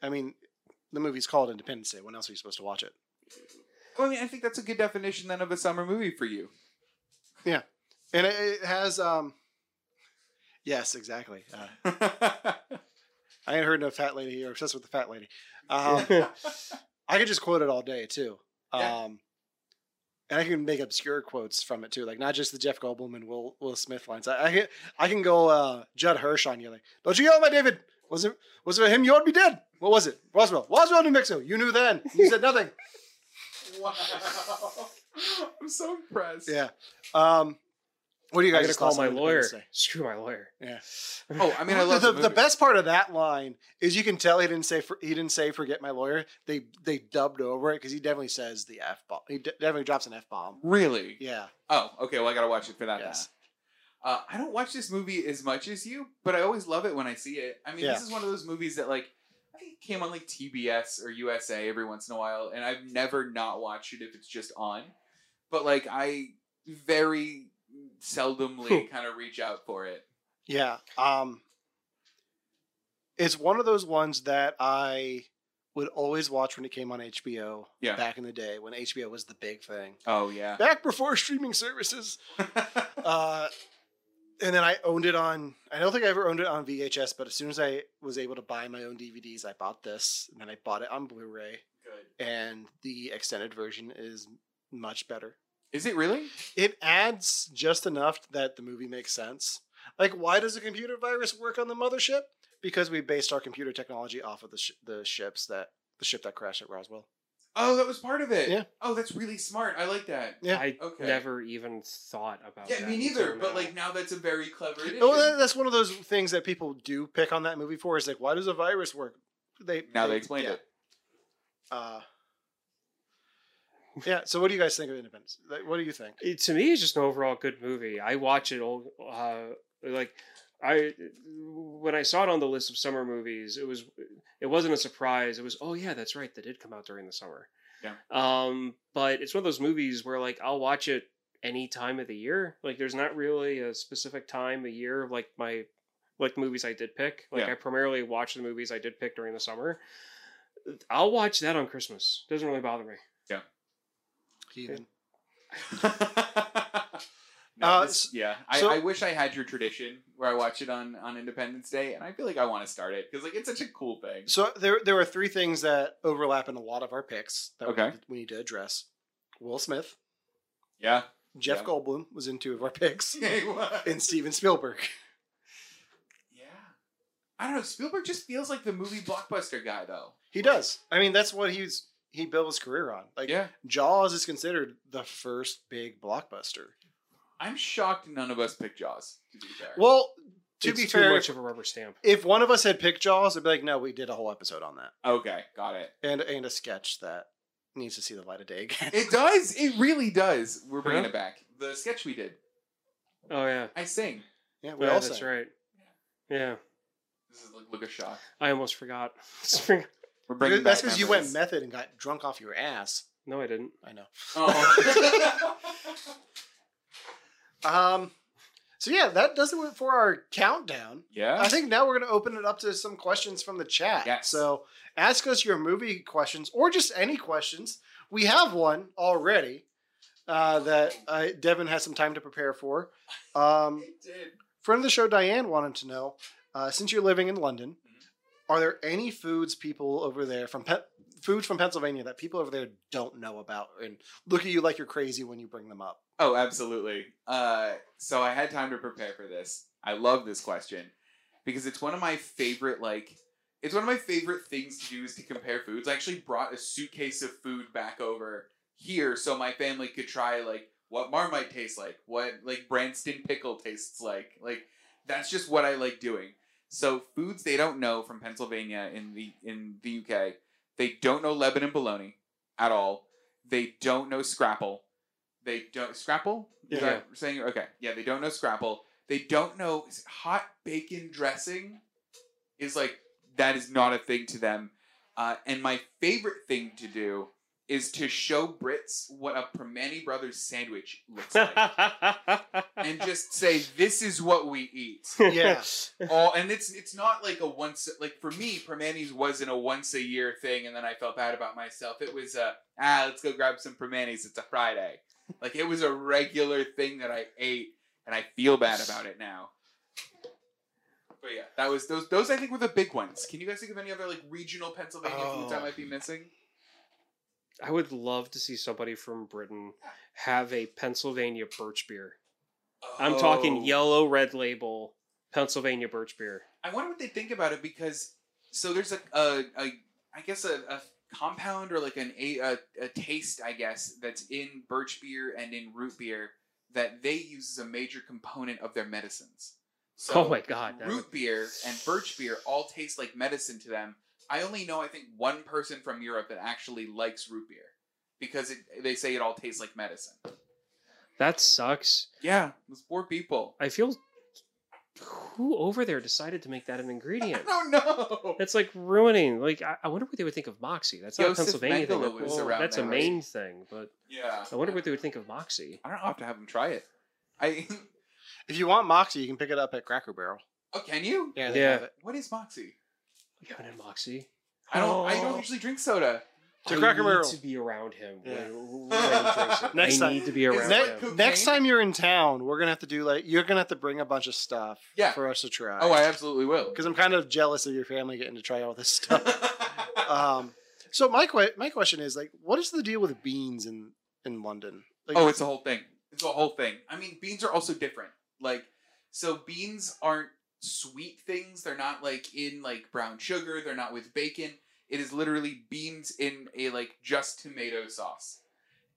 Speaker 2: I mean, the movie's called Independence Day. When else are you supposed to watch it?
Speaker 1: Well, I mean, I think that's a good definition then of a summer movie for you.
Speaker 2: And it, it has, um, yes, exactly. Uh, I ain't heard no fat lady. You're obsessed with the fat lady. Um, I could just quote it all day too. Um,
Speaker 1: Yeah.
Speaker 2: And I can make obscure quotes from it too, like not just the Jeff Goldblum and Will Will Smith lines. I I can, I can go uh, Judd Hirsch on you, like, don't you yell at my David? Was it was it him? You ought to be dead. What was it? Roswell. Roswell, New Mexico. You knew then. You said nothing.
Speaker 1: wow. I'm so impressed.
Speaker 2: Yeah. Um, what do you
Speaker 3: I
Speaker 2: guys
Speaker 3: gotta
Speaker 2: just
Speaker 3: call
Speaker 2: thoughts on
Speaker 3: my lawyer.
Speaker 2: Independence Day?
Speaker 3: Screw my lawyer.
Speaker 2: Yeah.
Speaker 1: Oh, I mean, I love
Speaker 2: the,
Speaker 1: the,
Speaker 2: the,
Speaker 1: movie.
Speaker 2: best part of that line is you can tell he didn't say for, he didn't say forget my lawyer. They they dubbed over it because he definitely says the f bomb. He de- definitely drops an f bomb.
Speaker 1: Really?
Speaker 2: Yeah,
Speaker 1: Oh, okay. Well, I gotta watch it for that. then.
Speaker 2: Yes.
Speaker 1: Uh, I don't watch this movie as much as you, but I always love it when I see it. I mean,
Speaker 2: Yeah.
Speaker 1: this is one of those movies that like I think it came on like TBS or USA every once in a while, and I've never not watched it if it's just on. But like, I very seldomly kind of reach out for it.
Speaker 2: yeah. Um, it's one of those ones that I would always watch when it came on HBO.
Speaker 1: Yeah.
Speaker 2: back in the day when HBO was the big thing.
Speaker 1: Oh yeah.
Speaker 2: Back before streaming services. uh, and then I owned it on. I don't think I ever owned it on VHS, but as soon as I was able to buy my own DVDs, I bought this, and then I bought it on Blu-ray.
Speaker 1: Good.
Speaker 2: and the extended version is much better.
Speaker 1: Is it really?
Speaker 2: It adds just enough that the movie makes sense. Like, why does a computer virus work on the mothership? Because we based our computer technology off of the sh- the ships that the ship that crashed at Roswell.
Speaker 1: Oh, that was part of it.
Speaker 2: Yeah.
Speaker 1: Oh, that's really smart. I like that.
Speaker 2: Yeah.
Speaker 3: I
Speaker 1: Okay.
Speaker 3: never even thought about
Speaker 1: Yeah,
Speaker 3: that.
Speaker 1: me neither.
Speaker 3: until
Speaker 1: But
Speaker 3: now.
Speaker 1: like now, that's a very clever. Addition.
Speaker 2: Oh, that- that's one of those things that people do pick on that movie for. Is like, why does a virus work? They
Speaker 1: now they explained
Speaker 2: yeah.
Speaker 1: it.
Speaker 2: Uh, yeah. So, what do you guys think of Independence? Like, what do you think?
Speaker 3: It- eh, to me, it's just an overall good movie. I watch it all. Uh, like I, when I saw it on the list of summer movies, it was it wasn't a surprise. It was oh yeah, that's right, that did come out during the summer.
Speaker 1: Yeah.
Speaker 3: Um, but it's one of those movies where like I'll watch it any time of the year. Like there's not really a specific time a year of like my like movies I did pick. Like
Speaker 1: Yeah.
Speaker 3: I primarily watch the movies I did pick during the summer. I'll watch that on Christmas. Doesn't really bother me.
Speaker 2: Heathen.
Speaker 1: No,
Speaker 2: Uh,
Speaker 1: this-
Speaker 2: s-
Speaker 1: yeah, I,
Speaker 2: so-
Speaker 1: I wish I had your tradition where I watch it on on Independence Day, and I feel like I want to start it because like it's such a cool thing.
Speaker 2: So there, there are three things that overlap in a lot of our picks that we-
Speaker 1: Okay.
Speaker 2: we need to address. Will Smith,
Speaker 1: Yeah,
Speaker 2: Jeff
Speaker 1: Yeah.
Speaker 2: Goldblum was in two of our picks,
Speaker 1: yeah.
Speaker 2: and Steven Spielberg.
Speaker 1: I don't know. Spielberg just feels like the movie blockbuster guy, though.
Speaker 2: He does. I mean, that's what he's he built his career on. Like
Speaker 1: yeah,
Speaker 2: Jaws is considered the first big blockbuster.
Speaker 1: I'm shocked none of us picked Jaws. To be fair,
Speaker 2: Well, to
Speaker 3: It's
Speaker 2: be
Speaker 3: too
Speaker 2: fair,
Speaker 3: much of a rubber stamp.
Speaker 2: if one of us had picked Jaws, I'd be like, no, we did a whole episode on that,
Speaker 1: okay, got it.
Speaker 2: and and a sketch that needs to see the light of day again.
Speaker 1: It does. It really does. We're bringing
Speaker 3: Huh?
Speaker 1: it back. The sketch we did.
Speaker 3: Oh yeah.
Speaker 1: I sing.
Speaker 2: Yeah, we
Speaker 3: yeah
Speaker 2: all
Speaker 3: that's
Speaker 2: sang.
Speaker 3: right. Yeah.
Speaker 1: This is look, look a shock.
Speaker 3: I almost forgot.
Speaker 1: We're bringing
Speaker 2: That's
Speaker 1: back
Speaker 2: because you went
Speaker 1: memories.
Speaker 2: method and got drunk off your ass.
Speaker 3: no, I didn't.
Speaker 2: I know.
Speaker 1: Oh.
Speaker 2: Um, so yeah, that does it for our countdown.
Speaker 1: yeah.
Speaker 2: I think now we're going to open it up to some questions from the chat.
Speaker 1: Yes.
Speaker 2: So ask us your movie questions or just any questions. We have one already uh, that uh, Devin has some time to prepare for. Um,
Speaker 1: It did.
Speaker 2: friend of the show, Diane, wanted to know uh, since you're living in London,
Speaker 1: Mhm.
Speaker 2: are there any foods people over there from Pe- food from Pennsylvania that people over there don't know about and look at you like you're crazy when you bring them up?
Speaker 1: Oh, absolutely. Uh, so I had time to prepare for this. I love this question because it's one of my favorite. Like, it's one of my favorite things to do is to compare foods. I actually brought a suitcase of food back over here so my family could try like what Marmite tastes like, what like Branston pickle tastes like. Like, that's just what I like doing. So foods they don't know from Pennsylvania in the in the UK, they don't know Lebanon bologna at all. They don't know scrapple. They don't scrapple. Is
Speaker 3: Yeah.
Speaker 1: that saying okay? Yeah, they don't know scrapple. They don't know is it hot bacon dressing. Is like that is not a thing to them. Uh, and my favorite thing to do is to show Brits what a Permani Brothers sandwich looks like, and just say this is what we eat
Speaker 2: Yeah.
Speaker 1: all Oh, and it's it's not like a once like for me permanis wasn't a once a year thing and then i felt bad about myself it was a ah let's go grab some permanis it's a friday like it was a regular thing that i ate and i feel bad about it now but yeah that was those those i think were the big ones can you guys think of any other like regional pennsylvania foods i
Speaker 2: Oh.
Speaker 1: might be missing
Speaker 3: I would love to see somebody from Britain have a Pennsylvania birch beer. I'm
Speaker 1: Oh.
Speaker 3: talking yellow red label Pennsylvania birch beer.
Speaker 1: I wonder what they think about it because so there's a, a, a I guess a, a compound or like an a, a, a taste I guess that's in birch beer and in root beer that they use as a major component of their medicines. So
Speaker 3: oh my god. that
Speaker 1: root beer and birch beer all taste like medicine to them. I only know I think one person from Europe that actually likes root beer because it, they say it all tastes like medicine.
Speaker 3: would- that sucks.
Speaker 1: Yeah, those poor people.
Speaker 3: I feel who over there decided to make that an
Speaker 1: I
Speaker 3: ingredient?
Speaker 1: don't know.
Speaker 3: That's like ruining. Like I, I wonder what they would think of Moxie. That's not a
Speaker 1: Joseph
Speaker 3: Pennsylvania
Speaker 1: Mengele
Speaker 3: thing.
Speaker 1: was
Speaker 3: Well,
Speaker 1: around
Speaker 3: that's a
Speaker 1: there,
Speaker 3: Maine thing, but
Speaker 1: Yeah,
Speaker 3: I wonder what they would think of Moxie.
Speaker 1: I don't know, I'll have to have them try it. I
Speaker 2: If you want Moxie, you can pick it up at Cracker Barrel.
Speaker 1: Oh, can you?
Speaker 2: Yeah,
Speaker 3: Yeah.
Speaker 2: it.
Speaker 1: What is Moxie?
Speaker 3: We haven't had Moxie.
Speaker 1: I don't. I don't
Speaker 3: Oh.
Speaker 1: usually drink soda.
Speaker 2: To
Speaker 3: I
Speaker 2: Cracker
Speaker 3: need
Speaker 2: Barrel.
Speaker 3: to be around him.
Speaker 2: Yeah.
Speaker 3: when- when he drinks it.
Speaker 2: Next
Speaker 3: I
Speaker 2: time.
Speaker 3: need to be
Speaker 1: Is
Speaker 3: around
Speaker 1: that
Speaker 3: him.
Speaker 1: cool?
Speaker 2: Next
Speaker 1: Cocaine?
Speaker 2: time you're in town, we're gonna have to do like you're gonna have to bring a bunch of stuff
Speaker 1: Yeah.
Speaker 2: for us to try.
Speaker 1: Oh, I absolutely will.
Speaker 2: because I'm kind of jealous of your family getting to try all this stuff.
Speaker 3: uh,
Speaker 1: oh,
Speaker 2: um, so my que- my question is like, what is the deal with beans in in London? Like,
Speaker 1: Oh, it's a whole thing. It's a whole thing. I mean, beans are also different. Like, so beans aren't sweet things. They're not like in like brown sugar. They're not with bacon. It is literally beans in a like just tomato sauce,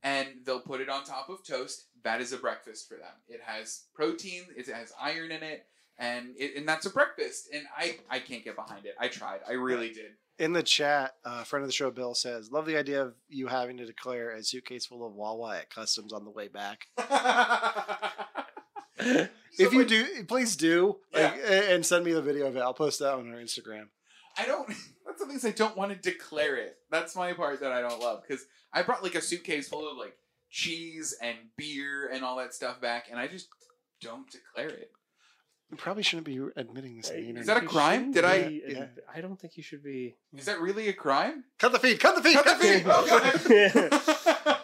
Speaker 1: and they'll put it on top of toast. That is a breakfast for them. It has protein. It has iron in it. And, it, and that's a breakfast, and I, I can't get behind it. I tried, I really did.
Speaker 2: in the chat, uh, friend of the show Bill says, "Love the idea of you having to declare a suitcase full of Wawa at customs on the way back. if you
Speaker 1: Someone-
Speaker 2: do, please do, like,
Speaker 1: Yeah.
Speaker 2: a- and send me the video of it. I'll post that on our Instagram.
Speaker 1: I don't. That's the things I don't want to declare it. That's my part that I don't love because I brought like a suitcase full of like cheese and beer and all that stuff back, and I just don't declare it.
Speaker 2: You probably shouldn't be admitting this on the internet.
Speaker 1: that a
Speaker 3: You
Speaker 1: crime?
Speaker 3: shouldn't
Speaker 1: Did I-
Speaker 3: be-
Speaker 2: Yeah.
Speaker 3: I don't think you should be.
Speaker 1: Is that really a crime?
Speaker 2: Cut the feed. Cut the feed. Cut the feed.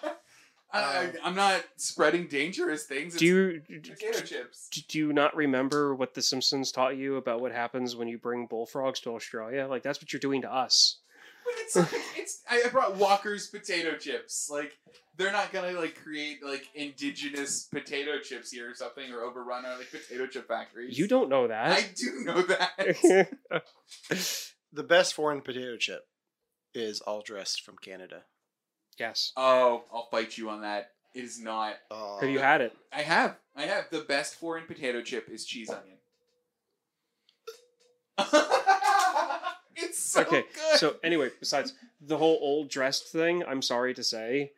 Speaker 3: Uh,
Speaker 1: I, I, I'm not spreading dangerous things. It's
Speaker 3: do you
Speaker 1: potato chips?
Speaker 3: do- do you not remember what the Simpsons taught you about what happens when you bring bullfrogs to Australia? Like that's what you're doing to us.
Speaker 1: But it's it's. I I brought Walker's potato chips. Like they're not gonna like create like indigenous potato chips here or something or overrun our like potato chip factories.
Speaker 3: You don't know that.
Speaker 1: I do know that.
Speaker 2: The best foreign potato chip is all dressed from Canada.
Speaker 3: yes.
Speaker 1: Oh, I'll fight you on that. It is not.
Speaker 2: Oh,
Speaker 1: Uh,
Speaker 3: Have you had it?
Speaker 1: I have. I have. The best foreign potato chip is cheese onion. it's so
Speaker 3: okay.
Speaker 1: good.
Speaker 3: So anyway, besides the whole old dressed thing, I'm sorry to say,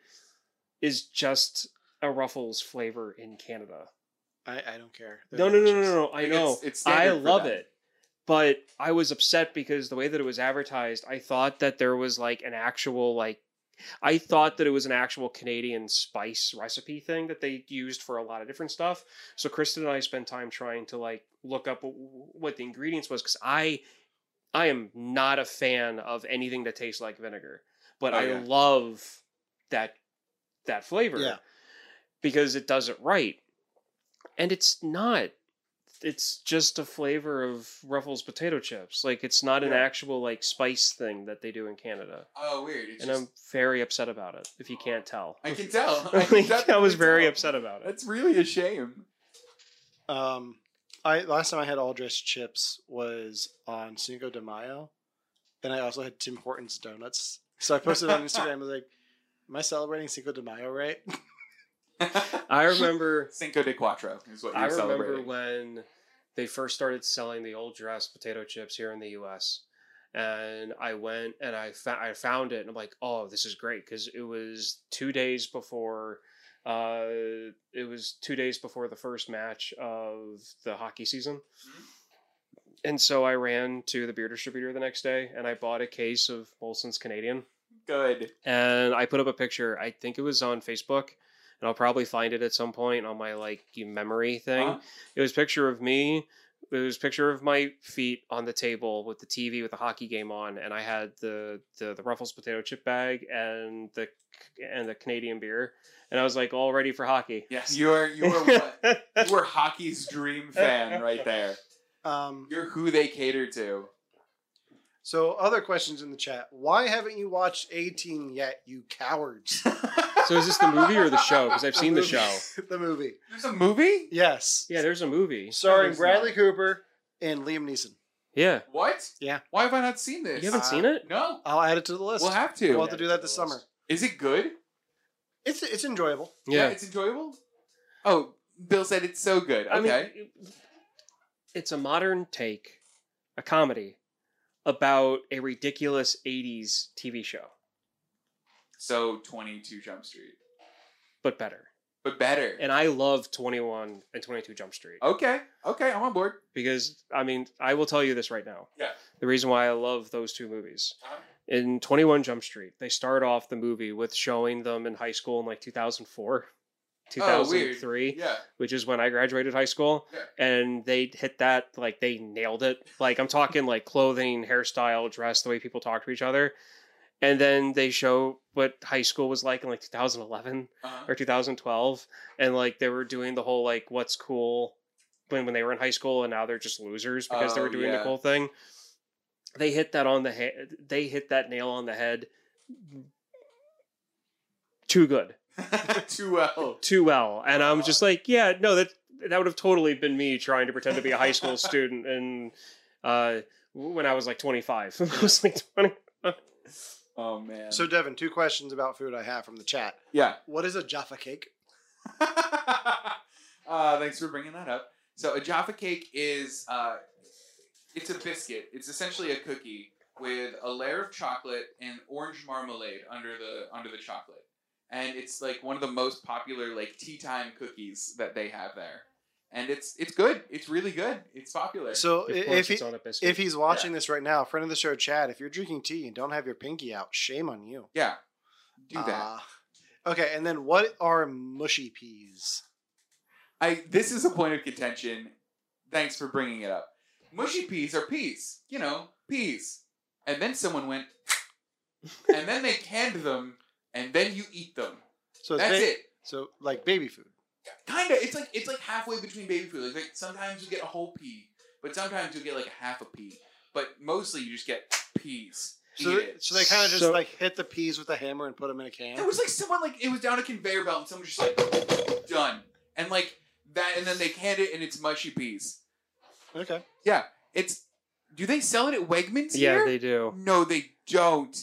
Speaker 3: is just a Ruffles flavor in Canada.
Speaker 2: I, I don't care. They're
Speaker 3: No, no, no, no,
Speaker 2: delicious.
Speaker 3: no. no, I
Speaker 1: Like,
Speaker 3: know.
Speaker 1: it's- it's
Speaker 3: I
Speaker 1: standard for
Speaker 3: love
Speaker 1: them.
Speaker 3: it. But I was upset because the way that it was advertised, I thought that there was like an actual like I thought that it was an actual Canadian spice recipe thing that they used for a lot of different stuff. So Kristen and I spent time trying to like look up wh- what the ingredients was cuz I I am not a fan of anything that tastes like vinegar, but
Speaker 1: Oh,
Speaker 3: I
Speaker 1: yeah.
Speaker 3: love that that flavor
Speaker 2: Yeah.
Speaker 3: because it does it right. And it's not. It's just a flavor of Ruffles potato chips. Like it's not an
Speaker 1: Yeah.
Speaker 3: actual like spice thing that they do in Canada.
Speaker 1: Oh, weird. It's
Speaker 3: And
Speaker 1: just,
Speaker 3: I'm very upset about it, if you can't tell.
Speaker 1: I can tell. I,
Speaker 3: I,
Speaker 1: can definitely
Speaker 3: was very
Speaker 1: tell.
Speaker 3: upset about it.
Speaker 1: That's really a shame.
Speaker 2: Um, I last time I had all dressed chips was on Cinco de Mayo, and I also had Tim Hortons donuts. So I posted on Instagram. I was like, "Am I celebrating Cinco de Mayo right?"
Speaker 3: I remember
Speaker 1: Cinco de Cuatro is what you're
Speaker 3: I remember
Speaker 1: celebrating.
Speaker 3: when they first started selling the old dress potato chips here in the U.S. And I went and I, fa- I found it and I'm like, oh, this is great because it was two days before, uh, it was two days before the first match of the hockey season.
Speaker 1: Hmm?
Speaker 3: And so I ran to the beer distributor the next day and I bought a case of Molson's Canadian
Speaker 1: Good.
Speaker 3: and I put up a picture. I think it was on Facebook, and I'll probably find it at some point on my like memory thing.
Speaker 1: Huh?
Speaker 3: It was a picture of me. It was a picture of my feet on the table with the TV with the hockey game on, and I had the the, the Ruffles potato chip bag and the and the Canadian beer, and I was like all ready for hockey.
Speaker 1: Yes, you are. You are. what- you are hockey's dream fan right there.
Speaker 2: Um,
Speaker 1: You're who they cater to.
Speaker 2: so other questions in the chat. Why haven't you watched Eighteen yet, you cowards?
Speaker 3: so is this the movie or the show? Because I've seen the show.
Speaker 2: the movie,
Speaker 1: There's a movie.
Speaker 2: yes,
Speaker 3: Yeah, there's a movie.
Speaker 2: starring
Speaker 1: There's
Speaker 2: Bradley
Speaker 1: not.
Speaker 2: Cooper and Liam Neeson.
Speaker 3: Yeah,
Speaker 1: What?
Speaker 2: Yeah.
Speaker 1: Why have I not seen this?
Speaker 3: you haven't
Speaker 2: Uh,
Speaker 3: seen it?
Speaker 1: no.
Speaker 2: I'll add it to the list.
Speaker 1: We'll have
Speaker 2: We'll
Speaker 1: to.
Speaker 2: have to do that this summer.
Speaker 1: Is it good?
Speaker 2: It's it's enjoyable.
Speaker 3: Yeah,
Speaker 1: It's enjoyable. Oh, Bill said it's so good.
Speaker 3: I mean,
Speaker 1: Okay.
Speaker 3: it- it's a modern take, a comedy about a ridiculous 80s TV show,
Speaker 1: so 22 Jump Street,
Speaker 3: but better.
Speaker 1: but better.
Speaker 3: And I love 21 and 22 Jump Street
Speaker 1: okay. Okay. I'm on board.
Speaker 3: because, I mean, I will tell you this right now.
Speaker 1: Yeah.
Speaker 3: The reason why I love those two movies.
Speaker 1: Uh-huh.
Speaker 3: In 21 Jump Street, they start off the movie with showing them in high school in like 2004,
Speaker 1: Oh, weird.
Speaker 3: 2003.
Speaker 1: Yeah.
Speaker 3: which is when I graduated high school.
Speaker 1: Yeah.
Speaker 3: And they hit that, like, they nailed it. Like, I'm talking like clothing, hairstyle, dress, the way people talk to each other. And then they show what high school was like in like 2011
Speaker 1: Uh-huh.
Speaker 3: or 2012. And like, they were doing the whole, like, what's cool when, when they were in high school and now they're just losers because they
Speaker 1: Oh,
Speaker 3: were doing
Speaker 1: yeah.
Speaker 3: the cool thing. They hit that on the head. They hit that nail on the head. Too good
Speaker 1: Too well.
Speaker 3: too well and i'm just like yeah no that that would have totally been me trying to pretend to be a high school student and uh when i was like 25 i was like 20
Speaker 1: Oh man.
Speaker 2: So Devin, two questions about food I have from the chat.
Speaker 1: yeah.
Speaker 2: What is a Jaffa cake?
Speaker 1: uh, thanks for bringing that up. So a Jaffa cake is uh, it's a biscuit. It's essentially a cookie with a layer of chocolate and orange marmalade under the under the chocolate, and it's like one of the most popular like tea time cookies that they have there. And it's it's good. It's really good. It's popular.
Speaker 2: So
Speaker 3: Of
Speaker 2: i-
Speaker 3: course
Speaker 2: if he,
Speaker 3: it's on a biscuit
Speaker 2: If he's watching this right now, friend of the show, Chad, if you're drinking tea and don't have your pinky out, shame on you.
Speaker 1: yeah, do that.
Speaker 2: Uh, okay, and then what are mushy peas?
Speaker 1: I this is a point of contention. Thanks for bringing it up. Mushy peas are peas, you know, peas. And then someone went, and then they canned them, and then you eat them.
Speaker 2: So it's
Speaker 1: That's
Speaker 2: ba-
Speaker 1: it.
Speaker 2: So like baby food.
Speaker 1: Kinda. It's like it's like halfway between baby food. It's like sometimes you get a whole pea, but sometimes you get like a half a pea. But mostly you just get peas.
Speaker 2: So,
Speaker 1: eat
Speaker 2: th-
Speaker 1: it.
Speaker 2: so they kind of just
Speaker 3: So-
Speaker 2: like hit the peas with a hammer and put them in a can.
Speaker 1: It was like someone like it was down a conveyor belt and someone just like done. And like that and then they canned it and it's mushy peas.
Speaker 2: okay.
Speaker 1: It's do they sell it at Wegmans
Speaker 3: yeah
Speaker 1: here?
Speaker 3: they do
Speaker 1: no, they don't.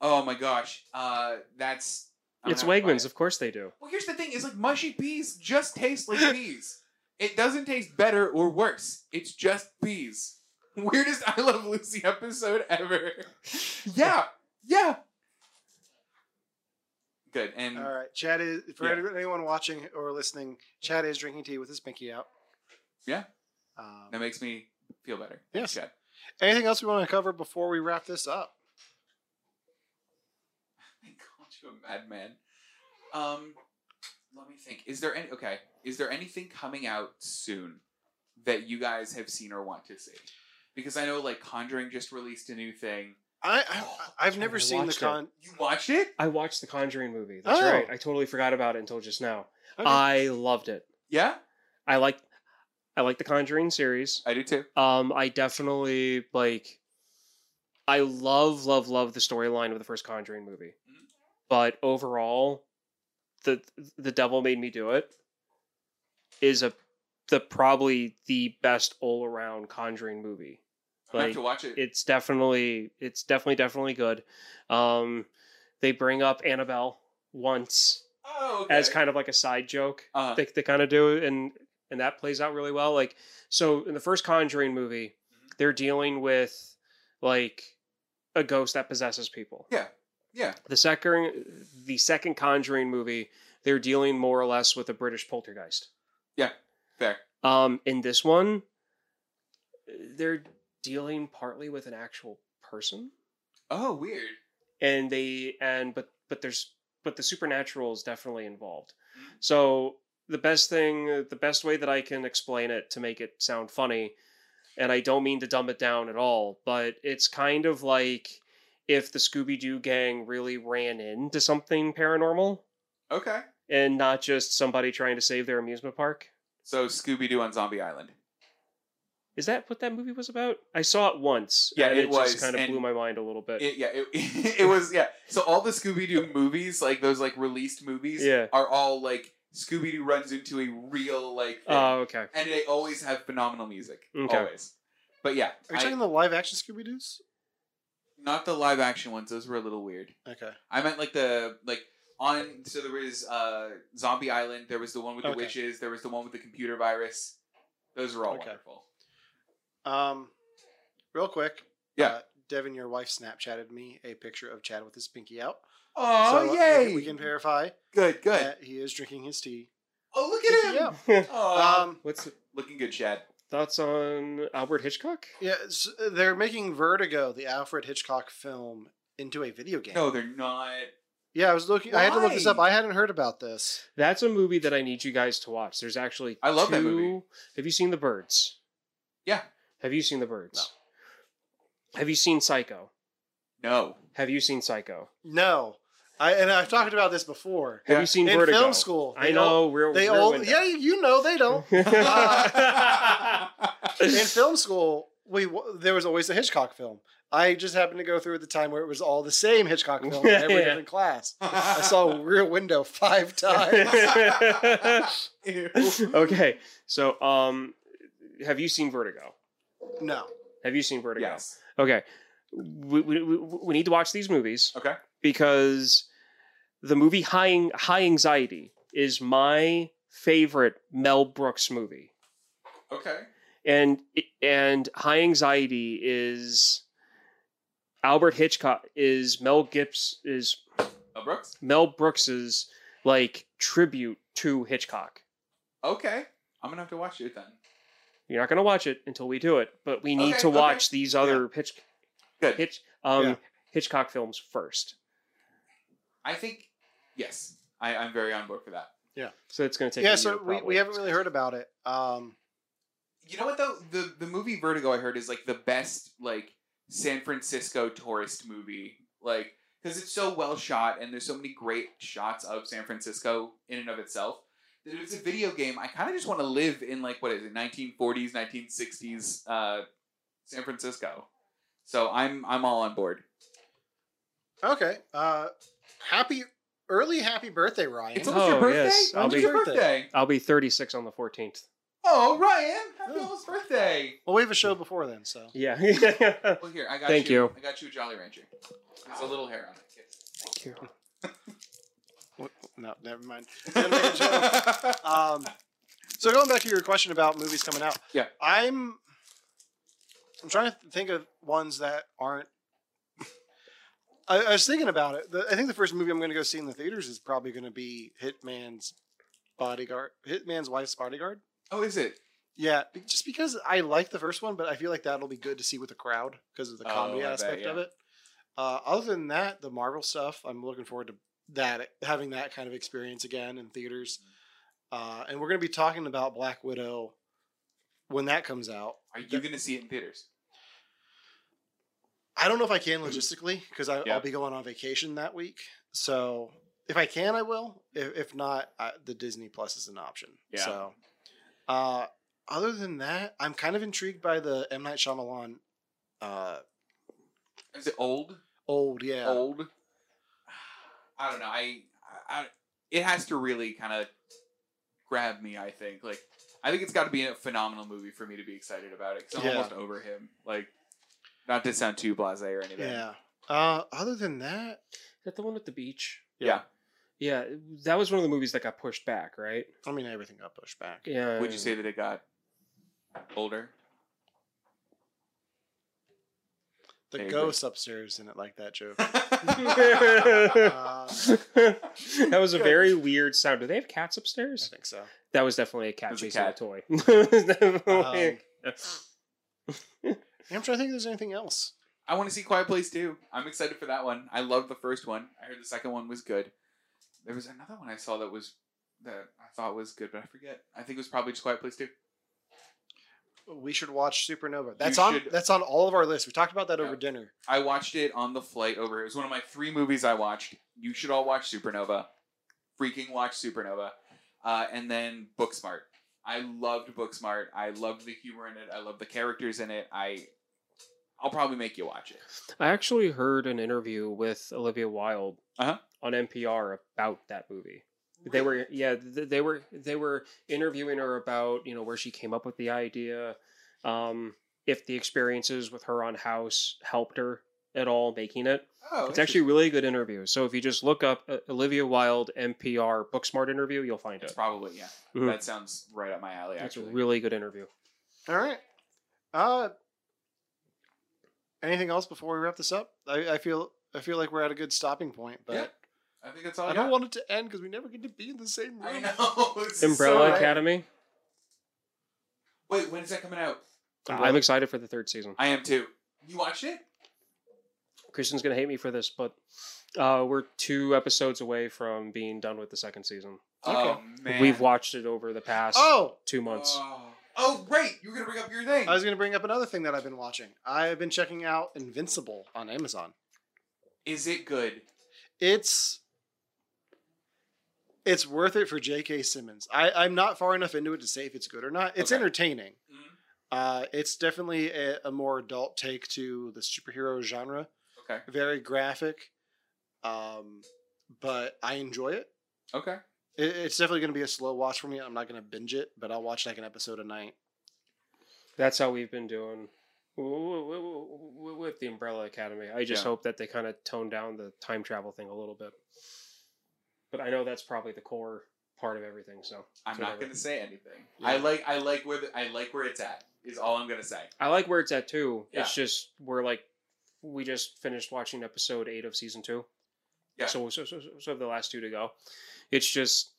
Speaker 1: Oh my gosh, uh, that's I'm
Speaker 3: it's
Speaker 1: gonna have to buy
Speaker 3: wegmans
Speaker 1: it.
Speaker 3: of course they do
Speaker 1: Well, here's the thing: is like mushy peas just taste like peas. It doesn't taste better or worse. It's just peas. Weirdest I Love Lucy episode ever. yeah, yeah. Good. And
Speaker 2: All right, Chad is for
Speaker 1: Mm. Yeah.
Speaker 2: anyone watching or listening. Chad is drinking tea with his pinky out.
Speaker 1: Yeah.
Speaker 2: Um,
Speaker 1: that makes me feel better.
Speaker 2: Yes.
Speaker 1: Chad.
Speaker 2: anything else we want to cover before we wrap this up?
Speaker 1: I called you a madman. Um, let me think. Is there any? Okay. Is there anything coming out soon that you guys have seen or want to see? Because I know like Conjuring just released a new thing.
Speaker 2: I, I I've never
Speaker 3: I
Speaker 2: seen the
Speaker 3: watched it.
Speaker 2: con.
Speaker 1: You Oh, watched it?
Speaker 3: I watched the Conjuring movie. That's
Speaker 2: Oh.
Speaker 3: right. I totally forgot about it until just now.
Speaker 2: Okay.
Speaker 3: I loved it.
Speaker 1: Yeah,
Speaker 3: I like I like the Conjuring series.
Speaker 1: I do too.
Speaker 3: Um, I definitely like. I love, love, love the storyline of the first Conjuring movie,
Speaker 2: Mm-hmm.
Speaker 1: Mhm.
Speaker 3: but overall, the the Devil Made Me Do It is a the probably the best all around Conjuring movie.
Speaker 1: I have
Speaker 3: Like
Speaker 1: to watch it.
Speaker 3: it's definitely it's definitely definitely good. Um, they bring up Annabelle once
Speaker 1: oh,
Speaker 3: as kind of like a side joke
Speaker 1: Uh,
Speaker 3: they, they kind of do and and that plays out really well like so in the first conjuring movie
Speaker 1: Mhm.
Speaker 3: they're dealing with like a ghost that possesses people
Speaker 1: yeah,
Speaker 3: the second the second conjuring movie they're dealing more or less with a british poltergeist
Speaker 1: fair.
Speaker 3: um in this one they're dealing partly with an actual person
Speaker 1: Oh, weird.
Speaker 3: and they and but but there's but the supernatural is definitely involved
Speaker 1: Mhm.
Speaker 3: so the best thing the best way that i can explain it to make it sound funny and i don't mean to dumb it down at all but it's kind of like if the scooby-doo gang really ran into something paranormal
Speaker 1: Okay.
Speaker 3: and not just somebody trying to save their amusement park
Speaker 1: So Scooby Doo on Zombie Island.
Speaker 3: is that what that movie was about i saw it once
Speaker 1: Yeah,
Speaker 3: and
Speaker 1: it
Speaker 3: it,
Speaker 1: was,
Speaker 3: just kind of
Speaker 1: and-
Speaker 3: blew my mind a little bit
Speaker 1: It, yeah, it, it was yeah. So all the Scooby Doo movies, like those like released movies,
Speaker 3: Yeah.
Speaker 1: are all like Scooby Doo runs into a real like, thing.
Speaker 3: oh okay
Speaker 1: and they always have phenomenal music,
Speaker 3: Okay.
Speaker 1: always. But yeah,
Speaker 2: Are you
Speaker 1: I-
Speaker 2: talking the live action Scooby Doo's?
Speaker 1: not the live action ones; those were a little weird.
Speaker 2: Okay.
Speaker 1: I meant like the like on. So there was uh, Zombie Island. There was the one with the
Speaker 2: Okay.
Speaker 1: witches. There was the one with the computer virus. Those were all
Speaker 2: Okay.
Speaker 1: wonderful.
Speaker 2: Um, real quick. uh,
Speaker 1: Yeah.
Speaker 2: Devin, your wife Snapchatted me a picture of Chad with his pinky out.
Speaker 1: Oh
Speaker 2: So, uh, we
Speaker 1: yay!
Speaker 2: can- We can verify
Speaker 1: good, good.
Speaker 2: that he is drinking his tea.
Speaker 1: oh look at him!
Speaker 2: Yeah.
Speaker 1: Aw.
Speaker 2: Um,
Speaker 3: what's
Speaker 1: looking good, Chad.
Speaker 3: thoughts on albert hitchcock
Speaker 2: yeah, s they're making Vertigo, the Alfred Hitchcock film, into a video game.
Speaker 1: No, they're not.
Speaker 2: Yeah, I was looking. I had to look this
Speaker 1: Oh. Why?
Speaker 2: up. I hadn't heard about this.
Speaker 3: That's a movie that I need you guys to watch. There's actually
Speaker 1: I love that
Speaker 3: two-
Speaker 1: movie.
Speaker 3: Have you seen The Birds?
Speaker 1: Yeah.
Speaker 3: Have you seen The Birds? Have you seen Psycho?
Speaker 1: No.
Speaker 3: Have you seen Psycho?
Speaker 2: No, I and I've talked about this before
Speaker 3: Have
Speaker 1: Yeah.
Speaker 3: you seen
Speaker 2: in
Speaker 3: Vertigo?
Speaker 2: film school.
Speaker 3: I
Speaker 2: they all-
Speaker 3: know. Real.
Speaker 2: they
Speaker 3: rear
Speaker 2: all.
Speaker 3: window.
Speaker 2: Yeah, you know they don't. in film school, we w- there was always a Hitchcock film. I just happened to go through at the time where it was all the same Hitchcock film in every
Speaker 3: Yeah.
Speaker 2: different class. I saw Rear Window five times.
Speaker 3: okay. So, um, have you seen Vertigo?
Speaker 2: No,
Speaker 3: Have you seen Vertigo?
Speaker 1: yes.
Speaker 3: Okay. We, we, we- we need to watch these movies.
Speaker 1: Okay.
Speaker 3: Because the movie High, High Anxiety is my favorite Mel Brooks movie.
Speaker 1: Okay.
Speaker 3: And and High Anxiety is Albert Hitchcock is Mel Gibbs is
Speaker 1: Uh, Brooks.
Speaker 3: Mel Brooks's like tribute to Hitchcock.
Speaker 1: Okay. I'm gonna have to watch it then.
Speaker 3: You're not going to watch it until we do it, but we need
Speaker 1: Okay,
Speaker 3: to
Speaker 1: okay.
Speaker 3: watch these other Hitch,
Speaker 1: Good.
Speaker 3: Hitch um
Speaker 2: Yeah.
Speaker 3: Hitchcock films first.
Speaker 1: I think yes. I, I'm very on board for that.
Speaker 3: So it's going to take.
Speaker 2: yeah.
Speaker 3: a
Speaker 2: So
Speaker 3: year,
Speaker 2: we, we
Speaker 3: probably.
Speaker 2: haven't really heard about it. Um,
Speaker 1: You know what though? The the movie Vertigo I heard is like the best like San Francisco tourist movie. Like because it's so well shot and there's so many great shots of San Francisco in and of itself. That if it's a video game, I kind of just want to live in like what is it, 1940s, 1960s uh, San Francisco. So I'm I'm all on board.
Speaker 2: okay. Uh, happy early happy birthday, Ryan.
Speaker 1: It's almost your
Speaker 3: Oh,
Speaker 1: birthday.
Speaker 3: yes. I'll
Speaker 1: When's
Speaker 3: be-
Speaker 1: your birthday?
Speaker 3: I'll be 36 on the 14th.
Speaker 1: Oh, Ryan, happy
Speaker 2: Oh.
Speaker 1: almost birthday.
Speaker 2: well, we have a show before then, so
Speaker 3: Yeah. Thank
Speaker 1: Well, here I got
Speaker 3: Thank
Speaker 1: you.
Speaker 3: you.
Speaker 1: I got you a Jolly Rancher. There's a little hair on it.
Speaker 3: you.
Speaker 2: no, never mind. Never mind. Um, so going back to your question about movies coming out,
Speaker 1: Yeah.
Speaker 2: I'm I'm trying to think of ones that aren't. I, I was thinking about it. The, I think the first movie I'm going to go see in the theaters is probably going to be Hitman's Bodyguard, Hitman's Wife's Bodyguard.
Speaker 1: Oh, is it?
Speaker 2: Yeah, be- just because I like the first one, but I feel like that'll be good to see with the crowd because of the
Speaker 1: Oh,
Speaker 2: comedy
Speaker 1: I bet,
Speaker 2: aspect of
Speaker 1: yeah.
Speaker 2: it. Uh, other than that, the Marvel stuff, I'm looking forward to that having that kind of experience again in theaters.
Speaker 1: Mm.
Speaker 2: Uh, and we're going to be talking about Black Widow when that comes out.
Speaker 1: Are you going to see it in theaters?
Speaker 2: I don't know if I can logistically because
Speaker 1: Mm-hmm. Yeah.
Speaker 2: I'll be going on vacation that week. So if I can, I will. If, if not, I, the Disney Plus is an option.
Speaker 1: Yeah.
Speaker 2: So uh, other than that, I'm kind of intrigued by the M Night Shyamalan. Uh,
Speaker 1: Is it old?
Speaker 2: old, yeah.
Speaker 1: Old? I don't know. I, I, I- it has to really kind of grab me. I think. Like, I think it's got to be a phenomenal movie for me to be excited about it. Because I'm
Speaker 2: Yeah.
Speaker 1: almost over him. Like, not to sound too blasé or anything.
Speaker 2: Yeah. Uh, other than that,
Speaker 3: that the one at the beach?
Speaker 1: Yeah.
Speaker 3: Yeah, that was one of the movies that got pushed back, right?
Speaker 2: I mean everything got pushed back.
Speaker 3: Yeah.
Speaker 1: Would you say that it got older?
Speaker 2: The
Speaker 1: Favorite.
Speaker 2: ghost upstairs didn't like that joke.
Speaker 1: I
Speaker 2: Uh,
Speaker 3: that was a very weird sound. Do they have cats
Speaker 2: I
Speaker 3: upstairs?
Speaker 2: think so.
Speaker 3: That was definitely a cat
Speaker 1: It was a
Speaker 3: chasing a,
Speaker 1: cat.
Speaker 3: toy.
Speaker 2: Um,
Speaker 3: It was definitely-
Speaker 2: Yeah, I'm trying to think if there's anything else.
Speaker 1: want to see Quiet Place too. I'm excited for that one. I loved the first one. I heard the second one was good. There was another one I saw that was that I thought was good, but I forget. I think it was probably just Quiet Place too.
Speaker 2: We should watch Supernova. That's on.
Speaker 1: should-
Speaker 2: That's on all of our lists. We talked about that
Speaker 1: Yeah.
Speaker 2: over dinner.
Speaker 1: I watched it on the flight over. It was one of my three movies I watched. You should all watch Supernova. Freaking watch Supernova. Uh, and then Booksmart. I loved Booksmart. I loved the humor in it. I loved the characters in it. I, I'll probably make you watch it.
Speaker 3: I actually heard an interview with Olivia Wilde
Speaker 1: Uh-huh.
Speaker 3: on NPR about that movie. They were yeah, th- they were they were interviewing her about, you know, where she came up with the idea, um if the experiences with her on House helped her at all making it.
Speaker 1: Oh,
Speaker 3: it's actually a really good interview. So if you just look up uh, Olivia Wilde NPR Booksmart interview, you'll find
Speaker 1: It's
Speaker 3: it.
Speaker 1: probably yeah.
Speaker 3: Mhm.
Speaker 1: That sounds right up my alley.
Speaker 3: It's a
Speaker 1: Actually,
Speaker 3: really good interview.
Speaker 2: All right. Uh, anything else before we wrap this up? I, I feel I feel like we're at a good stopping point, but
Speaker 1: Yeah, I think that's all. I,
Speaker 2: I don't
Speaker 1: got.
Speaker 2: want it to end because we never get to be in the same
Speaker 1: I
Speaker 2: room.
Speaker 1: know. This is so
Speaker 3: Umbrella
Speaker 1: bad.
Speaker 3: Academy.
Speaker 1: Wait, when is that coming out?
Speaker 3: I'm excited for the third season.
Speaker 1: I am too. You watched it?
Speaker 3: Kristen's gonna hate me for this, but uh, we're two episodes away from being done with the second season.
Speaker 1: Oh man,
Speaker 3: We've watched it over the past
Speaker 2: Oh,
Speaker 3: two months.
Speaker 1: Oh. oh great! You were gonna bring up your thing.
Speaker 2: I was going to bring up another thing that I've been watching. I've been checking out Invincible on Amazon.
Speaker 1: Is it good?
Speaker 2: It's it's worth it for J.K. Simmons. I, I'm not far enough into it to say if it's good or not. It's
Speaker 1: Okay.
Speaker 2: entertaining.
Speaker 1: Mhm.
Speaker 2: Uh, it's definitely a, a more adult take to the superhero genre.
Speaker 1: Okay.
Speaker 2: very graphic um but i enjoy it,
Speaker 1: Okay.
Speaker 2: it it's definitely going to be a slow watch for me i'm not going to binge it but i'll watch like an episode a night
Speaker 3: That's how we've been doing w- w- w- w- with the Umbrella Academy. I just
Speaker 1: Yeah.
Speaker 3: hope that they kind of tone down the time travel thing a little bit. But I know that's probably the core part of everything. So
Speaker 1: I'm not
Speaker 3: whatever.
Speaker 1: gonna say anything.
Speaker 2: Yeah.
Speaker 1: I like I like where the, I like where it's at. Is all I'm gonna say.
Speaker 3: I like where it's at too.
Speaker 1: Yeah.
Speaker 3: It's just we're like we just finished watching episode eight of season two.
Speaker 1: Yeah.
Speaker 3: So so so, so the last two to go. It's just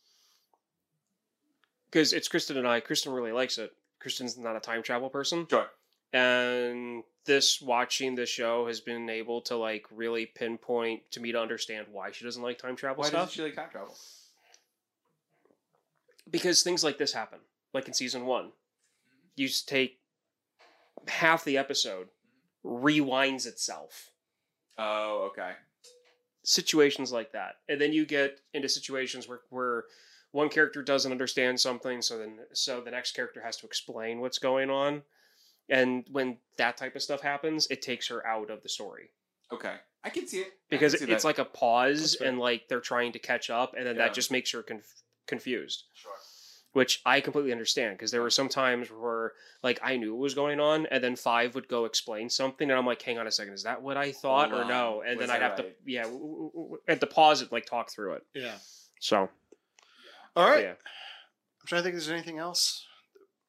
Speaker 3: because it's Kristen and I. Kristen really likes it. Kristen's not a time travel person.
Speaker 1: Sure.
Speaker 3: And this watching the show has been able to like really pinpoint to me to understand why she doesn't like time travel
Speaker 1: Why
Speaker 3: stuff
Speaker 1: does she like time travel?
Speaker 3: because things like this happen like in season one you s- take half the episode
Speaker 1: Mm-hmm.
Speaker 3: rewinds itself
Speaker 1: Oh, okay.
Speaker 3: situations like that and then you get into situations where, where one character doesn't understand something so then so the next character has to explain what's going on and when that type of stuff happens it takes her out of the story
Speaker 1: Okay. I can see it I can
Speaker 3: because
Speaker 1: see
Speaker 3: it's
Speaker 1: that.
Speaker 3: like a pause
Speaker 2: That's fair.
Speaker 3: and like they're trying to catch up and then
Speaker 1: Yeah.
Speaker 3: that just makes her conf- confused
Speaker 1: Sure.
Speaker 3: which I completely understand because there were some times where like I knew what was going on, and then five would go explain something, and I'm like, "Hang on a second, is that what I thought
Speaker 1: Hold
Speaker 3: or
Speaker 1: on,
Speaker 3: no?" And
Speaker 1: was
Speaker 3: then I'd
Speaker 1: I
Speaker 3: have
Speaker 1: right?
Speaker 3: to yeah, w- w- w- I had to pause it, like talk through it.
Speaker 2: yeah
Speaker 3: So
Speaker 2: all right
Speaker 3: yeah,
Speaker 2: i'm trying to think if there's anything else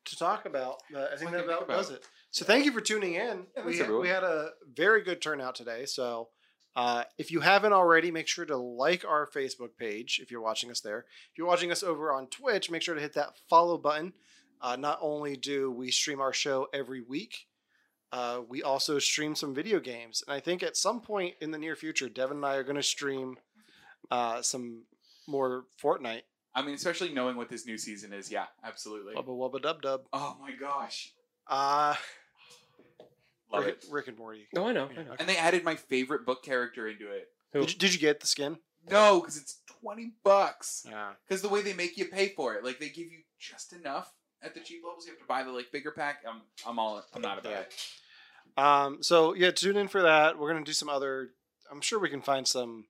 Speaker 2: to talk about but i
Speaker 1: Nothing
Speaker 2: think that
Speaker 1: to think
Speaker 2: about does it so thank you for tuning in
Speaker 1: Yeah,
Speaker 2: we,
Speaker 1: thanks, everyone.
Speaker 2: we had a very good turnout today so Uh, if you haven't already, make sure to like our Facebook page if you're watching us there. If you're watching us over on Twitch, make sure to hit that follow button. Uh, not only do we stream our show every week, uh, we also stream some video games. And I think at some point in the near future, Devin and I are going to stream uh, some more Fortnite.
Speaker 1: I mean, especially knowing what this new season is. Yeah, absolutely.
Speaker 2: Wubba wubba dub dub.
Speaker 1: Oh my gosh,
Speaker 2: Uh,
Speaker 1: love
Speaker 2: Rick,
Speaker 1: it.
Speaker 2: Rick and Morty.
Speaker 3: No, I know. I
Speaker 2: Yeah,
Speaker 3: know.
Speaker 2: okay.
Speaker 1: And they added my favorite book character into it.
Speaker 3: Who?
Speaker 2: Did you, did you get the skin?
Speaker 1: No, because it's twenty bucks.
Speaker 2: Yeah.
Speaker 1: Because the way they make you pay for it, like they give you just enough at the cheap levels. You have to buy the like bigger pack. I'm, I'm all, I'm not about
Speaker 2: Yeah.
Speaker 1: it.
Speaker 2: Um, so yeah, tune in for that. We're gonna do some other. I'm sure we can find some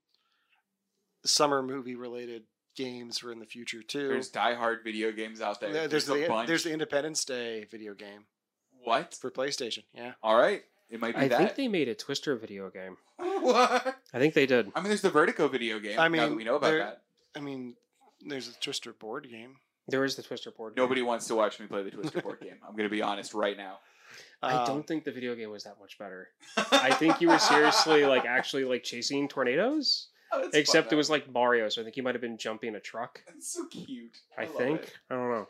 Speaker 2: summer movie related games for in the future too.
Speaker 1: There's diehard video games out there.
Speaker 2: Yeah, there's,
Speaker 1: a
Speaker 2: the
Speaker 1: bunch.
Speaker 2: there's the Independence Day video game
Speaker 1: what?
Speaker 2: for PlayStation. Yeah,
Speaker 1: All right, it might be
Speaker 3: I think
Speaker 1: that.
Speaker 3: they made a Twister video game.
Speaker 1: what?
Speaker 3: I think they did.
Speaker 1: I mean, there's the Vertigo video game.
Speaker 2: I
Speaker 1: now
Speaker 2: mean,
Speaker 1: that we know about
Speaker 2: there-
Speaker 1: that,
Speaker 2: I mean, there's a Twister board game.
Speaker 3: There is the Twister board. game.
Speaker 1: nobody wants to watch me play the Twister board game. I'm going to be honest right now.
Speaker 2: Um,
Speaker 3: I don't think the video game was that much better. I think you were seriously like actually like chasing tornadoes,
Speaker 1: Oh, that's
Speaker 3: except
Speaker 1: fun,
Speaker 3: it was like Mario, so I think you might have been jumping a truck.
Speaker 1: though. That's so cute.
Speaker 3: I,
Speaker 1: love
Speaker 3: think
Speaker 1: it.
Speaker 3: I don't know.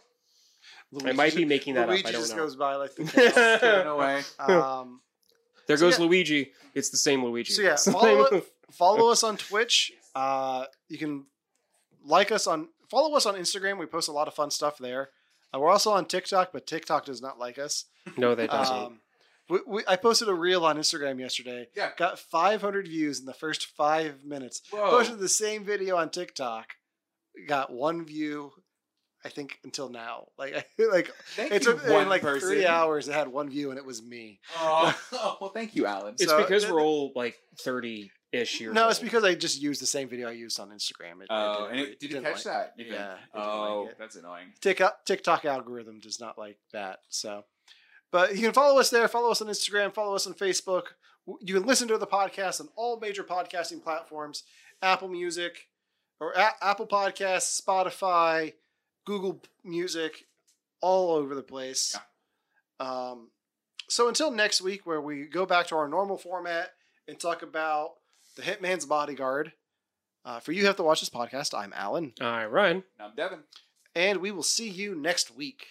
Speaker 2: Luigi
Speaker 3: I might be
Speaker 2: just-
Speaker 3: making that
Speaker 2: Luigi
Speaker 3: up. I don't
Speaker 2: just
Speaker 3: know.
Speaker 2: goes by like the.
Speaker 1: Thrown away.
Speaker 2: um,
Speaker 3: there
Speaker 2: So
Speaker 3: goes
Speaker 2: yeah.
Speaker 3: Luigi. It's the same Luigi.
Speaker 2: So yeah,
Speaker 3: It's the
Speaker 2: follow
Speaker 3: same-
Speaker 2: follow us on Twitch. Uh, you can like us on follow us on Instagram. We post a lot of fun stuff there. Uh, we're also on TikTok, but TikTok does not like us.
Speaker 3: no, that doesn't.
Speaker 2: Um, we, we, I posted a reel on Instagram yesterday.
Speaker 1: Yeah.
Speaker 2: Got 500 views in the first five minutes. Posted
Speaker 1: Whoa.
Speaker 2: the same video on TikTok. Got one view, I think, until now. Like, like
Speaker 1: Thank
Speaker 2: it
Speaker 1: you,
Speaker 2: took
Speaker 1: one
Speaker 2: in like
Speaker 1: person.
Speaker 2: three hours. It had one view, and it was me.
Speaker 1: Oh, oh, well, thank you, Alan.
Speaker 3: it's
Speaker 2: so-
Speaker 3: because
Speaker 2: th-
Speaker 3: we're all like thirty-ish years.
Speaker 2: No,
Speaker 3: old.
Speaker 2: it's because I just used the same video I used on Instagram. It,
Speaker 1: Oh,
Speaker 2: didn't
Speaker 1: and
Speaker 2: re-
Speaker 1: it, did you
Speaker 2: didn't
Speaker 1: catch
Speaker 2: like-
Speaker 1: that? You think?
Speaker 2: Yeah, it didn't
Speaker 1: Oh,
Speaker 2: like it.
Speaker 1: that's annoying.
Speaker 2: TikTok, uh, TikTok algorithm does not like that. So, but you can follow us there. Follow us on Instagram. Follow us on Facebook. W- You can listen to the podcast on all major podcasting platforms: Apple Music, or A- Apple Podcasts, Spotify, Google Music, all over the place. Um, so until next week, where we go back to our normal format and talk about the Hitman's Bodyguard. Uh, for you have to watch this podcast. I'm Alan,
Speaker 3: All right, Ryan.
Speaker 1: Now I'm Devin.
Speaker 2: and we will see you next week.